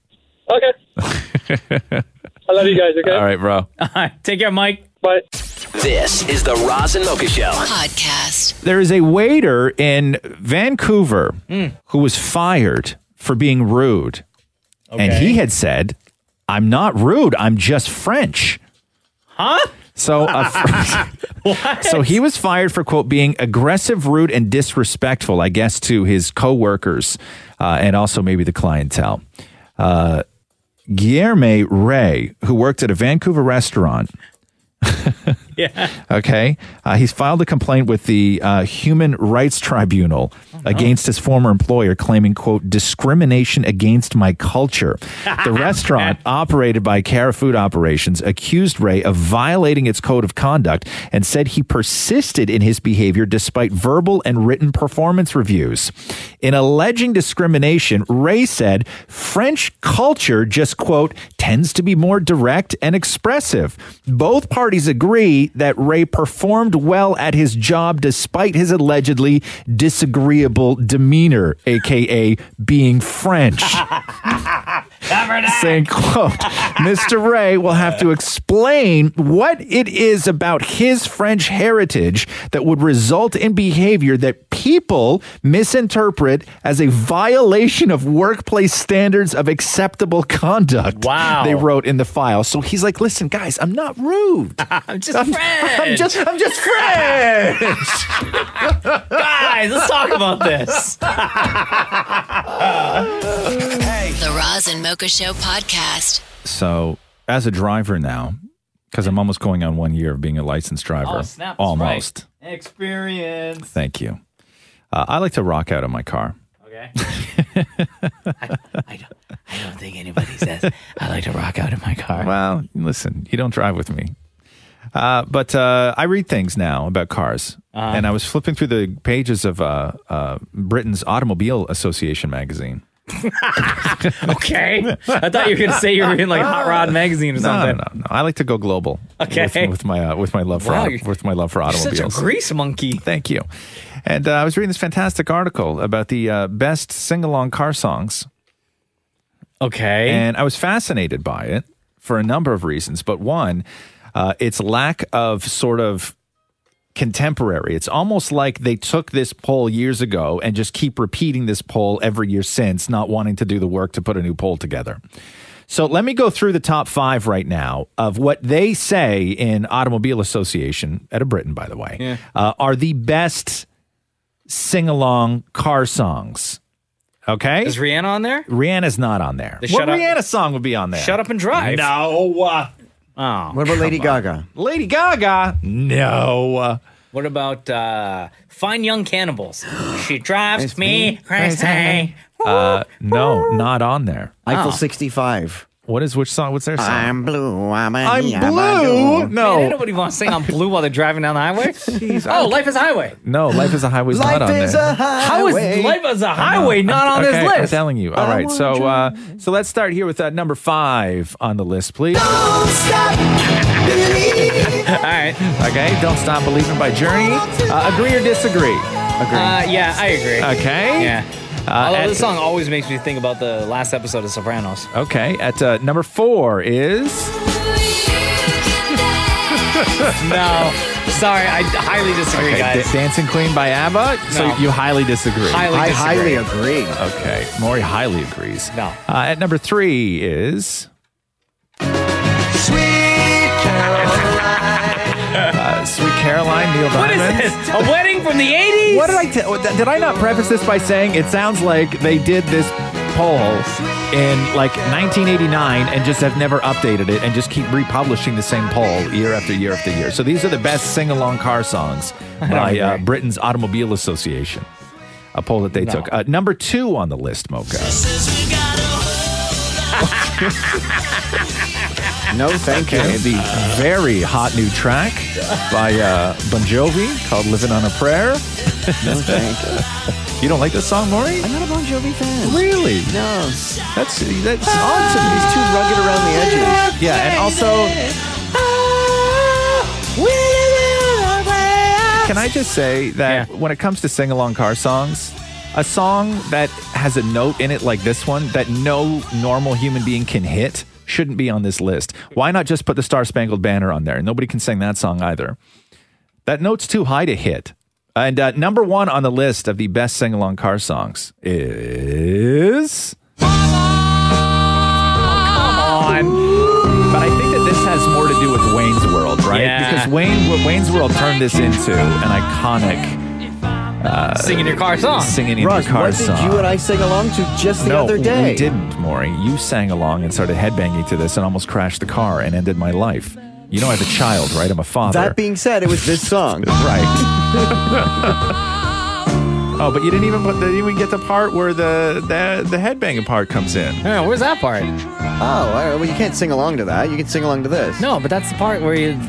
Okay. I love you guys. Okay.
All right, bro.
Take care, Mike.
Bye.
This is the Roz and Mocha Show
podcast.
There is a waiter in Vancouver who was fired for being rude. And he had said, I'm not rude, I'm just French.
Huh?
So, a fr- so he was fired for quote being aggressive, rude, and disrespectful. I guess to his coworkers uh, and also maybe the clientele. Uh, Guillerme Ray, who worked at a Vancouver restaurant,
Yeah.
Okay. Uh, he's filed a complaint with the uh, Human Rights Tribunal against his former employer, claiming, quote, discrimination against my culture. The restaurant, operated by Cara Food Operations, accused Ray of violating its code of conduct and said he persisted in his behavior despite verbal and written performance reviews. In alleging discrimination, Ray said French culture just, quote, tends to be more direct and expressive. Both parties agree that Ray performed well at his job despite his allegedly disagreeable demeanor, aka being French. saying, quote, Mr. Ray will have to explain what it is about his French heritage that would result in behavior that people misinterpret as a violation of workplace standards of acceptable conduct. Wow. They wrote in the file. So he's like, listen, guys, I'm not rude. I'm
just
French. I'm just, I'm just French.
Guys, let's talk about this.
The Roz and Mocha Show podcast.
So, as a driver now, because I'm almost going on one year of being a licensed driver, almost.
Experience.
Thank you. Uh, I like to rock out of my car.
Okay. I, I, don't, I don't think anybody says I like to rock out in my car.
Well, listen, you don't drive with me. Uh, but uh, I read things now about cars,
Uh-huh.
and I was flipping through the pages of uh, uh, Britain's Automobile Association magazine.
okay. I thought you were gonna say you were in like Hot Rod magazine or
No,
something.
No, no, no. I like to go global.
Okay.
With, with my uh, with my love for
Wow,
auto-
you're-
with my love for
you're such a
automobiles.
grease monkey.
Thank you. And uh, I was reading this fantastic article about the uh, best sing along car songs.
Okay.
And I was fascinated by it for a number of reasons, but one, uh, its lack of sort of contemporary. It's almost like they took this poll years ago and just keep repeating this poll every year since, not wanting to do the work to put a new poll together. So let me go through the top five right now of what they say in Automobile Association, out of Britain, by the way,
Yeah.
uh, are the best sing along car songs. Okay?
Is Rihanna on there?
Rihanna's not on there.
The
what
Shut Up-
Rihanna song would be on there?
Shut up and drive.
No. Uh,
Oh.
What about Lady Gaga? Lady Gaga? No.
What about uh, Fine Young Cannibals? she drives
It's
me
me
crazy.
crazy.
Uh, no, not on there.
Eiffel
Oh.
65.
What is which song? What's their song? I'm
blue. I'm,
I'm blue. No,
Man, nobody wants to sing on blue while they're driving down the highway. oh, life is a highway.
no. Life is a highway's
Life
not on
is
there.
a How is highway. life is
I
a
know.
highway not on
Okay,
this
I'm
list?
telling you. All
I
right,
wanna
so uh, so let's start here with uh, number five on the list, please. Don't
stop
All right. Okay. Don't stop believing by Journey. Uh, agree or disagree? Agree.
Uh, yeah, I agree.
Okay.
Yeah.
Uh,
Although
at-
this song always makes me think about the last episode of Sopranos.
Okay. At uh, number four is.
no, sorry, I highly disagree,
Okay,
guys.
Da- Dancing Queen by ABBA. So
No.
you highly disagree.
Highly I disagree. highly agree.
Okay, Maury highly agrees.
No.
Uh, at number three is
Sweet
uh, Sweet Caroline, Neil
What is
Diamond.
this? A wedding from the 80s?
What did I tell? Did I not preface this by saying it sounds like they did this poll in like 1989 and just have never updated it and just keep republishing the same poll year after year after year? So these are the best sing-along car songs
I don't
by uh,
agree.
Britain's Automobile Association. A poll that they
No.
took. Uh, number two on the list, Mocha.
No, thank you.
The very hot new track by uh, Bon Jovi called "Living on a Prayer."
No,
thank you. You don't like this song, Maury?
I'm not a Bon Jovi fan.
Really?
No.
That's that's odd to me. He's too rugged around the edges. Yeah, and also, can I just say that when it comes to sing-along car songs, a song that has a note in it like this one that no normal human being can hit shouldn't be on this list. Why not just put the Star Spangled Banner on there? Nobody can sing that song either. That note's too high to hit. And uh, number one on the list of the best sing along car songs is. Come on. But I think that this has more to do with Wayne's World, right?
Yeah.
Because Wayne, what Wayne's World turned this into an iconic. Uh,
Singing your car song.
Singing in
Russ,
your car
what
song.
did you and I sing along to just the
no,
other day?
we didn't, Maury. You sang along and started headbanging to this and almost crashed the car and ended my life. You know I have a child, right? I'm a father.
That being said, it was this song.
right. oh, but you didn't even put, didn't even get the part where the the, the headbanging part comes in.
Yeah, where's that part?
Oh, all right, well, you can't sing along to that. You can sing along to this.
No, but that's the part where you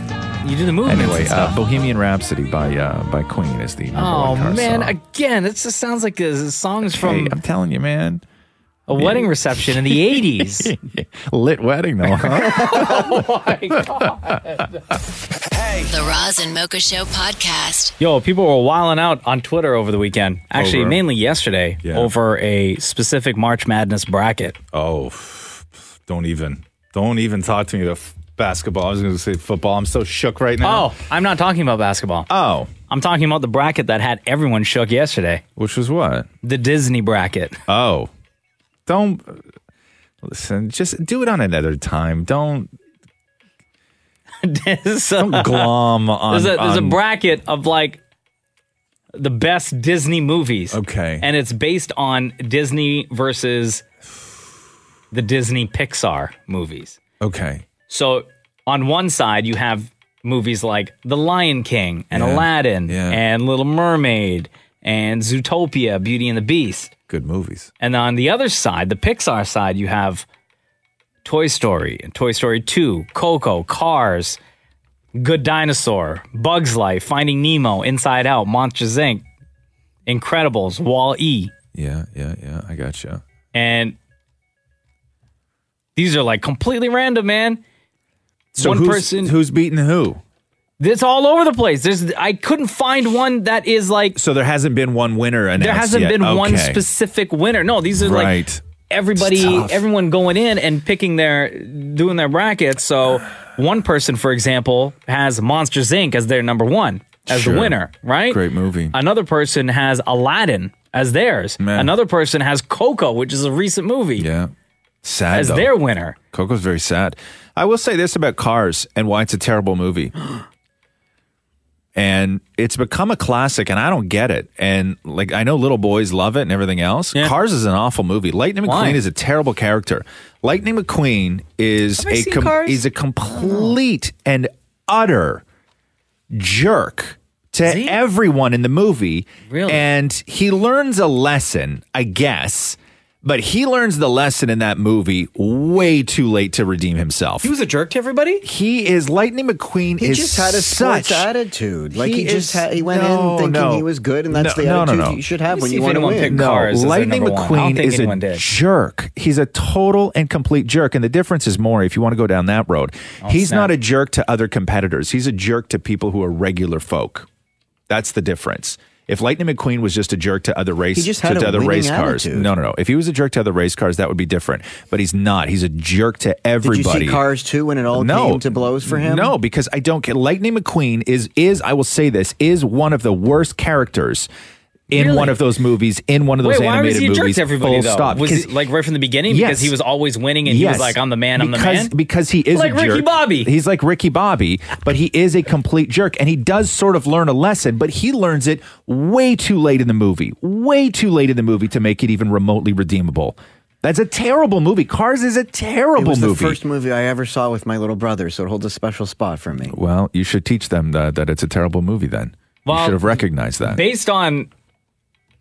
you do the movements
Anyway,
and stuff.
uh, Bohemian Rhapsody by uh, by Queen is the number one
Oh
car
man!
song.
Again, it just sounds like a, songs
Hey,
from
I'm telling you, man.
a wedding reception in the '80s.
Lit wedding though, huh?
The Roz and Mocha Show podcast.
Yo, people were wilding out on Twitter over the weekend. Actually,
Over.
mainly yesterday Oh, over a specific March Madness bracket.
Oh, don't even don't even talk to me about f- basketball. I was going to say football. I'm so shook right now.
Oh, I'm not talking about basketball.
Oh,
I'm talking about the bracket that had everyone shook yesterday.
Which was what?
The Disney bracket.
Oh, don't listen. Just do it on another time. Don't don't glom on.
there's a, there's a
on-
bracket of like the best Disney movies.
Okay.
And it's based on Disney versus the Disney Pixar movies.
Okay.
So on one side, you have movies like The Lion King and
Yeah.
Aladdin
Yeah.
and Little Mermaid and Zootopia, Beauty and the Beast.
Good movies.
And on the other side, the Pixar side, you have Toy Story and Toy Story 2, Coco, Cars, Good Dinosaur, Bugs Life, Finding Nemo, Inside Out, Monsters Inc., Incredibles, Wall E.
Yeah, yeah, yeah. I gotcha.
And these are like completely random, man.
So
one
who's,
person
who's beating who?
It's all over the place. There's I couldn't find one that is like
So there hasn't been one winner announced.
there hasn't
yet.
been one
Okay.
specific winner. No, these are
Right.
like everybody,
It's tough.
everyone going in and picking their doing their brackets. So one person, for example, has Monsters Inc. as their number one as
Sure.
the winner, right?
Great movie.
Another person has Aladdin as theirs. Another person has Coco, which is a recent movie.
Yeah. Sad
as
though.
their winner.
Coco's very sad. I will say this about Cars and why it's a terrible movie. and it's become a classic, and I don't get it. And like, I know little boys love it and everything else. Cars is an awful movie. Lightning McQueen
Why?
is a terrible character. Lightning McQueen is
Have I
a
seen
com-
Cars?
is a complete and utter jerk to everyone in the movie. Really? And he learns a lesson, I guess. But he learns the lesson in that movie way too late to redeem himself. He was
a jerk to everybody.
He is Lightning McQueen.
He
is
just had a sports
such
attitude. Like he, just
is-
had, he went
No,
in thinking
no.
he was good, and that's
No,
the
no, no,
attitude
no.
you should have
Let
when
me see
you
if
want to
anyone
win.
picked Cars as their Lightning number one. I don't McQueen think is a anyone did. jerk. He's a total and complete jerk. And the difference is more if you want to go down that road. he's
snap.
not a jerk to other competitors. He's a jerk to people who are regular folk. That's the difference. If Lightning McQueen was just a jerk to other race
He just had
to,
a
other
winning
race cars,
attitude.
no, no, no. If he was a jerk to other race cars, that would be different. But he's not. He's a jerk to
Did
everybody.
you see Cars too when it all came to blows for him?
No, because I don't care. Lightning McQueen is is I will say this is one of the worst characters in
Really?
one of those movies in one of those
Wait, why was
animated
he a jerk
movies.
to everybody
full
though?
stop.
Was
Because-
it like right from the beginning
Yes.
because he was always winning and he was
Yes.
like, "I'm the man, I'm
because,
the man."
Because he is
like
a
Ricky
jerk.
Bobby.
He's like Ricky Bobby, but he is a complete jerk, and he does sort of learn a lesson, but he learns it way too late in the movie, way too late in the movie to make it even remotely redeemable. That's a terrible movie. Cars is a
It
terrible
was the
movie.
first movie I ever saw with my little brother, so it holds a special spot for me.
well, you should teach them that, that it's a terrible movie. Then
Well,
you should have recognized that.
Based on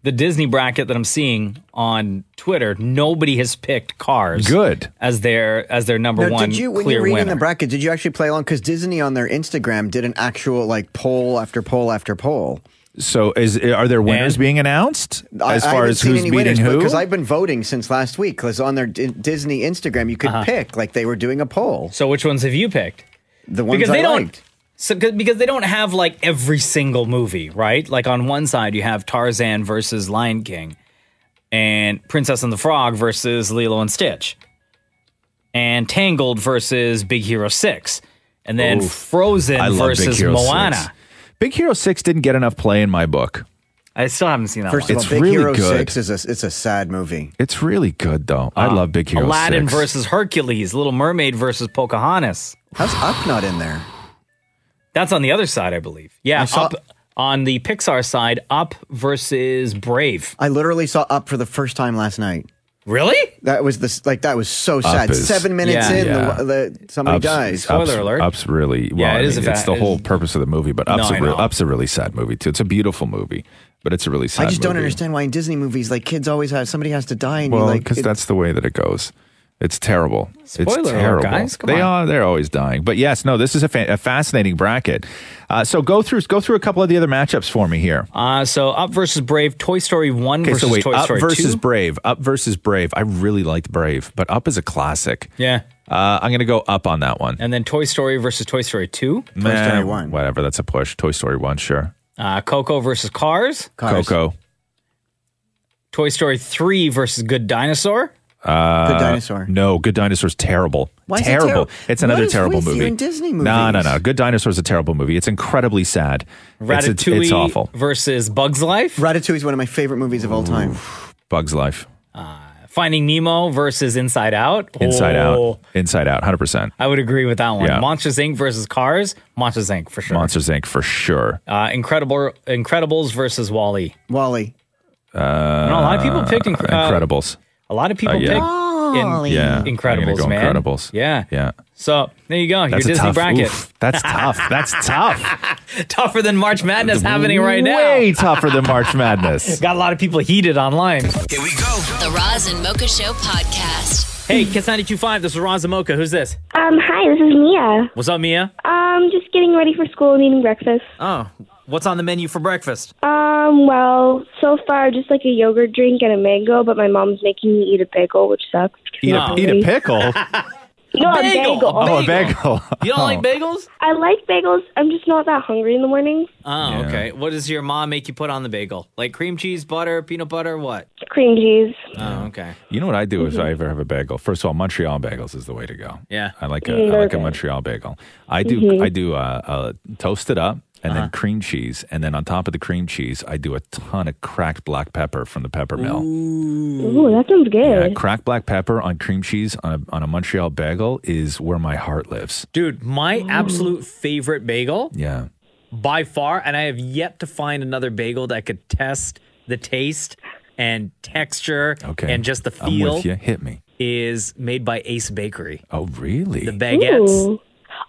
the Disney bracket that I'm seeing on Twitter, nobody has picked Cars
good
as their as their number
Now,
one
did you, when
clear
you're reading
winner.
the bracket, did you actually play along? Because Disney on their Instagram did an actual like poll after poll after poll.
So, is are there winners being announced
I-
as
I
far
haven't
as
seen
who's
any
beating
winners,
who?
Because I've been voting since last week. Because on their D- Disney Instagram, you could
Uh-huh.
pick like they were doing a poll.
So which ones have you picked?
The ones
because they
I
don't.
liked.
So, 'cause- because they don't have like every single movie, right? Like on one side you have Tarzan versus Lion King, and Princess and the Frog versus Lilo and Stitch, and Tangled versus Big Hero Six, and then
Oof.
Frozen
I love Big
versus
Hero
Moana.
6. Big Hero Six didn't get enough play in my book.
I still haven't seen that.
First
one.
of all, Big Hero Six is a it's a sad movie.
It's really good though. I
Uh,
love Big Hero
Aladdin
6.
versus Hercules, Little Mermaid versus Pocahontas.
How's Up not in there?
That's on the other side, I believe. Yeah,
saw-
Up on the Pixar side, Up versus Brave.
I literally saw Up for the first time last night.
Really?
That was this like that was so
Up
sad.
is-
Oh, Seven minutes
Yeah.
in,
Yeah.
The, the, somebody
Ups-
dies.
Ups- Ups really. Well,
Yeah,
I
it is
mean,
a
it's
fa-
the
it
whole purpose of the movie, but
No,
Ups,
I
a re-
know.
Ups a really sad movie too. It's a beautiful movie, but it's a really sad.
I just don't
movie.
understand why in Disney movies like kids always have somebody has to die and you
Well,
like
because
it-
that's the way that it goes. It's terrible.
Spoiler
it's
alert,
terrible.
guys. Come
they
on.
are. They're always dying. But yes, no. This is a, fa- a fascinating bracket. Uh, so go through. Go through a couple of the other matchups for me here.
Uh, so Up versus Brave, Toy Story 1
Okay,
versus
so wait.
Toy
Up
Story
versus
2.
Brave. Up versus Brave. I really liked Brave, but Up is a classic.
Yeah.
Uh, I'm gonna go up on that one.
And then Toy Story versus Toy Story 2.
Nah, Whatever. That's a push. Toy Story one. Sure.
Uh, Coco versus Cars.
Coco.
Toy Story 3 versus Good Dinosaur.
Uh,
Good Dinosaur.
No, Good Dinosaur's terrible.
Why is it
terrible.
terrible?
It's another
What is
terrible
with you
movie.
in Disney
No, no,
movies?
no. Good Dinosaur's a terrible movie. It's incredibly sad. It's, it's,
Ratatouille
it's awful.
versus Bugs Life.
Ratatouille is one of my favorite movies of all time.
Bug's Life.
Finding Nemo versus Inside Out.
Inside
Oh,
Out. Inside Out. 100%.
I would agree with that one.
Yeah.
Monsters Inc. versus Cars. Monsters Inc. for sure.
Monsters Inc. for sure.
Uh, Incredible Incredibles versus Wally.
Wally.
Uh, a
lot of people picked Inc- uh,
Incredibles.
A lot of people
Uh, yeah.
pick
Wall-E. Yeah, I'm gonna
Incredibles,
go
man.
Incredibles.
Yeah.
Yeah.
So there you go.
That's a
your Disney
tough-
bracket.
oof, that's tough. That's tough.
Tougher than March Madness happening right now.
Way tougher than March Madness.
Got a lot of people heated online.
The Roz and Mocha Show podcast.
Hey, Kiss 925, this is Roz Amoka. Who's this?
Um, hi, this is Mia.
What's up, Mia?
Um, just getting ready for school and eating breakfast.
Oh, what's on the menu for breakfast?
Um, well, so far just like a yogurt drink and a mango, but my mom's making me eat a bagel, which sucks.
Eat a,
No.
eat a pickle.
No, a
Oh. Bagel,
bagel.
a Oh.
Oh, a bagel.
You don't like bagels?
I like bagels. I'm just not that hungry in the morning.
Oh, okay. What does your mom make you put on the bagel? Like cream cheese, butter, peanut butter, what?
Cream cheese.
Oh, okay.
You know what I do if I ever have a bagel? First of all, Montreal bagels is the way to go.
Mm-hmm. Yeah.
I like a,
Mm,
I like a
okay.
Montreal bagel. I do
Mhm.
I do uh, uh, toast it up and
Uh-huh.
then cream cheese, and then on top of the cream cheese, I do a ton of cracked black pepper from the pepper mill.
Ooh, that sounds
Yeah,
good.
cracked black pepper on cream cheese on a, on a Montreal bagel is where my heart lives.
Dude, my absolute favorite bagel
Yeah.
by far, and I have yet to find another bagel that could test the taste and texture and just the
I'm
feel.
with you. Hit me.
Is made by Ace Bakery.
Oh, really?
The baguettes.
Ooh.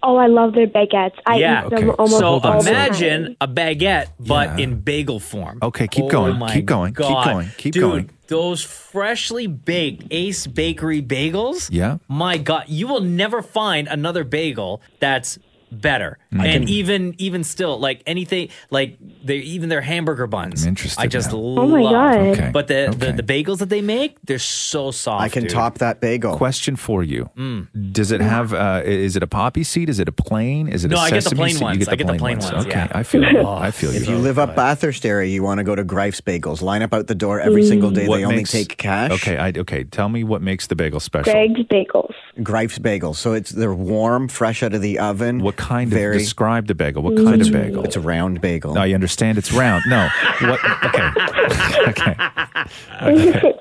Oh, I love their baguettes. I
yeah.
eat them almost
so
all the time.
imagine a baguette, but in bagel form.
Okay, keep
Oh
going.
my
Keep going. Keep
God.
going. Keep
Dude,
going.
Those freshly baked Ace Bakery bagels.
Yeah.
My God, you will never find another bagel that's better.
Mm. I
and
can-
even even still, like anything, like they even their hamburger buns.
I'm interested
I just
now.
love.
Oh my God. Okay,
But the, the the bagels that they make, they're so soft.
I can
dude.
top
that bagel.
Question for you:
Mm.
Does it have? Uh, is it a poppy seed? Is it a plain? Is it
No,
A
I get the
sesame
plain
seed? You
ones. I get the plain ones,
Okay,
yeah.
I feel. you. I feel you.
If you live up Bathurst area, you want to go to Greif's Bagels. Line up out the door every single day.
What
they only
makes-
take cash.
Okay, I, okay. Tell me what makes the bagel special.
Greg's Bagels.
Greif's Bagels. So it's they're warm, fresh out of the oven. What
kind of-
very,
describe the bagel? What kind of bagel?
It's a round bagel.
No, I understand it's round. No, what? Okay, okay,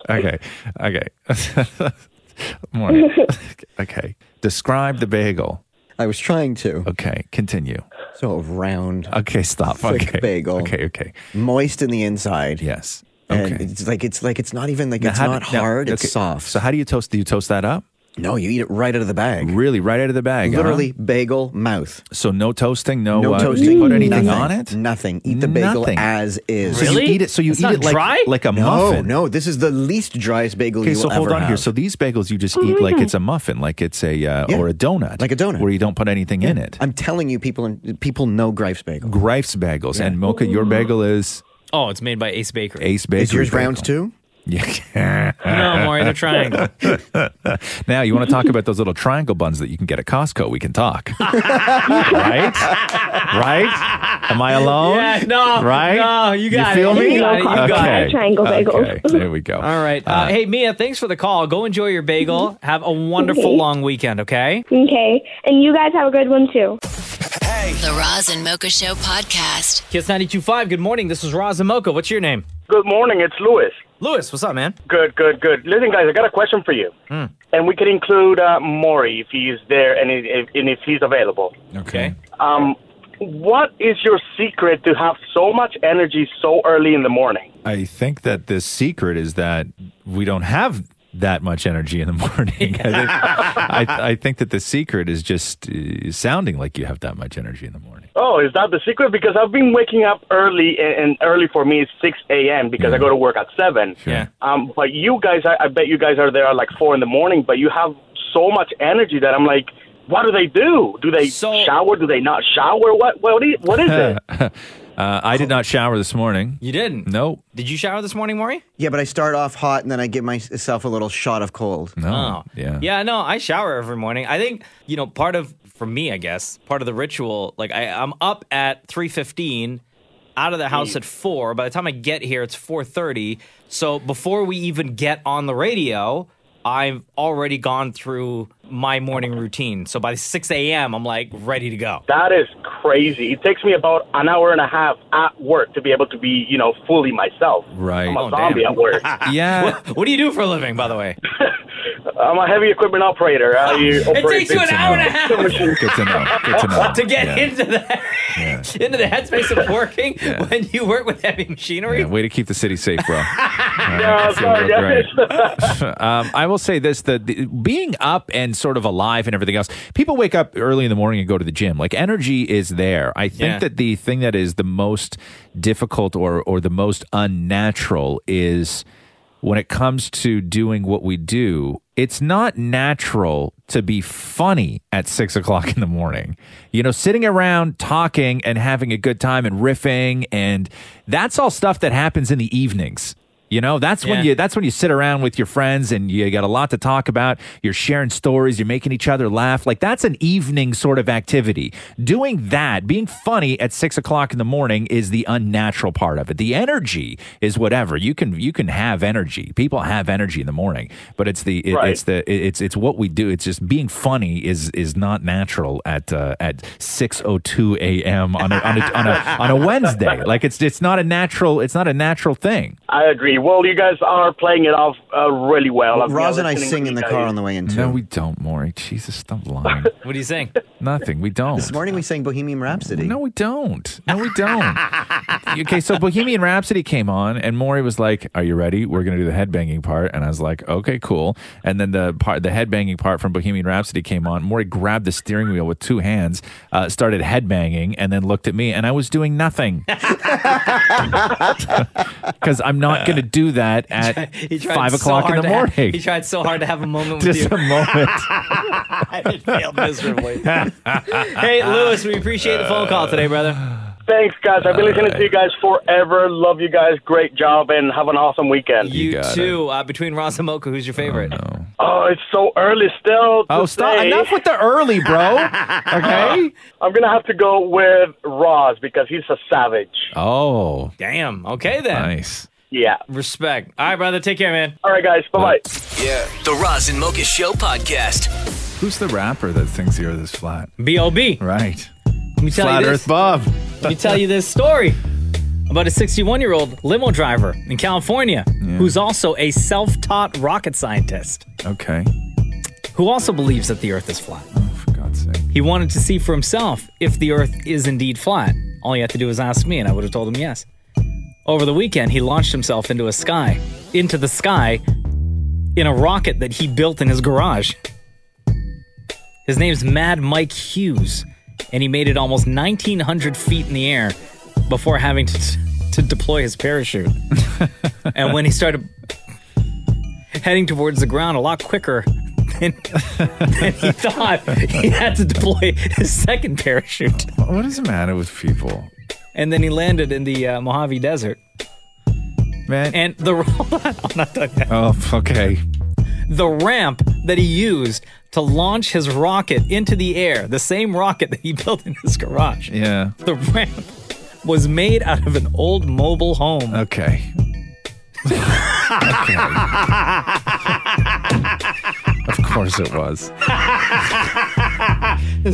okay, okay. okay. Maureen, okay, describe the bagel.
I was trying to.
Okay, continue.
So round.
Okay, stop.
Thick
okay,
bagel.
Okay, okay.
Moist in the inside.
Yes.
And it's like it's like it's not even like
Now,
it's
how
not
do- now,
hard.
okay,
It's soft.
So how do you toast? Do you toast that up?
No, you eat it right out of the bag.
Really, right out of the bag. huh?
Literally bagel mouth.
So no toasting, no, uh,
toasting.
You put anything
nothing,
on it?
Nothing. Eat the bagel
Nothing.
as is.
So you Really? eat it- so you It's eat not it like- dry? like a
no,
muffin.
No, this is the least driest bagel
Okay,
you
so
will
hold
ever
on
have.
here. So these bagels you just
Oh
eat
my
like
God.
Mm-hmm.
it's a muffin, like it's a uh, or a donut, like
a donut,
where you don't put anything in it.
I'm telling you, people in, people know Greif's bagel.
Greif's bagels and Mocha,
Mm-hmm.
your bagel is
Oh, it's made by Ace Bakery.
Ace Bakery.
Is yours
bagel.
round too?
Yeah.
No, Maury, they're triangle.
now you want to talk about those little triangle buns that you can get at Costco? We can talk, right? Right? Am I alone?
Yeah, no,
Right?
no, you got it.
feel
You
me?
got it, you got it.
okay.
Triangle bagels.
Okay. There we go.
All right. Uh,
Uh,
hey, Mia, thanks for the call. Go enjoy your bagel.
Mm-hmm.
Have a wonderful
Okay.
long weekend, okay?
Okay, and you guys have a good one too.
The Roz and Mocha Show podcast.
Kiss 92.5, good morning. This is Roz and Mocha. What's your name?
Good morning. It's Louis.
Louis, what's up, man?
Good, good, good. Listen, guys, I got a question for you.
Hmm.
And we could include uh, Maury if he's there and if, and if he's available.
Okay.
Um, what is your secret to have so much energy so early in the morning?
I think that the secret is that we don't have that much energy in the morning. I, think, I, I think that the secret is just uh, sounding like you have that much energy in the morning.
Oh, is that the secret? Because I've been waking up early, and, and early for me is 6 a.m. because I go to work at 7.
Yeah.
Um, but you guys, I, I bet you guys are there at like 4 in the morning, but you have so much energy that I'm like, what do they do? Do they shower? Do they not shower? What, what, is, what is it?
uh, I did not shower this morning.
You didn't?
Nope.
Did you shower this morning, Maury?
Yeah, but I start off hot and then I give myself a little shot of cold.
No.
Oh.
Yeah.
Yeah, no, I shower every morning. I think, you know, part of for me, I guess, part of the ritual, like I, I'm up at three fifteen, out of the
Hmm.
house at four. By the time I get here, it's four thirty. So before we even get on the radio, I've already gone through my morning routine. So by six AM I'm like ready to go.
That is crazy. It takes me about an hour and a half at work to be able to be, you know, fully myself.
Right.
I'm a
Oh,
zombie
damn.
at work.
Yeah.
What, what do you do for a living, by the way?
I'm a heavy equipment operator. I
it
operate
takes you
big
an hour and a half
Good to know. Good to know.
to get into the into the headspace of working
Yeah.
when you work with heavy machinery.
Yeah, way to keep the city safe, bro.
Yeah, sorry,
um, I will say this: the, the being up and sort of alive and everything else. People wake up early in the morning and go to the gym. Like energy is there. I think
Yeah.
that the thing that is the most difficult or or the most unnatural is when it comes to doing what we do. It's not natural to be funny at six o'clock in the morning. You know, sitting around talking and having a good time and riffing, and that's all stuff that happens in the evenings. You know, that's when
Yeah.
you that's when you sit around with your friends and you got a lot to talk about. You're sharing stories, you're making each other laugh. Like that's an evening sort of activity. Doing that, being funny at six o'clock in the morning is the unnatural part of it. The energy is whatever. You can you can have energy. People have energy in the morning. But it's the it,
Right.
it's the it- it's it's what we do. It's just being funny is is not natural at uh, at six oh two AM on a on a, on a on a Wednesday. Like it's it's not a natural it's not a natural thing.
I agree. Well, you guys are playing it off uh, really well. I've been
Roz and I
listening
sing
to
in
you
the
guys.
car on the way in too.
No, we don't, Maury. Jesus, stop lying.
What do you think?
Nothing. We don't.
This morning we sang Bohemian Rhapsody.
No, we don't. No, we don't. okay, so Bohemian Rhapsody came on, and Maury was like, "Are you ready? We're gonna do the headbanging part." And I was like, "Okay, cool." And then the part, the headbanging part from Bohemian Rhapsody came on. Maury grabbed the steering wheel with two hands, uh, started headbanging, and then looked at me, and I was doing nothing. because I'm not going to do that at
He tried
five
so
o'clock in
hard
the
to ha-
morning.
he tried so hard to have a moment with
Just
you.
a moment.
it failed miserably. hey, Lewis, we appreciate the phone
Uh,
call today, brother.
Thanks, guys. I've been listening to you guys forever. Love you guys. Great job, and have an awesome weekend.
You too. Uh, between Roz and Mocha, who's your favorite?
Oh, it's so early still.
Oh, stop. Enough with
the early, bro. okay.
I'm going to have to go with Roz because he's a savage.
Oh.
Damn. Okay, then.
Nice.
Yeah.
Respect. All right, brother. Take care, man.
All right, guys. Bye bye.
Yeah. The Roz and Mocha Show podcast.
Who's the rapper that thinks the Earth is flat?
B.O.B.
Right.
Let me tell
flat
you
Earth
this.
Bob.
Let me tell you this story about a 61 year old limo driver in California who's also a self taught rocket scientist.
Okay.
Who also believes that the earth is flat.
for God's sake.
He wanted to see for himself if the earth is indeed flat. All he had to do was ask me, and I would have told him yes. Over the weekend, he launched himself into a sky, into the sky, in a rocket that he built in his garage. His name's Mad Mike Hughes, and he made it almost 1,900 feet in the air before having to, to deploy his parachute. and when he started heading towards the ground a lot quicker than, than he thought, he had to deploy his second parachute.
What is the matter with people?
And then he landed in the uh, Mojave Desert.
Man.
And the I'm not done yet.
Oh, okay.
The ramp that he used to launch his rocket into the air, the same rocket that he built in his garage.
Yeah.
The ramp was made out of an old mobile home.
Okay. Of course it was.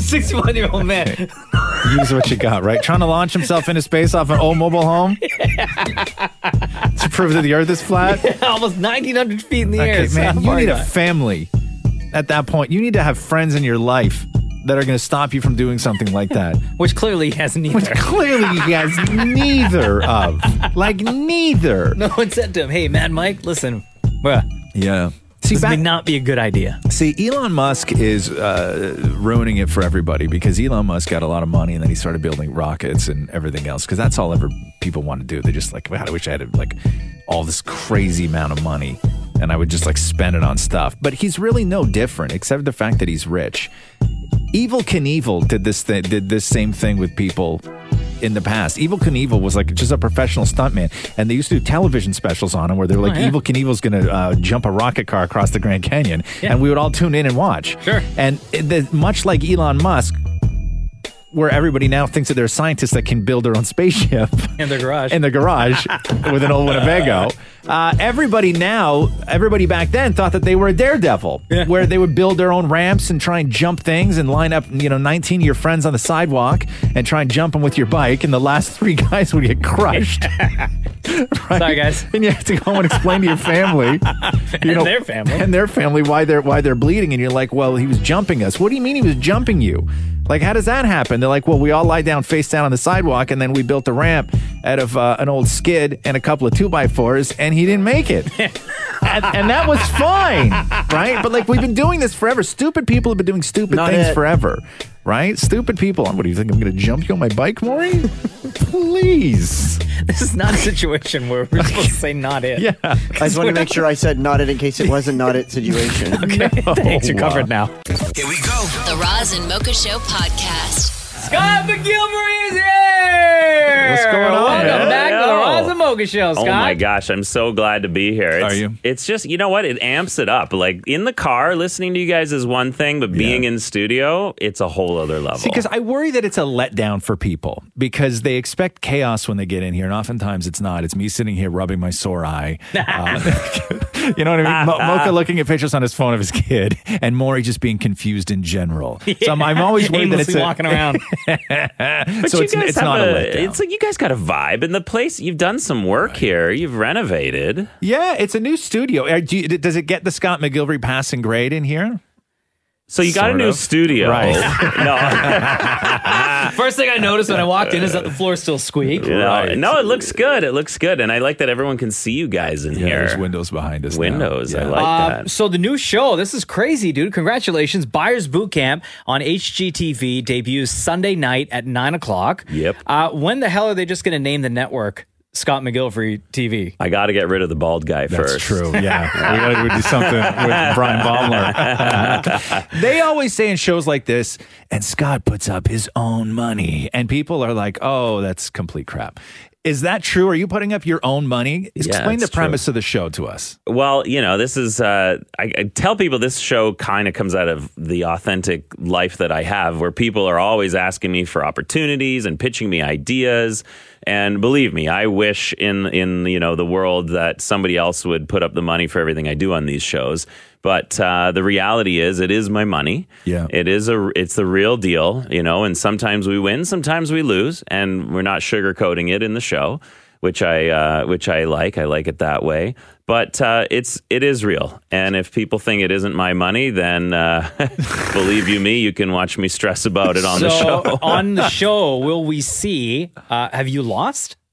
61 year old man.
Use what you got, right? Trying to launch himself into space off an old mobile home to prove that the Earth is flat.
Almost 1,900 feet in the air.
Okay,
It's
man,
not
you
far
need a
enough.
family at that point. You need to have friends in your life that are going to stop you from doing something like that.
Which clearly he has neither.
Which clearly he has neither of. Like, neither.
No one said to him, hey, Mad Mike, listen, bruh,
Yeah.
this may not be a good idea.
See, Elon Musk is uh, ruining it for everybody because Elon Musk got a lot of money and then he started building rockets and everything else because that's all ever people want to do. They just like, God, I wish I had like all this crazy amount of money and I would just like spend it on stuff. But he's really no different except the fact that he's rich. Evil Knievel did this thi- did this same thing with people in the past. Evil Knievel was like just a professional stuntman, and they used to do television specials on him where they were like,
Oh, yeah.
"Evil Knievel's going to uh, jump a rocket car across the Grand Canyon,"
Yeah.
and we would all tune in and watch. Sure. And it, the, much like Elon Musk, where everybody now thinks that they're scientists that can build their own spaceship
In their garage.
in the garage with an old Winnebago. Uh, everybody now, everybody back then thought that they were a daredevil, where they would build their own ramps and try and jump things and line up, you know, 19 of your friends on the sidewalk and try and jump them with your bike, and the last three guys would get crushed. Sorry,
guys.
And you have to go and explain to your family,
And their family.
and their family why they're why they're bleeding. And you're like, well, he was jumping us. What do you mean he was jumping you? Like, how does that happen? They're like, well, we all lie down face down on the sidewalk, and then we built a ramp out of uh, an old skid and a couple of two by fours, and he didn't make it. and, and that was fine, right? But like, we've been doing this forever. Stupid people have been doing stupid
Not
things
it.
forever, right? Stupid people. What do you think? I'm going to jump you on my bike, Maury? Please.
This is not a situation where we're supposed to say not it.
Yeah. I
I just wanted to make sure I said not it in case it wasn't not it situation.
okay, thanks. You're covered now.
The Roz and Mocha Show podcast.
Scott McGilvery is here!
What's going on?
Welcome back to the
Hello.
Roz and Mocha Show, Scott.
Oh my gosh, I'm so glad to be here. It's, Are you? It's just you know what? It amps it up. Like in the car, listening to you guys is one thing, but being in studio, it's a whole other level.
See, because I worry that it's a letdown for people because they expect chaos when they get in here, and oftentimes it's not. It's me sitting here rubbing my sore eye. Uh, you know what I mean? Mo- Mocha looking at pictures on his phone of his kid, and Maury just being confused in general. So I'm, I'm always worried that it's
Aimlessly
a-
walking around. but
so
you
it's,
guys
it's
have
not a, letdown.
It's like you guys got a vibe in the place. You've done some work here. You've renovated.
Yeah, it's a new studio. Uh, do you- does it get the Scott McGilvery passing grade in here?
So you got a
Sort
new
of.
studio.
Right.
First thing I noticed when I walked in is that the floor still squeaked.
You know, No, it looks good. It looks good, and I like that everyone can see you guys in here. There's
windows behind us.
Windows. I like
Uh,
that.
so the new show, this is crazy, dude! Congratulations, Buyers Boot Camp on HGTV debuts Sunday night at nine o'clock. Yep. Uh, when the hell are they just going to name the network Scott McGilvery TV.
I got to get rid of the bald guy
That's
first.
true, yeah. We gotta do something with Brian Baumler. they always say in shows like this, and Scott puts up his own money, and people are like, "Oh, that's complete crap." Is that true? Are you putting up your own money? Explain the
it's true.
premise of the show to us.
Well, you know, this is, uh, I, I tell people this show kind of comes out of the authentic life that I have, where people are always asking me for opportunities and pitching me ideas. And believe me, I wish in, in, you know, the world that somebody else would put up the money for everything I do on these shows. But uh, the reality is, it is my money.
Yeah.
It is a it's the real deal, you know, and sometimes we win, sometimes we lose, and we're not sugarcoating it in the show, which I uh, which I like. I like it that way. But uh, it's it is real, and if people think it isn't my money, then uh, believe you me, you can watch me stress about it on
so
the show.
on the show, will we see? Uh, have you lost?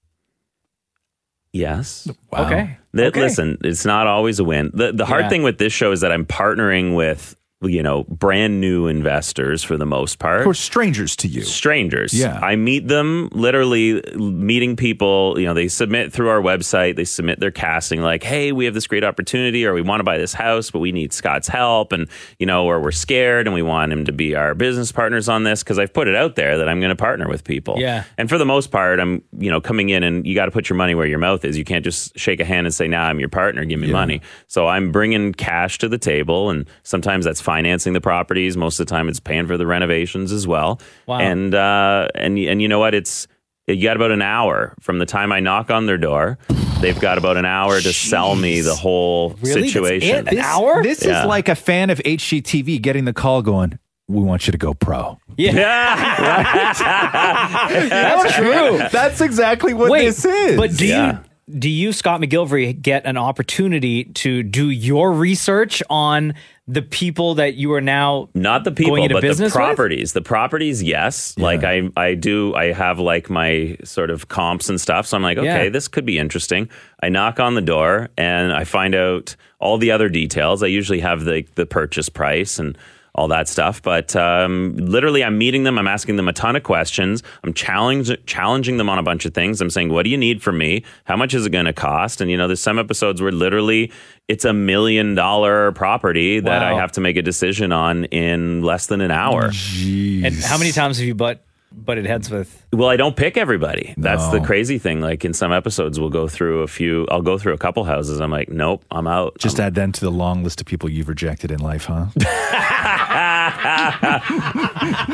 Yes.
Wow. Okay.
Th-
Okay.
Listen, it's not always a win. The the hard
Yeah.
thing with this show is that I'm partnering with you know brand new investors for the most part.
Who are strangers to you?
Strangers.
Yeah.
I meet them literally meeting people. You know, they submit through our website. They submit their casting, like, "Hey, we have this great opportunity, or we want to buy this house, but we need Scott's help, and you know, or we're scared, and we want him to be our business partners on this because I've put it out there that I'm going to partner with people.
Yeah.
And for the most part, I'm you know coming in, and you got to put your money where your mouth is. You can't just shake a hand and say, "Now nah, I'm your partner, give me money." So I'm bringing cash to the table, and sometimes that's financing the properties. Most of the time, it's paying for the renovations as well.
Wow.
And uh, and and you know what? It's you got about an hour from the time I knock on their door. They've got about an hour to sell me the whole situation.
This- This
Yeah.
is like a fan of HGTV getting the call going, we want you to go pro.
Yeah. That's true.
That's exactly what
Wait,
this is.
But do
Yeah.
you do you, Scott McGilvery, get an opportunity to do your research on the people that you are now
Not the people,
going into
but the
business with?
properties. The properties, yes. Like I, I do. I have like my sort of comps and stuff. So I'm like, okay,
Yeah.
this could be interesting. I knock on the door and I find out all the other details. I usually have the the purchase price and all that stuff. But um, literally, I'm meeting them. I'm asking them a ton of questions. I'm challenge, challenging them on a bunch of things. I'm saying, what do you need from me? How much is it going to cost? And you know, there's some episodes where literally it's a million dollar property that I
Wow.
have to make a decision on in less than an hour.
And how many times have you butt butted heads with?
Well, I don't pick everybody. That's the
No.
crazy thing. Like in some episodes, we'll go through a few. I'll go through a couple houses. I'm like, nope, I'm out.
Just add that to the long list of people you've rejected in life, huh?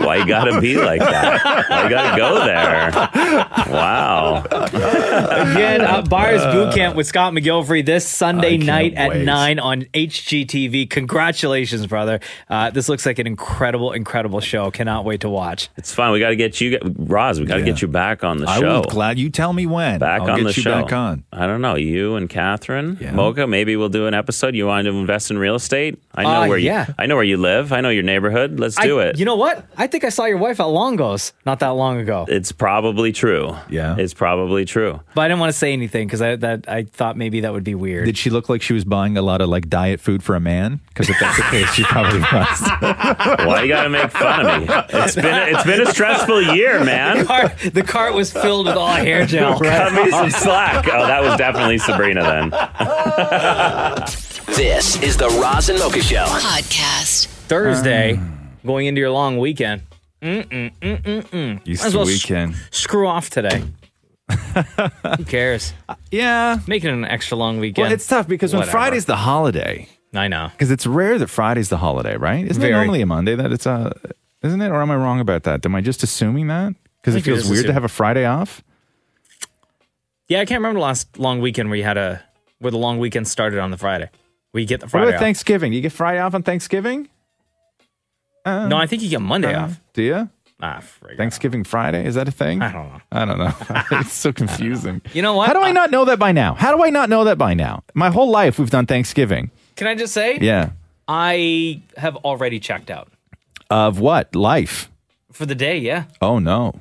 Why you gotta be like that? Why you gotta go there? Wow.
Again, uh, Buyers Boot Camp with Scott McGilvery this Sunday night at
wait.
9 on HGTV. Congratulations, brother. Uh, this looks like an incredible, incredible show. Cannot wait to watch.
It's fine. We got to get you, Roz. We got to
Yeah.
get you back on the
I
show.
will,
glad you tell me when.
Back
I'll
on
get
the
you
show.
back on.
I don't know. You and Catherine, Mocha. Maybe we'll do an episode. You want to invest in real estate? I know
Uh,
where
yeah.
you. I know where you live. I know your neighborhood. Let's
I-
do it.
You know what? I think I saw your wife at Longo's not that long ago,
it's probably true. Yeah, it's probably true.
but I didn't want to say anything because I that I thought maybe that would be weird.
Did she look like she was buying a lot of like diet food for a man? Because if that's the case, she probably was.
Why you gotta make fun of me? It's been it's been a stressful year, man.
The cart, the cart was filled with all hair gel.
Cut me some slack. Oh, that was definitely Sabrina then.
This is the Roz and Mocha Show.
Podcast.
Thursday,
Mm.
going into your long weekend. Mm-mm, mm-mm, mm.
Use
Might as
the
well
weekend.
s- screw off today. Who cares?
yeah.
Making it an extra long weekend.
Well, it's tough because when
Whatever.
Friday's the holiday,
I know.
because it's rare that Friday's the holiday, right? Isn't it
Very.
normally a Monday that it's a, isn't it? Or am I wrong about that? Am I just assuming that? Because
I
it
think you're
feels
just
weird to
assuming.
have a Friday off.
Yeah, I can't remember the last long weekend where you had a where the long weekend started on the Friday. We get the
what
Friday.
about
off.
Thanksgiving? You get Friday off on Thanksgiving? Uh,
No, I think you get Monday
uh,
off.
Do you?
Ah,
Thanksgiving Friday is that a thing? I don't know. I don't know. it's so confusing.
You know what?
How do I not know that by now? How do I not know that by now? My whole life we've done Thanksgiving.
Can I just say?
Yeah.
I have already checked out
Of what? Life.
for the day. Yeah,
Oh no.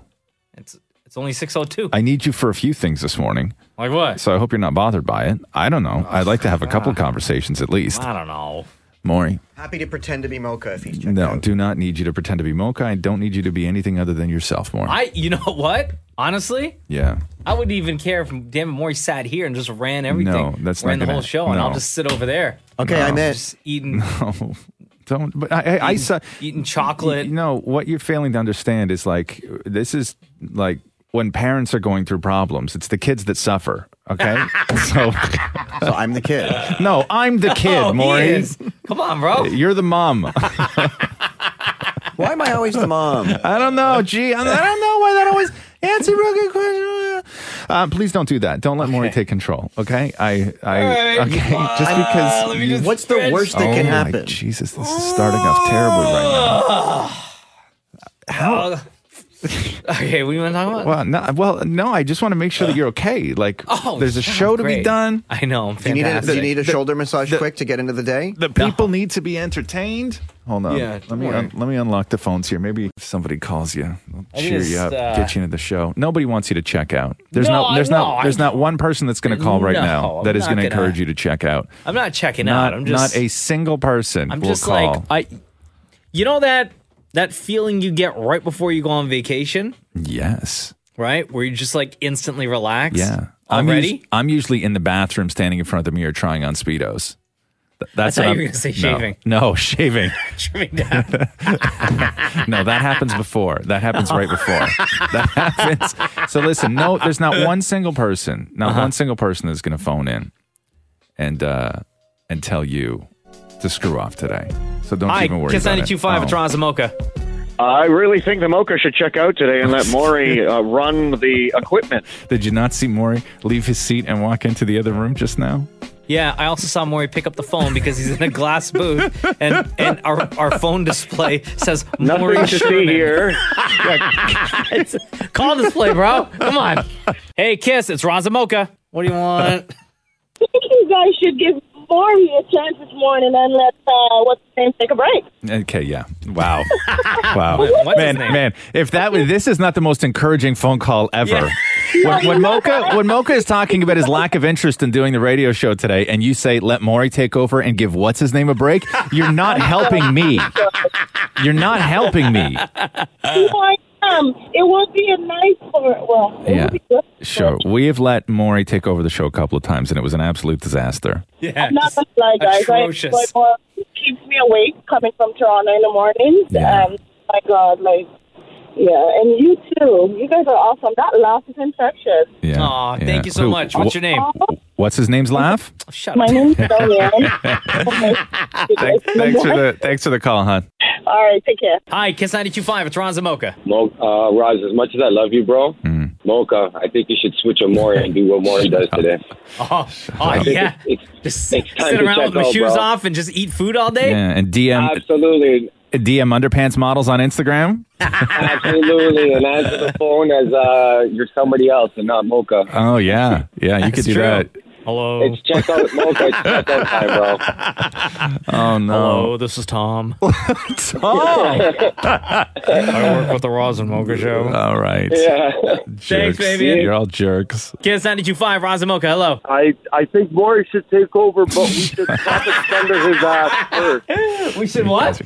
it's only six oh two.
I need you for a few things this morning.
Like what?
So I hope you're not bothered by it. I don't know. I'd like to have a couple conversations at least.
I don't know.
Maury.
Happy to pretend to be Mocha if he's.
No, do not need you to pretend to be Mocha. I don't need you to be anything other than yourself, Maury.
I, you know what? Honestly,
yeah.
I wouldn't even care if Dan Mori sat here and just ran everything.
No, that's not
ran the
gonna-
whole show, and
no.
I'll just sit over there.
No.
Just eating,
No, Oh, don't. But I, I, I saw
eating chocolate.
You know what you're failing to understand is like this is like when parents are going through problems. It's the kids that suffer. Okay, so so I'm the kid. No, I'm the kid,
No, Oh, he
Maury.
is. Come on, bro.
You're the mom. why am I always the mom? I don't know. Gee, I'm, I don't know why that always. That's a real good question. Uh, please don't do that. Don't let Maury take control. Okay, I, I,
All right.
okay,
Uh,
just because.
let me just What's the stretch. worst that
Oh
can
my
happen?
Jesus, this is starting off terribly right now. How?
okay, what do you want to talk about?
Well, no, well, no. I just want to make sure that you're okay. Like,
Oh,
there's a
God,
show to be
great.
done.
I know. I'm
Do you need a- do you
fantastic.
need a
The-
shoulder
massage
quick
to get into the day?
The people need to be entertained. Hold on.
Yeah,
let me
don't worry.
un- let me unlock the phones here. Maybe if somebody calls you, they'll
I
cheer
just,
you up,
uh,
get you into the show. Nobody wants you to check out. There's
No,
not. There's
I know.
not. There's not one person that's going to call right
No,
now
I'm
that is
not
going to
gonna-
encourage you to check out.
I'm not checking
Not,
out. I'm just
not a single person.
I'm
will
just
call.
like I. You know that that feeling you get right before you go on vacation,
yes.
right? Where you just like instantly relax.
Yeah. I'm,
Already.
us- I'm usually in the bathroom, standing in front of the mirror, trying on speedos. Th-
I
That's what
thought you
I'm-
were gonna say
no.
shaving.
no shaving.
Trimming down.
no, that happens before. That happens right before. That happens. So listen, no, there's not one single person, not
Uh-huh.
one single person that's going to phone in and uh, and tell you to screw off today. So don't
Hi,
even worry
Kiss
about
ninety two five
it. Oh.
at Toronto Mocha.
I really think the Mocha should check out today and let Maury uh, run the equipment.
Did you not see Maury leave his seat and walk into the other room just now?
Yeah, I also saw Maury pick up the phone because he's in a glass booth, and, and our, our phone display says
Nothing
Maury
to see
Sherman.
here.
It's- call display, bro. Come on. Hey, Kiss, it's Raza Mocha. What do you want?
I think you guys should give Maury a chance this morning and let uh, what's his name take a break.
Okay, yeah. Wow. wow.
What's
man,
his name?
man, if that was this is not the most encouraging phone call ever. When, when Mocha when Mocha is talking about his lack of interest in doing the radio show today and you say let Maury take over and give what's his name a break, you're not helping me. You're not helping me.
Uh,
Here I am. It would be a nice for well. It
Yeah.
would be good.
Sure. We have let Maury take over the show a couple of times and it was an absolute disaster.
Yeah,
I'm not gonna lie, guys.
atrocious.
I, but, uh, keeps me awake coming from Toronto in the morning.
Yeah.
Um, my God, like, yeah. And you too. You guys are awesome. That laugh is infectious.
Yeah.
Aw,
yeah.
thank you so
Who-
much. What's
wh-
your name?
What's his name's laugh?
Shut
My name's Diane.
thanks, thanks for the thanks for the call, huh?
All right, take care.
Hi, Kiss 92.5. It's Ron Zamoka.
Mo, uh, Roz, as much as I love you, bro,
Mm-hmm.
Mocha, I think you should switch on Maury and do what Maury does today.
Oh, oh
I think
yeah.
It's,
just
time
Sit
to
around with
check
my
out,
shoes
bro.
off and just eat food all day?
Yeah, and DM
absolutely
DM underpants models on Instagram.
Absolutely, and answer the phone as uh, you're somebody else and not Mocha.
Oh yeah, yeah, you could do that.
Hello.
It's check out Mocha. It's check out time, bro.
Oh no.
Hello, this is Tom.
Tom.
I work with the Roz and Mocha show.
All right.
Yeah.
Jerks.
Thanks, baby.
You're all jerks.
Kiss 92.5, Roz and Mocha. Hello.
I, I think Maury should take over, but we should
Ah,
pop it under his ass first.
We should what?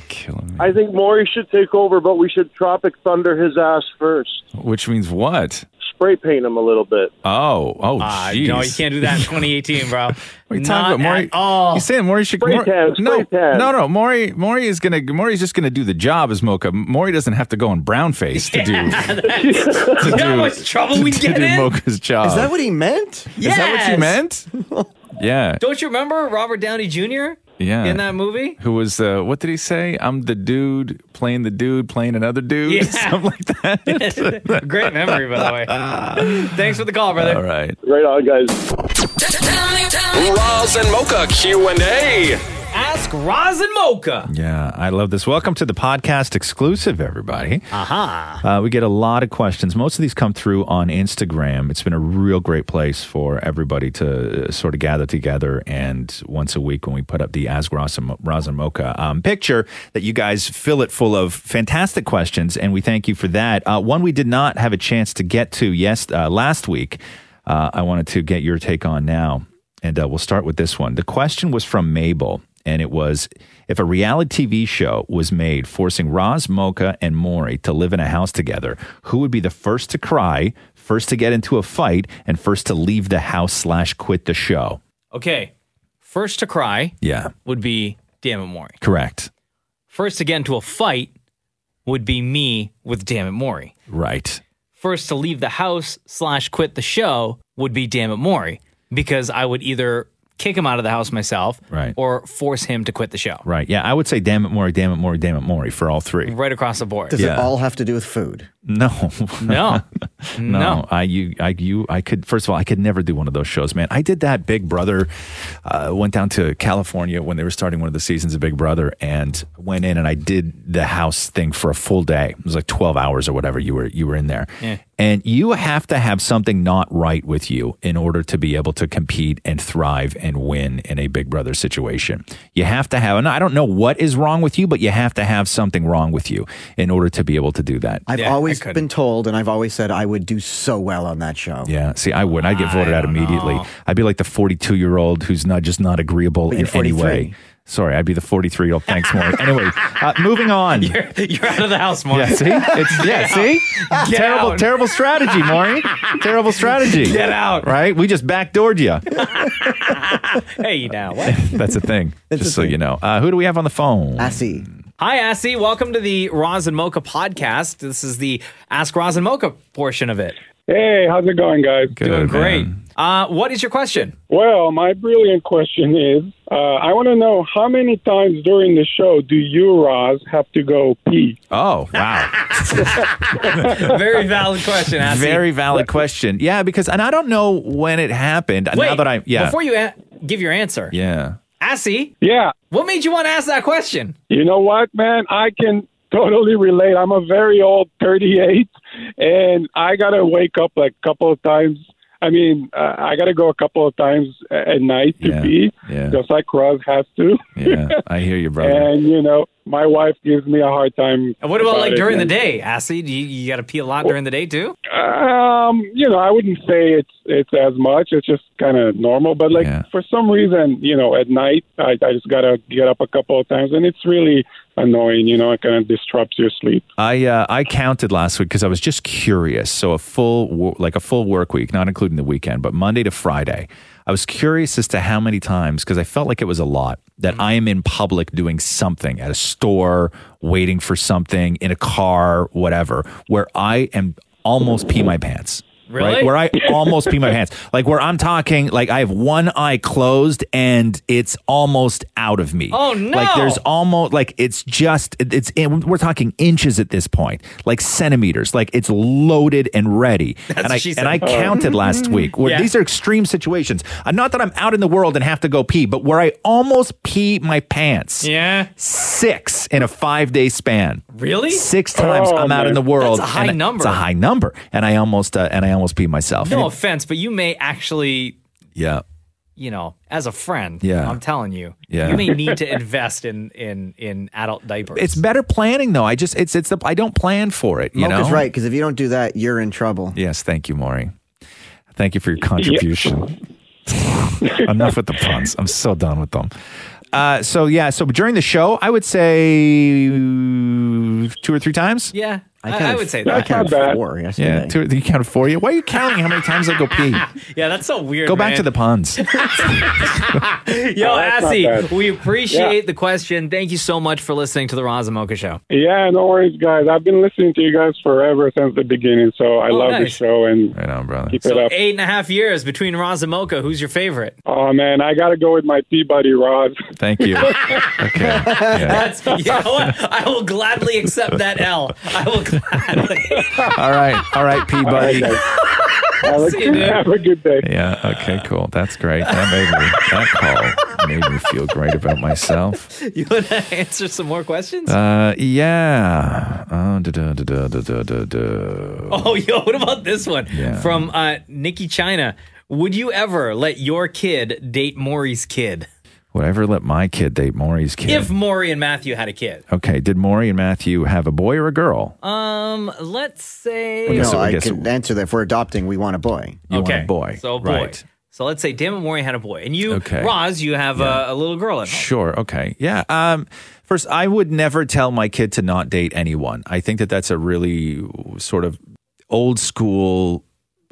I think Maury should take over, but we should Tropic Thunder his ass first.
Which means what?
Spray paint him a little bit.
Oh, oh,
Uh,
jeez.
no, you can't do that in 2018, bro.
What are you
Not
talking about, Maury?
at all.
You saying Maury should
Spray
Maury-
tan, spray
no,
tan.
no, no. Maury, Maury is gonna. Maury's just gonna do the job as Mocha. Maury doesn't have to go on brown face to do. to
you know how
do-
much trouble we
to
get
do
in?
Mocha's job.
Is that what
he meant?
Yes.
Is that what you meant? Yeah,
Don't you remember Robert Downey Jr.
yeah.
in that movie?
Who was? Uh, what did he say? I'm the dude playing the dude playing another dude.
Yeah.
Something like that.
Great memory, by the way. Thanks for the call, brother.
All right.
Right on, guys.
Roz and Mocha Q&A.
Ask Roz and Mocha.
Yeah, I love this. Welcome to the podcast exclusive, everybody.
Aha.
Uh, we get a lot of questions. Most of these come through on Instagram. It's been a real great place for everybody to uh, sort of gather together. And once a week, when we put up the Ask Roz and Mo- Roz and Mocha um, picture, that you guys fill it full of fantastic questions. And we thank you for that. Uh, one we did not have a chance to get to yes uh, last week. Uh, I wanted to get your take on now. And uh, we'll start with this one. The question was from Mabel. and it was if a reality TV show was made forcing Roz, Mocha, and Maury to live in a house together, who would be the first to cry, first to get into a fight, and first to leave the house slash quit the show?
Okay. First to cry
Yeah,
would be Damn It Maury.
correct.
First to get into a fight would be me with Damn It Maury.
Right.
First to leave the house slash quit the show would be Damn It Maury because I would either kick him out of the house myself
Right.
or force him to quit the show.
Right. Yeah, I would say damn it, Maury, damn it, Maury, damn it, Maury for all three.
Right across the board.
Does it Yeah. all
have to do with food?
No.
No.
no. I you I you I could first of all I could never do one of those shows, man. I did that Big Brother uh went down to California when they were starting one of the seasons of Big Brother and went in and I did the house thing for a full day. It was like 12 hours or whatever you were you were in there.
Yeah.
And you have to have something not right with you in order to be able to compete and thrive and win in a Big Brother situation. You have to have, and I don't know what is wrong with you, but you have to have something wrong with you in order to be able to do that.
I've always been told, and I've always said I would do so well on that show.
Yeah, see, I wouldn't. I'd get voted out immediately. I'd be like the 42 year old who's not just not agreeable
But
in
you're
any
43.
way. Sorry, I'd be the 43 year old. Thanks, Maury. anyway, uh, moving on. You're,
you're out of the house, Maury.
Yeah, see? It's, yeah,
Get
see?
out. Get
terrible,
out.
terrible strategy, Maury. terrible strategy.
Get out.
Right? We just backdoored you.
Hey, now what?
That's a thing. just so you know. Uh, who do we have on the phone? I see.
Hi, Assy. Welcome to the Roz and Mocha podcast. This is the Ask Roz and Mocha portion of it.
Hey, how's it going, guys?
Doing great. Uh, what is your question?
Well, my brilliant question is uh, I want to know how many times during the show do you, Roz, have to go pee?
Oh, wow.
Very valid question, Assy.
Very valid question. Yeah, because, and I don't know when it happened.
Wait,
now that I, yeah.
Before you a- give your answer,
yeah.
Assy.
Yeah.
What made you want to ask that question?
You know what, man? I can totally relate. I'm a very old 38, and I got to wake up like a couple of times. I mean, uh, I got to go a couple of times a- at night to pee,
yeah.
just like Roz has to.
Yeah, I hear you, brother.
and, you know, my wife gives me a hard time.
And What about like
it,
during the
man.
day, Assy? Do you, you got to pee a lot during the day too?
Um, you know, I wouldn't say it's it's as much. It's just kind of normal. But like for some reason, you know, at night I, I just gotta get up a couple of times, and it's really annoying. You know, it kind of disrupts your sleep.
I uh, I counted last week because I was just curious. So a full wo- like a full work week, not including the weekend, but Monday to Friday. I was curious as to how many times because I felt like it was a lot that I am in public doing something at a store, waiting for something in a car, whatever, where I am almost pee my pants.
Really?
Where I almost pee my pants. Like where I'm talking, like I have one eye closed and it's almost out of me.
Oh, no.
Like there's almost like it's just it- it's in, we're talking inches at this point, like centimeters, like it's loaded and ready. and
That's what
I
she said.
and I
Oh.
counted
Mm-hmm.
last week. Where
Yeah.
these are extreme situations. Uh, not that I'm out in the world and have to go pee, but where I almost pee my pants.
Yeah.
Six in a five day span.
Really?
Six times
Oh,
I'm out
man.
in the world.
That's a high
and
number.
It's a high number, and I almost uh, and I almost pee myself.
No offense, but you may actually,
Yeah.
you know, as a friend,
Yeah.
I'm telling you,
Yeah.
you may need to invest in in in adult diapers.
It's better planning though. I just it's it's the I don't plan for it. You
Mocha's
know,
right, because if you don't do that, you're in trouble.
Yes, thank you, Maury. Thank you for your contribution. Enough with the puns. I'm so done with them. Uh, so yeah, so during the show, I would say uh, two or three times.
Yeah, I I- I counted- would say that. I counted four
Yeah, two, you counted four. Yeah, Why are you counting how many times I go pee?
yeah, that's so weird.
go back to
man.
the puns.
Oh,
Yo,
Oh, that's not
Assy,
bad.
we appreciate
Yeah.
the question. Thank you so much for listening to the Roz and Mocha Show.
Yeah, no worries, guys. I've been listening to you guys forever since the beginning, so I
Oh,
love the
nice.
show and keep
so
it up.
eight and a half years between Roz and Mocha. Who's your favorite?
Oh man, I gotta go with my Peabody Rod.
Thank you. okay.
That's, you know what? I will gladly accept that L. I will gladly.
all right, all right, Peabody.
See you, dude.
a good day.
Yeah. Okay. Cool. That's great. That made me. That call made me feel great about myself.
You want to answer some more questions?
Uh, yeah. Uh, duh, duh, duh, duh, duh, duh, duh.
Oh, yo, what about this one
Yeah.
from uh, Nikki China? Would you ever let your kid date Maury's kid?
Would I ever let my kid date Maury's kid?
If Maury and Matthew had a kid.
okay. Did Maury and Matthew have a boy or a girl?
Um, let's say
no, I, can answer that. If we're adopting, we want a boy.
You want a boy.
So boy.
Right.
So let's say Dammit Maury had a boy, and you,
Okay.
Roz, you have a, a little girl at home.
Sure. Okay. Yeah. Um, first, I would never tell my kid to not date anyone. I think that that's a really sort of old school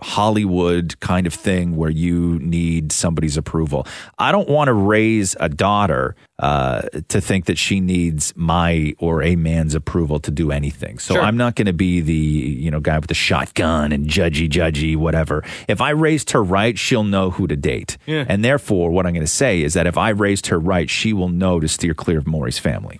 Hollywood kind of thing where you need somebody's approval. I don't want to raise a daughter uh, to think that she needs my or a man's approval to do anything. So
Sure.
I'm not going to be the you know guy with the shotgun and judgy judgy whatever. If I raised her right, she'll know who to date.
Yeah.
And therefore, what I'm going to say is that if I raised her right, she will know to steer clear of Maury's family.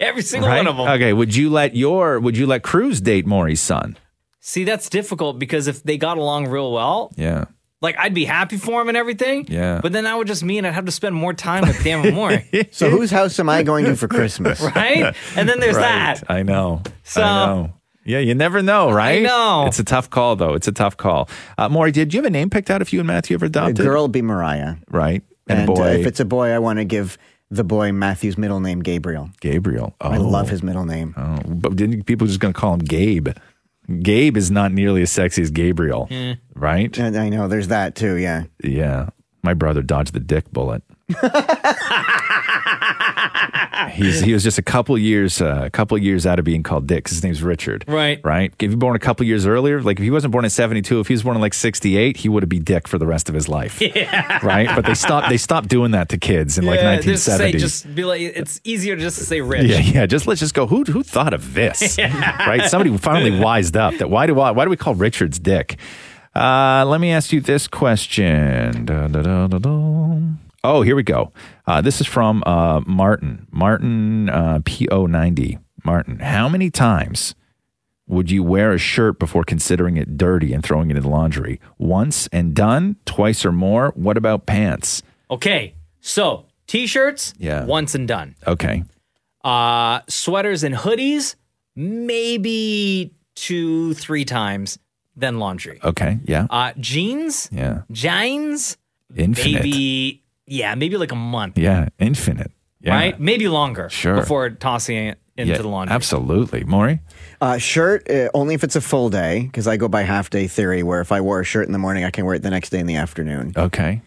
Every single
Right?
one of them.
Okay. Would you let your Would you let Cruz date Maury's son?
See, that's difficult because if they got along real well,
Yeah.
like I'd be happy for him and everything.
Yeah.
But then that would just mean I'd have to spend more time with Dammit Maury.
So whose house am I going to for Christmas?
right? And then there's
Right.
that.
I know.
So-
I know. Yeah, you never know, right?
know.
It's a tough call, though. It's a tough call. Uh, Maury, did you have a name picked out if you and Matthew ever adopted?
girl would be Mariah.
Right. And,
uh,
boy.
if it's a boy, I want to give the boy Matthew's middle name Gabriel.
Gabriel. Oh.
I love his middle name.
Oh, but didn't people just going to call him Gabe? Gabe is not nearly as sexy as Gabriel,
Yeah.
right?
I know. There's that too. Yeah.
Yeah. My brother dodged the dick bullet. He's he was just a couple years uh, a couple years out of being called Dick. 'cause His name's Richard.
Right.
Right. If he was born a couple years earlier, like if he wasn't born in seventy two, if he was born in like sixty eight, he would have been Dick for the rest of his life.
Yeah.
right. But they stopped they stopped doing that to kids in like
Yeah,
nineteen
just to say,
seventy.
Just be like, it's easier just to say rich.
Yeah, yeah. Just let's just go. Who who thought of this?
Yeah.
Right. Somebody finally wised up. That why do I, why do we call Richard's dick? Uh, let me ask you this question. Da, da, da, da, da. Oh, here we go. Uh, this is from uh, Martin. Martin uh, PO ninety. Martin, how many times would you wear a shirt before considering it dirty and throwing it in the laundry? Once and done. Twice or more. What about pants?
Okay. So t shirts,
Yeah.
once and done.
Okay.
Uh, sweaters and hoodies, maybe two, three times, then laundry.
Okay. Oh, Yeah.
Uh, jeans,
Yeah.
jeans,
Infinite.
maybe, yeah, maybe like a month,
Yeah. Infinite. Yeah.
right? Maybe longer
Sure.
before tossing it into
Yeah,
the laundry.
Absolutely. Maury?
Uh, shirt uh, only if it's a full day because I go by half day theory where if I wore a shirt in the morning, I can wear it the next day in the afternoon.
Okay.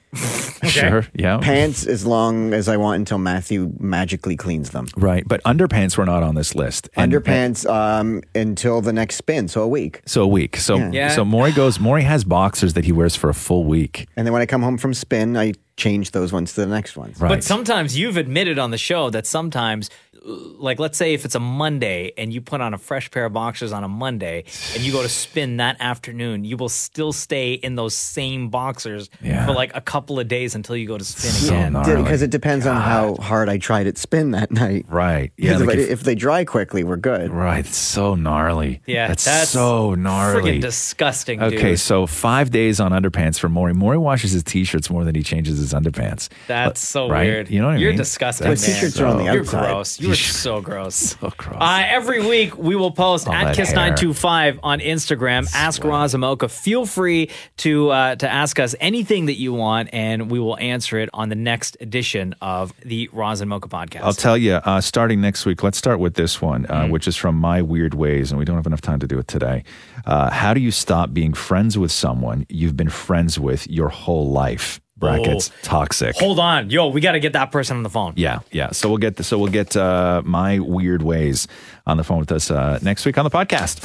Sure. Yeah.
Pants as long as I want until Matthew magically cleans them.
Right. But underpants were not on this list. And-
Underpants um, until the next spin, so a week.
So a week. So
Yeah. Yeah.
so Maury goes Maury has boxers that he wears for a full week.
And then when I come home from spin, I change those ones to the next ones.
But sometimes you've admitted on the show that sometimes, like, let's say if it's a Monday and you put on a fresh pair of boxers on a Monday and you go to spin that afternoon, you will still stay in those same boxers for like a couple of days until you go to spin again.
Because it depends on how hard I tried at spin that night.
Right.
Yeah.
Yeah,
If,
like
I-
if-
if they dry quickly, we're good.
Right. It's so gnarly.
Yeah,
That's,
that's
so gnarly.
friggin' disgusting,
Okay,
dude.
so five days on underpants for Maury. Maury washes his t-shirts more than he changes his underpants.
That's so
Right?
weird.
You know what I
You're
mean?
disgusting.
That's
man.
t-shirts are on the
You're
outside.
gross. You're so gross. so
gross.
Uh, every week we will post
All
at
that
Kiss925 on Instagram. Ask Roz Amoka. Feel free to uh, to ask us anything that you want, and we will answer it on the next edition of the Roz and Mocha podcast.
I'll tell you, uh, starting next week, let's start with this one, uh,
Mm-hmm.
which is from My Weird Ways, and we don't have enough time to do it today. Uh, how do you stop being friends with someone you've been friends with your whole life? Brackets,
Oh.
toxic.
Hold on, yo, we got to get that person on the phone.
yeah, yeah. So we'll get so we'll get uh, my weird ways on the phone with us uh, next week on the podcast.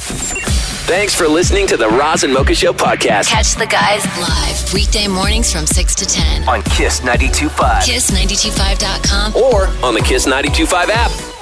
Thanks for listening to the Roz and Mocha Show podcast
Catch the guys live weekday mornings from 6 to 10.
on Kiss 92.5
Kiss925.com
or on the Kiss 92.5 app.